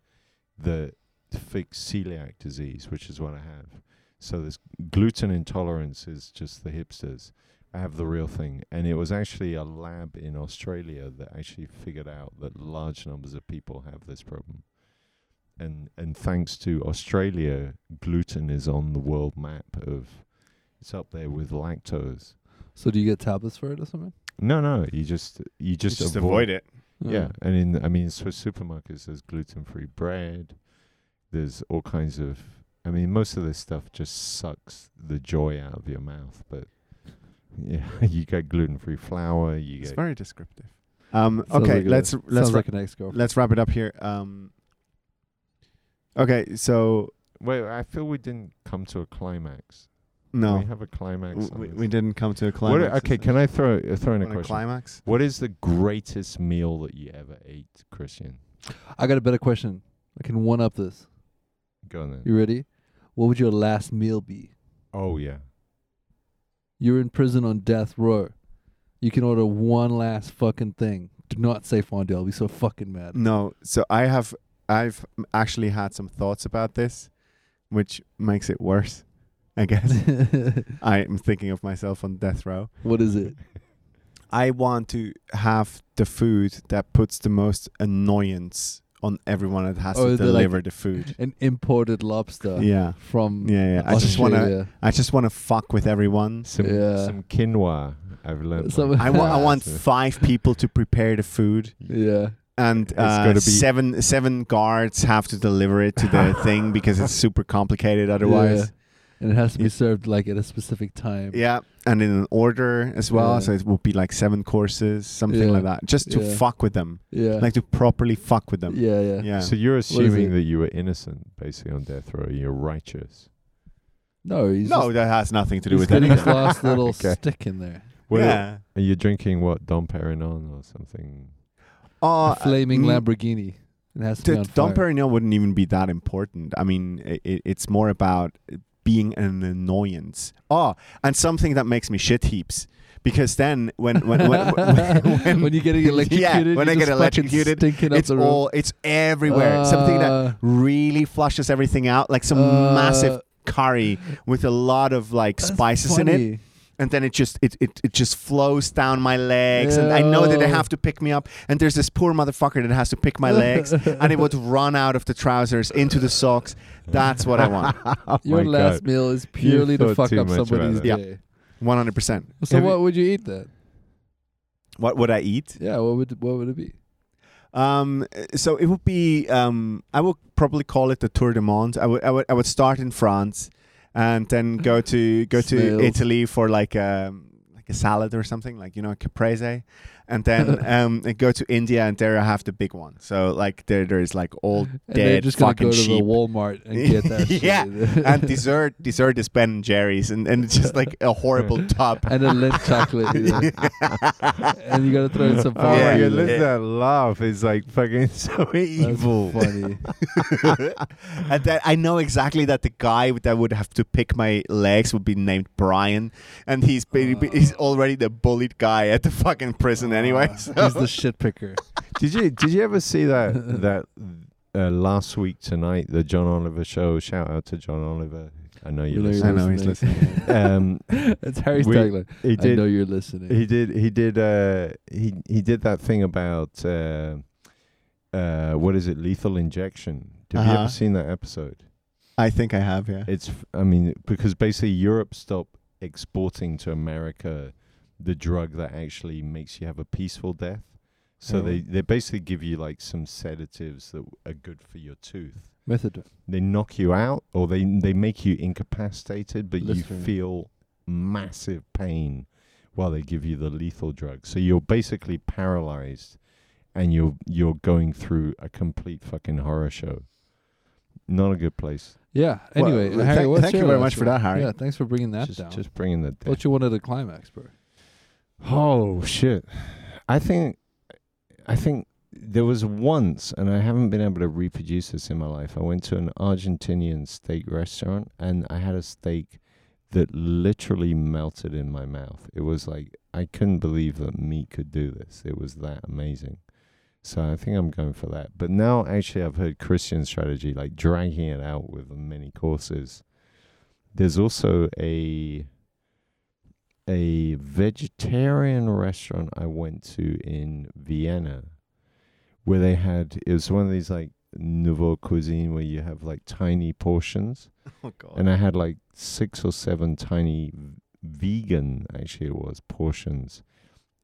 S1: that fix celiac disease, which is what I have. So this gluten intolerance is just the hipsters. I have the real thing, and it was actually a lab in Australia that actually figured out that large numbers of people have this problem. And and thanks to Australia, gluten is on the world map of it's up there with lactose.
S2: So do you get tablets for it or something?
S1: No, no. You just you just,
S3: it. Um,
S1: Yeah, and in I mean Swiss supermarkets, there's gluten-free bread. There's all kinds of. I mean, most of this stuff just sucks the joy out of your mouth. But yeah, you get gluten-free flour. You
S3: It's
S1: get
S3: very descriptive. Um,
S2: Sounds
S3: okay,
S2: like a-
S3: let's let's
S2: Sounds like an ex-girlfriend.
S3: let's wrap it up here. Um, okay, so
S1: wait. I feel we didn't come to a climax. Can
S3: no,
S1: we have a climax.
S3: w-
S1: on
S3: we,
S1: this?
S3: we didn't come to a
S1: What-
S3: climax.
S1: okay, can I throw uh, throw in a
S3: on a
S1: question?
S3: climax?
S1: what is the greatest meal that you ever ate, Christian?
S2: I got a better question. I can one up this.
S1: Go on then.
S2: You ready? What would your last meal be?
S1: Oh yeah.
S2: You're in prison on death row. You can order one last fucking thing. Do not say fondue. I'll be so fucking mad.
S3: No, so I have I've m- actually had some thoughts about this, which makes it worse. I guess I am thinking of myself on death row.
S2: what is it?
S3: I want to have the food that puts the most annoyance on everyone that has
S2: Or
S3: to
S2: the, like-
S3: deliver Oh, the food.
S2: An imported lobster
S3: Yeah,
S2: from
S3: yeah, yeah. I just want to
S2: Australia.
S3: I just want to fuck with everyone.
S1: Some
S2: Yeah.
S1: some quinoa. I've learned.
S2: Some-
S1: like
S3: I, wa- I
S1: that.
S3: want
S1: So-
S3: five people to prepare the food,
S2: Yeah.
S3: and
S1: It's
S3: uh,
S1: gotta be-
S3: seven seven guards have to deliver it to the thing because it's super complicated otherwise.
S2: And it has to be
S3: Yeah.
S2: served like at a specific time.
S3: Yeah, and in an order as well,
S2: Yeah.
S3: so it would be like seven courses, something
S2: Yeah.
S3: like that, just to
S2: Yeah.
S3: fuck with them,
S2: Yeah.
S3: like to properly fuck with them. Yeah,
S2: yeah, yeah.
S1: So you're assuming
S2: it?
S1: that you were innocent, basically on death row. You're righteous.
S2: No, he's
S3: no,
S2: just,
S3: that has nothing to do
S2: he's
S3: with
S2: getting
S3: anything.
S2: his last little
S1: Okay.
S2: stick in there.
S1: What
S3: yeah.
S1: Are you drinking what Dom Perignon or something?
S3: Oh,
S2: a flaming
S3: mm,
S2: Lamborghini. It has to be
S3: The
S2: on
S3: Dom
S2: fire.
S3: Perignon wouldn't even be that important. I mean, i i- it's more about being an annoyance. Oh, and something that makes me shit heaps. Because then, when when when, when, when,
S2: When you're getting electrocuted,
S3: when
S2: you're
S3: I get
S2: just fucking
S3: electrocuted,
S2: stinking up
S3: it's
S2: the room.
S3: all it's everywhere. something that
S2: Uh,
S3: really flushes everything out, like some
S2: uh,
S3: massive curry with a lot of like
S2: that's
S3: spices in it
S2: funny.
S3: and then it just it, it, it just flows down my legs and i know that they
S2: Ew.
S3: have to pick me up and there's this poor motherfucker that has to pick my legs and it would run out of the trousers into the socks that's what i want
S1: Oh
S2: Your
S1: my
S2: last
S1: God.
S2: meal is purely to
S1: thought
S2: fuck
S1: too
S2: up
S1: much about
S2: somebody's
S1: it.
S3: Yeah.
S2: day.
S3: 100%
S2: So
S3: Have you-
S2: what would you eat then?
S3: what would i eat
S2: Yeah, what would what would it be?
S3: Um, so it would be. Um, I would probably call it the Tour de Monde. I would. I would. I would start in France, and then go to go to
S2: Snails.
S3: Italy for like um like like a salad or something, like you know, caprese, and then um, I go to India and there I have the big one. So like there there is like all
S2: And they're
S3: dead
S2: just gonna
S3: fucking
S2: go to the
S3: sheep.
S2: Walmart and get that.
S3: Yeah,
S2: shit.
S3: and dessert dessert is Ben and Jerry's, and, and it's just like a horrible tub.
S2: and a lint chocolate, yeah. and you gotta throw in some
S1: Oh
S2: barbecue.
S1: yeah, my
S3: yeah.
S1: god, listen to that laugh is like fucking so
S2: That's
S1: evil.
S2: funny.
S3: and then I know exactly that the guy that would have to pick my legs would be named Brian, and he's ba-
S2: Oh.
S3: he's already the bullied guy at the fucking prison anyway.
S2: Uh,
S3: So.
S2: He's the shit picker.
S1: Did you did you ever see that that uh, last week tonight the John Oliver show? Shout out to John Oliver. I know you.
S2: You
S1: listen.
S3: I know he's
S1: Um,
S2: That's Harry's
S1: We-
S2: tagline.
S1: he
S2: I know
S1: did.
S2: you're listening.
S1: He did. He did. Uh, he he did that thing about uh, uh, what is it? Lethal injection. Have you
S3: Uh-huh.
S1: ever seen that episode?
S3: I think I have, yeah.
S1: It's. f- I mean, because basically Europe stopped exporting to America the drug that actually makes you have a peaceful death. So
S2: Oh.
S1: they, they basically give you like some sedatives that are good for your tooth.
S2: Method.
S1: they knock you out or they they make you incapacitated but
S2: Listen.
S1: you feel massive pain while they give you the lethal drug so you're basically paralyzed and you're you're going through a complete fucking horror show not a good place
S2: Yeah.
S3: Well,
S2: Anyway,
S3: th-
S2: Harry,
S3: thank-
S2: what's
S3: thank you
S2: your
S3: very
S2: last
S3: much for
S2: one?
S3: that, Harry.
S2: Yeah, thanks for bringing that
S1: just
S2: down.
S1: just bringing the
S2: what
S1: death.
S2: you wanted to climax, bro?
S1: oh shit i think i think there was once and i haven't been able to reproduce this in my life i went to an argentinian steak restaurant and i had a steak that literally melted in my mouth. It was like I couldn't believe that meat could do this. It was that amazing. So I think I'm going for that. But now actually I've heard Christian strategy like dragging it out with many courses. There's also a a vegetarian restaurant I went to in Vienna where they had it was one of these like nouveau cuisine where you have like tiny portions
S3: Oh god.
S1: and I had like six or seven tiny v- vegan, actually it was portions,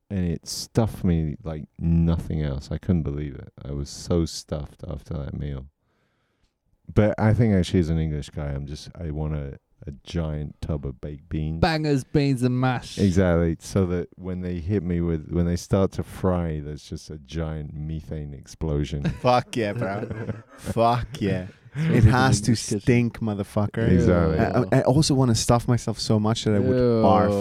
S1: and it stuffed me like nothing else. I couldn't believe it. I was so stuffed after that meal. But I think actually, as an English guy, I'm just I want a, a giant tub of baked beans.
S2: Bangers, beans, and mash.
S1: Exactly, so that when they hit me with when they start to fry, there's just a giant methane explosion.
S3: Fuck yeah, bro. Fuck yeah.
S2: That's what
S3: It
S2: we
S3: has
S2: do in
S3: to
S2: this kitchen.
S3: stink, Uh, motherfucker.
S1: Exactly.
S3: I- I, I also want to stuff myself so much that I would barf.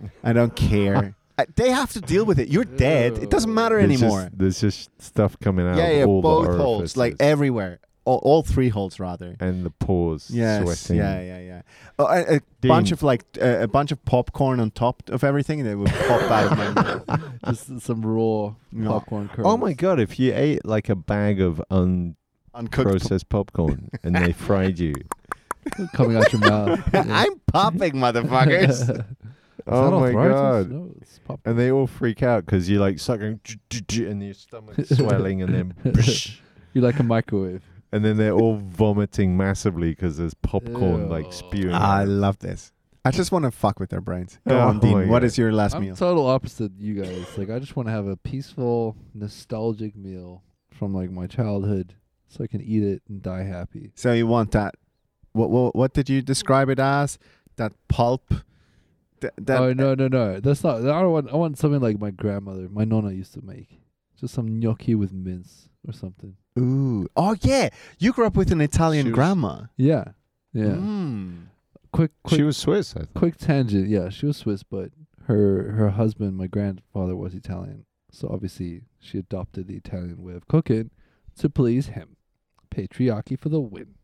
S2: Ew.
S3: I don't care. I, they have to deal with it. You're dead. It doesn't matter
S1: There's just-
S3: anymore.
S1: there's just stuff coming out.
S3: yeah,
S1: of
S3: yeah,
S1: all
S3: both
S1: the
S3: holes, like
S1: orifices.
S3: everywhere. All, all three holes, rather.
S1: and the pores
S3: Yes,
S1: sweating.
S3: yeah, yeah, yeah. Oh, a, a
S1: Ding.
S3: bunch of like uh, a bunch of popcorn on top of everything that would pop out of my mouth.
S2: Just some raw
S3: No.
S2: popcorn kernels.
S1: Oh my god! If you ate like a bag of
S3: Uncooked.
S1: unprocessed popcorn and they fried you,
S2: Coming out your mouth.
S3: po- I'm popping, motherfuckers.
S1: oh my god!
S2: No, it's pop-
S1: And they all freak out because you're like sucking, and your stomach's swelling, and then, psh,
S2: you like a microwave.
S1: and then they're all vomiting massively because there's popcorn like spewing.
S3: I
S1: out.
S3: love this. I just want to fuck with their brains. Go
S1: Oh
S3: on, Dean.
S1: my
S3: What
S1: God.
S3: is your last
S2: I'm
S3: meal?
S2: total opposite you guys. Like I just want to have a peaceful, nostalgic meal from like my childhood, so I can eat it and die happy.
S3: so you want that? What, what what did you describe it as? That pulp. Th- that
S2: oh no no no, that's not. I don't want. I want something like my grandmother, my nonna used to make, just some gnocchi with mince or something.
S3: Ooh. Oh yeah. You grew up with an Italian
S1: She was-
S3: grandma.
S2: Yeah, yeah.
S3: Mm.
S2: Quick quick
S1: She was Swiss, I thought.
S2: quick tangent. Yeah, she was Swiss, but her her husband, my grandfather, was Italian. So obviously, she adopted the Italian way of cooking to please him. Patriarchy for the win.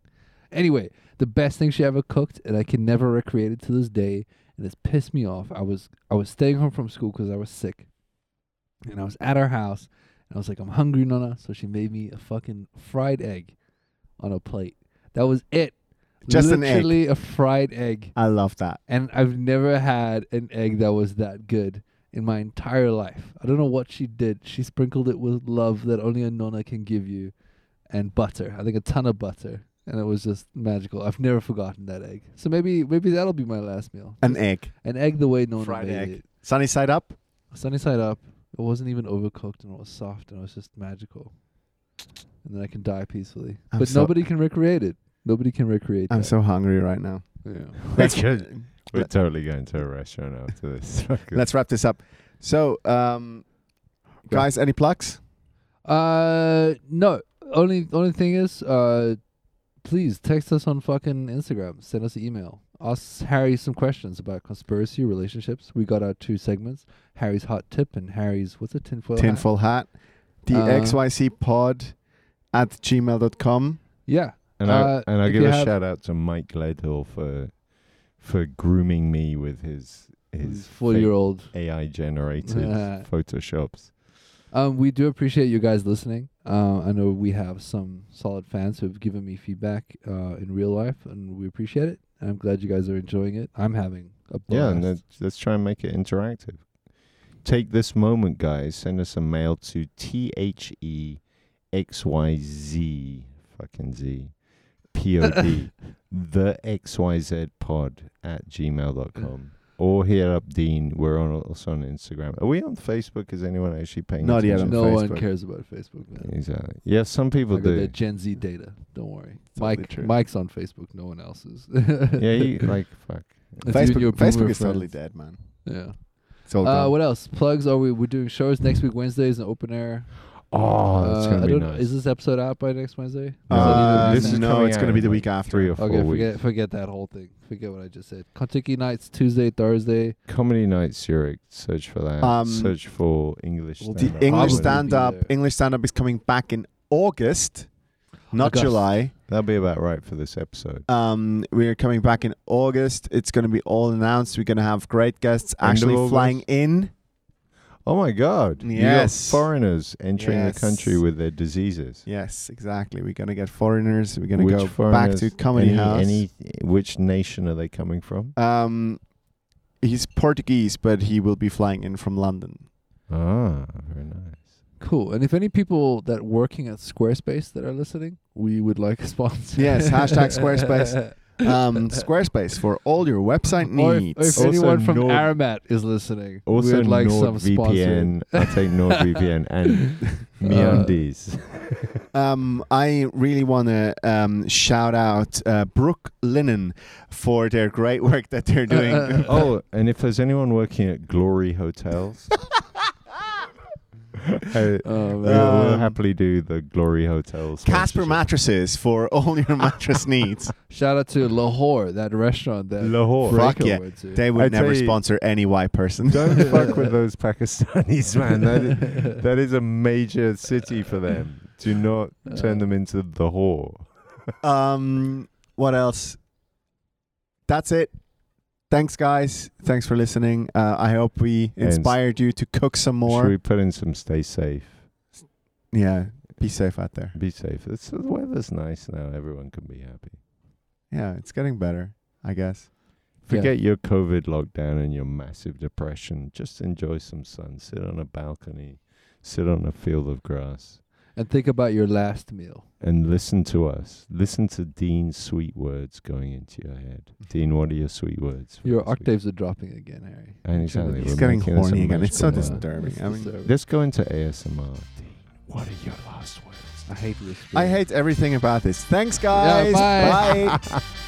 S2: Anyway, the best thing she ever cooked, and I can never recreate it to this day, and it's pissed me off. I was I was staying home from school because I was sick, and I was at her house, and I was like, I'm hungry, Nana. So she made me a fucking fried egg on a plate. That was it.
S3: Just an egg.
S2: Literally a fried egg
S3: I love that.
S2: and I've never had an egg that was that good in my entire life. I don't know what she did. She sprinkled it with love that only a nonna can give you, and butter. I think a ton of butter, and it was just magical. I've never forgotten that egg. So maybe maybe that'll be my last meal.
S3: An egg.
S2: An egg the way nonna
S3: Fried
S2: made
S3: egg.
S2: it,
S3: Sunny side up.
S2: sunny side up. It wasn't even overcooked, and it was soft, and it was just magical. And then I can die peacefully.
S3: I'm
S2: but
S3: so-
S2: nobody can recreate it. Nobody can recreate
S3: I'm
S2: that.
S3: so hungry right now.
S2: yeah.
S1: That's good. We're
S3: Let-
S1: totally going to a restaurant after this.
S3: Let's wrap this up. So, um,
S2: Go.
S3: guys, any plugs?
S2: Uh, no. Only only thing is, uh, please text us on fucking Instagram. Send us an email. Ask Harry some questions about conspiracy relationships. We got our two segments: Harry's hot tip and Harry's what's a tinfoil. hat?
S3: Tinfoil hat. The
S2: Uh,
S3: XYC pod at gmail.com.
S2: Yeah.
S1: And
S2: Uh,
S1: I and I
S2: if
S1: give
S2: you
S1: a
S2: have-
S1: shout out to Mike Gledhill for for grooming me with his his
S2: four year old.
S1: AI generated
S2: Yeah.
S1: photoshops.
S2: Um, we do appreciate you guys listening. Uh, I know we have some solid fans who have given me feedback uh, in real life, and we appreciate it. And I'm glad you guys are enjoying it. I'm having a blast.
S1: Yeah, and let's, let's try and make it interactive. Take this moment, guys. Send us a mail to T H E X Y Z fucking Z P O D the X Y Z pod at gmail.com. Or hit up Dean. We're on also on Instagram. Are we on Facebook? Is anyone actually paying
S3: Not yet,
S1: attention?
S3: on
S2: no one
S3: Facebook.
S2: cares about Facebook, man.
S1: Exactly. Yeah, some people
S2: I got
S1: do.
S2: that Gen Z data. Don't worry.
S3: totally
S2: Mike
S3: true.
S2: Mike's on Facebook. No one else is.
S1: yeah, you, like fuck.
S2: It's you and your
S3: Facebook,
S2: boomer
S3: Facebook is totally
S2: friends.
S3: dead, man.
S2: Yeah.
S3: It's all
S2: Uh,
S3: gone.
S2: what else? Plugs? Are we? We're doing shows next week. Wednesday is an open air.
S1: Oh, that's
S2: Uh,
S1: gonna
S2: I
S1: be
S2: don't
S1: nice.
S2: Know, is this episode out by next Wednesday?
S1: No,
S2: Is it
S3: Uh,
S2: either
S1: this is
S2: Wednesday?
S3: no,
S1: coming
S3: it's
S1: out
S3: gonna
S1: in
S3: be the
S1: like
S3: week after.
S1: Three or four
S2: Okay,
S1: weeks.
S2: forget forget that whole thing. Forget what I just said. Kentucky nights Tuesday, Thursday.
S1: Comedy Night Zurich. Search for that.
S3: Um,
S1: search for English.
S2: well, the
S1: stand-up
S3: English
S2: Probably be
S3: stand up.
S2: there.
S3: English stand up is coming back in August, not
S2: August.
S3: July.
S1: That'll be about right for this episode.
S3: Um, we're coming back in August. It's going to be all announced. We're going to have great guests
S1: End of
S3: actually
S1: August?
S3: flying in.
S1: Oh my God! You got
S3: Yes.
S1: foreigners entering
S3: Yes.
S1: the country with their diseases.
S3: Yes, exactly. We're going to get foreigners. We're going to
S1: Which
S3: go back
S1: foreigners?
S3: to Comedy
S1: any,
S3: House.
S1: Any, which nation are they coming from?
S3: Um, he's Portuguese, but he will be flying in from London.
S1: Ah, very nice.
S2: Cool. And if any people that are working at Squarespace that are listening, we would like a sponsor.
S3: Yes, hashtag Squarespace. Um, Squarespace for all your website
S2: Or if,
S3: needs.
S2: or if
S1: Also
S2: anyone from
S1: Nord-
S2: Aramat is listening, we
S1: Also,
S2: would like some sponsor.
S1: NordVPN. I'll take NordVPN and
S3: Uh,
S2: Uh,
S1: MeUndies.
S3: Um, I really want to um, shout out uh, Brook Linen for their great work that they're doing.
S1: Uh, oh, and if there's anyone working at Glory Hotels, I-
S2: Oh,
S1: we'll,
S2: man.
S1: we'll
S3: Um,
S1: happily do the Glory Hotels.
S3: Casper mattresses for all your mattress needs.
S2: Shout out to Lahore, that restaurant that
S1: Lahore.
S2: Franco
S3: Fuck yeah.
S2: went to.
S3: They would
S1: I tell
S3: never
S1: you-
S3: sponsor any white person.
S1: Don't fuck with those Pakistanis, man. That is, that is a major city for them. Do not turn them into the whore.
S3: um, what else? That's it. Thanks, guys. Thanks for listening. Uh, I hope we
S1: And s-
S3: inspired you to cook some
S1: Should
S3: more.
S1: we put in some stay safe?
S3: Yeah. Be safe out there.
S1: Be safe. It's, the weather's nice now. Everyone can be happy.
S3: Yeah, it's getting better, I guess.
S1: Forget your COVID lockdown and your massive depression. Just enjoy some sun. Sit on a balcony. Sit on a field of grass.
S2: And think about your last meal.
S1: And listen to us. Listen to Dean's sweet words going into your head. Dean, what are your sweet words? for
S2: Your
S1: this week?
S2: octaves are dropping again, Harry.
S1: And exactly,
S2: It's
S1: we're
S3: It's getting
S1: making this a
S3: horny again.
S1: much
S3: It's so
S1: better-
S2: dis-
S3: disturbing. I, mean,
S1: uh, Let's go into ASMR. Dean, what are your last words?
S2: I hate this.
S3: I hate everything about this. Thanks, guys.
S2: bye.
S3: bye.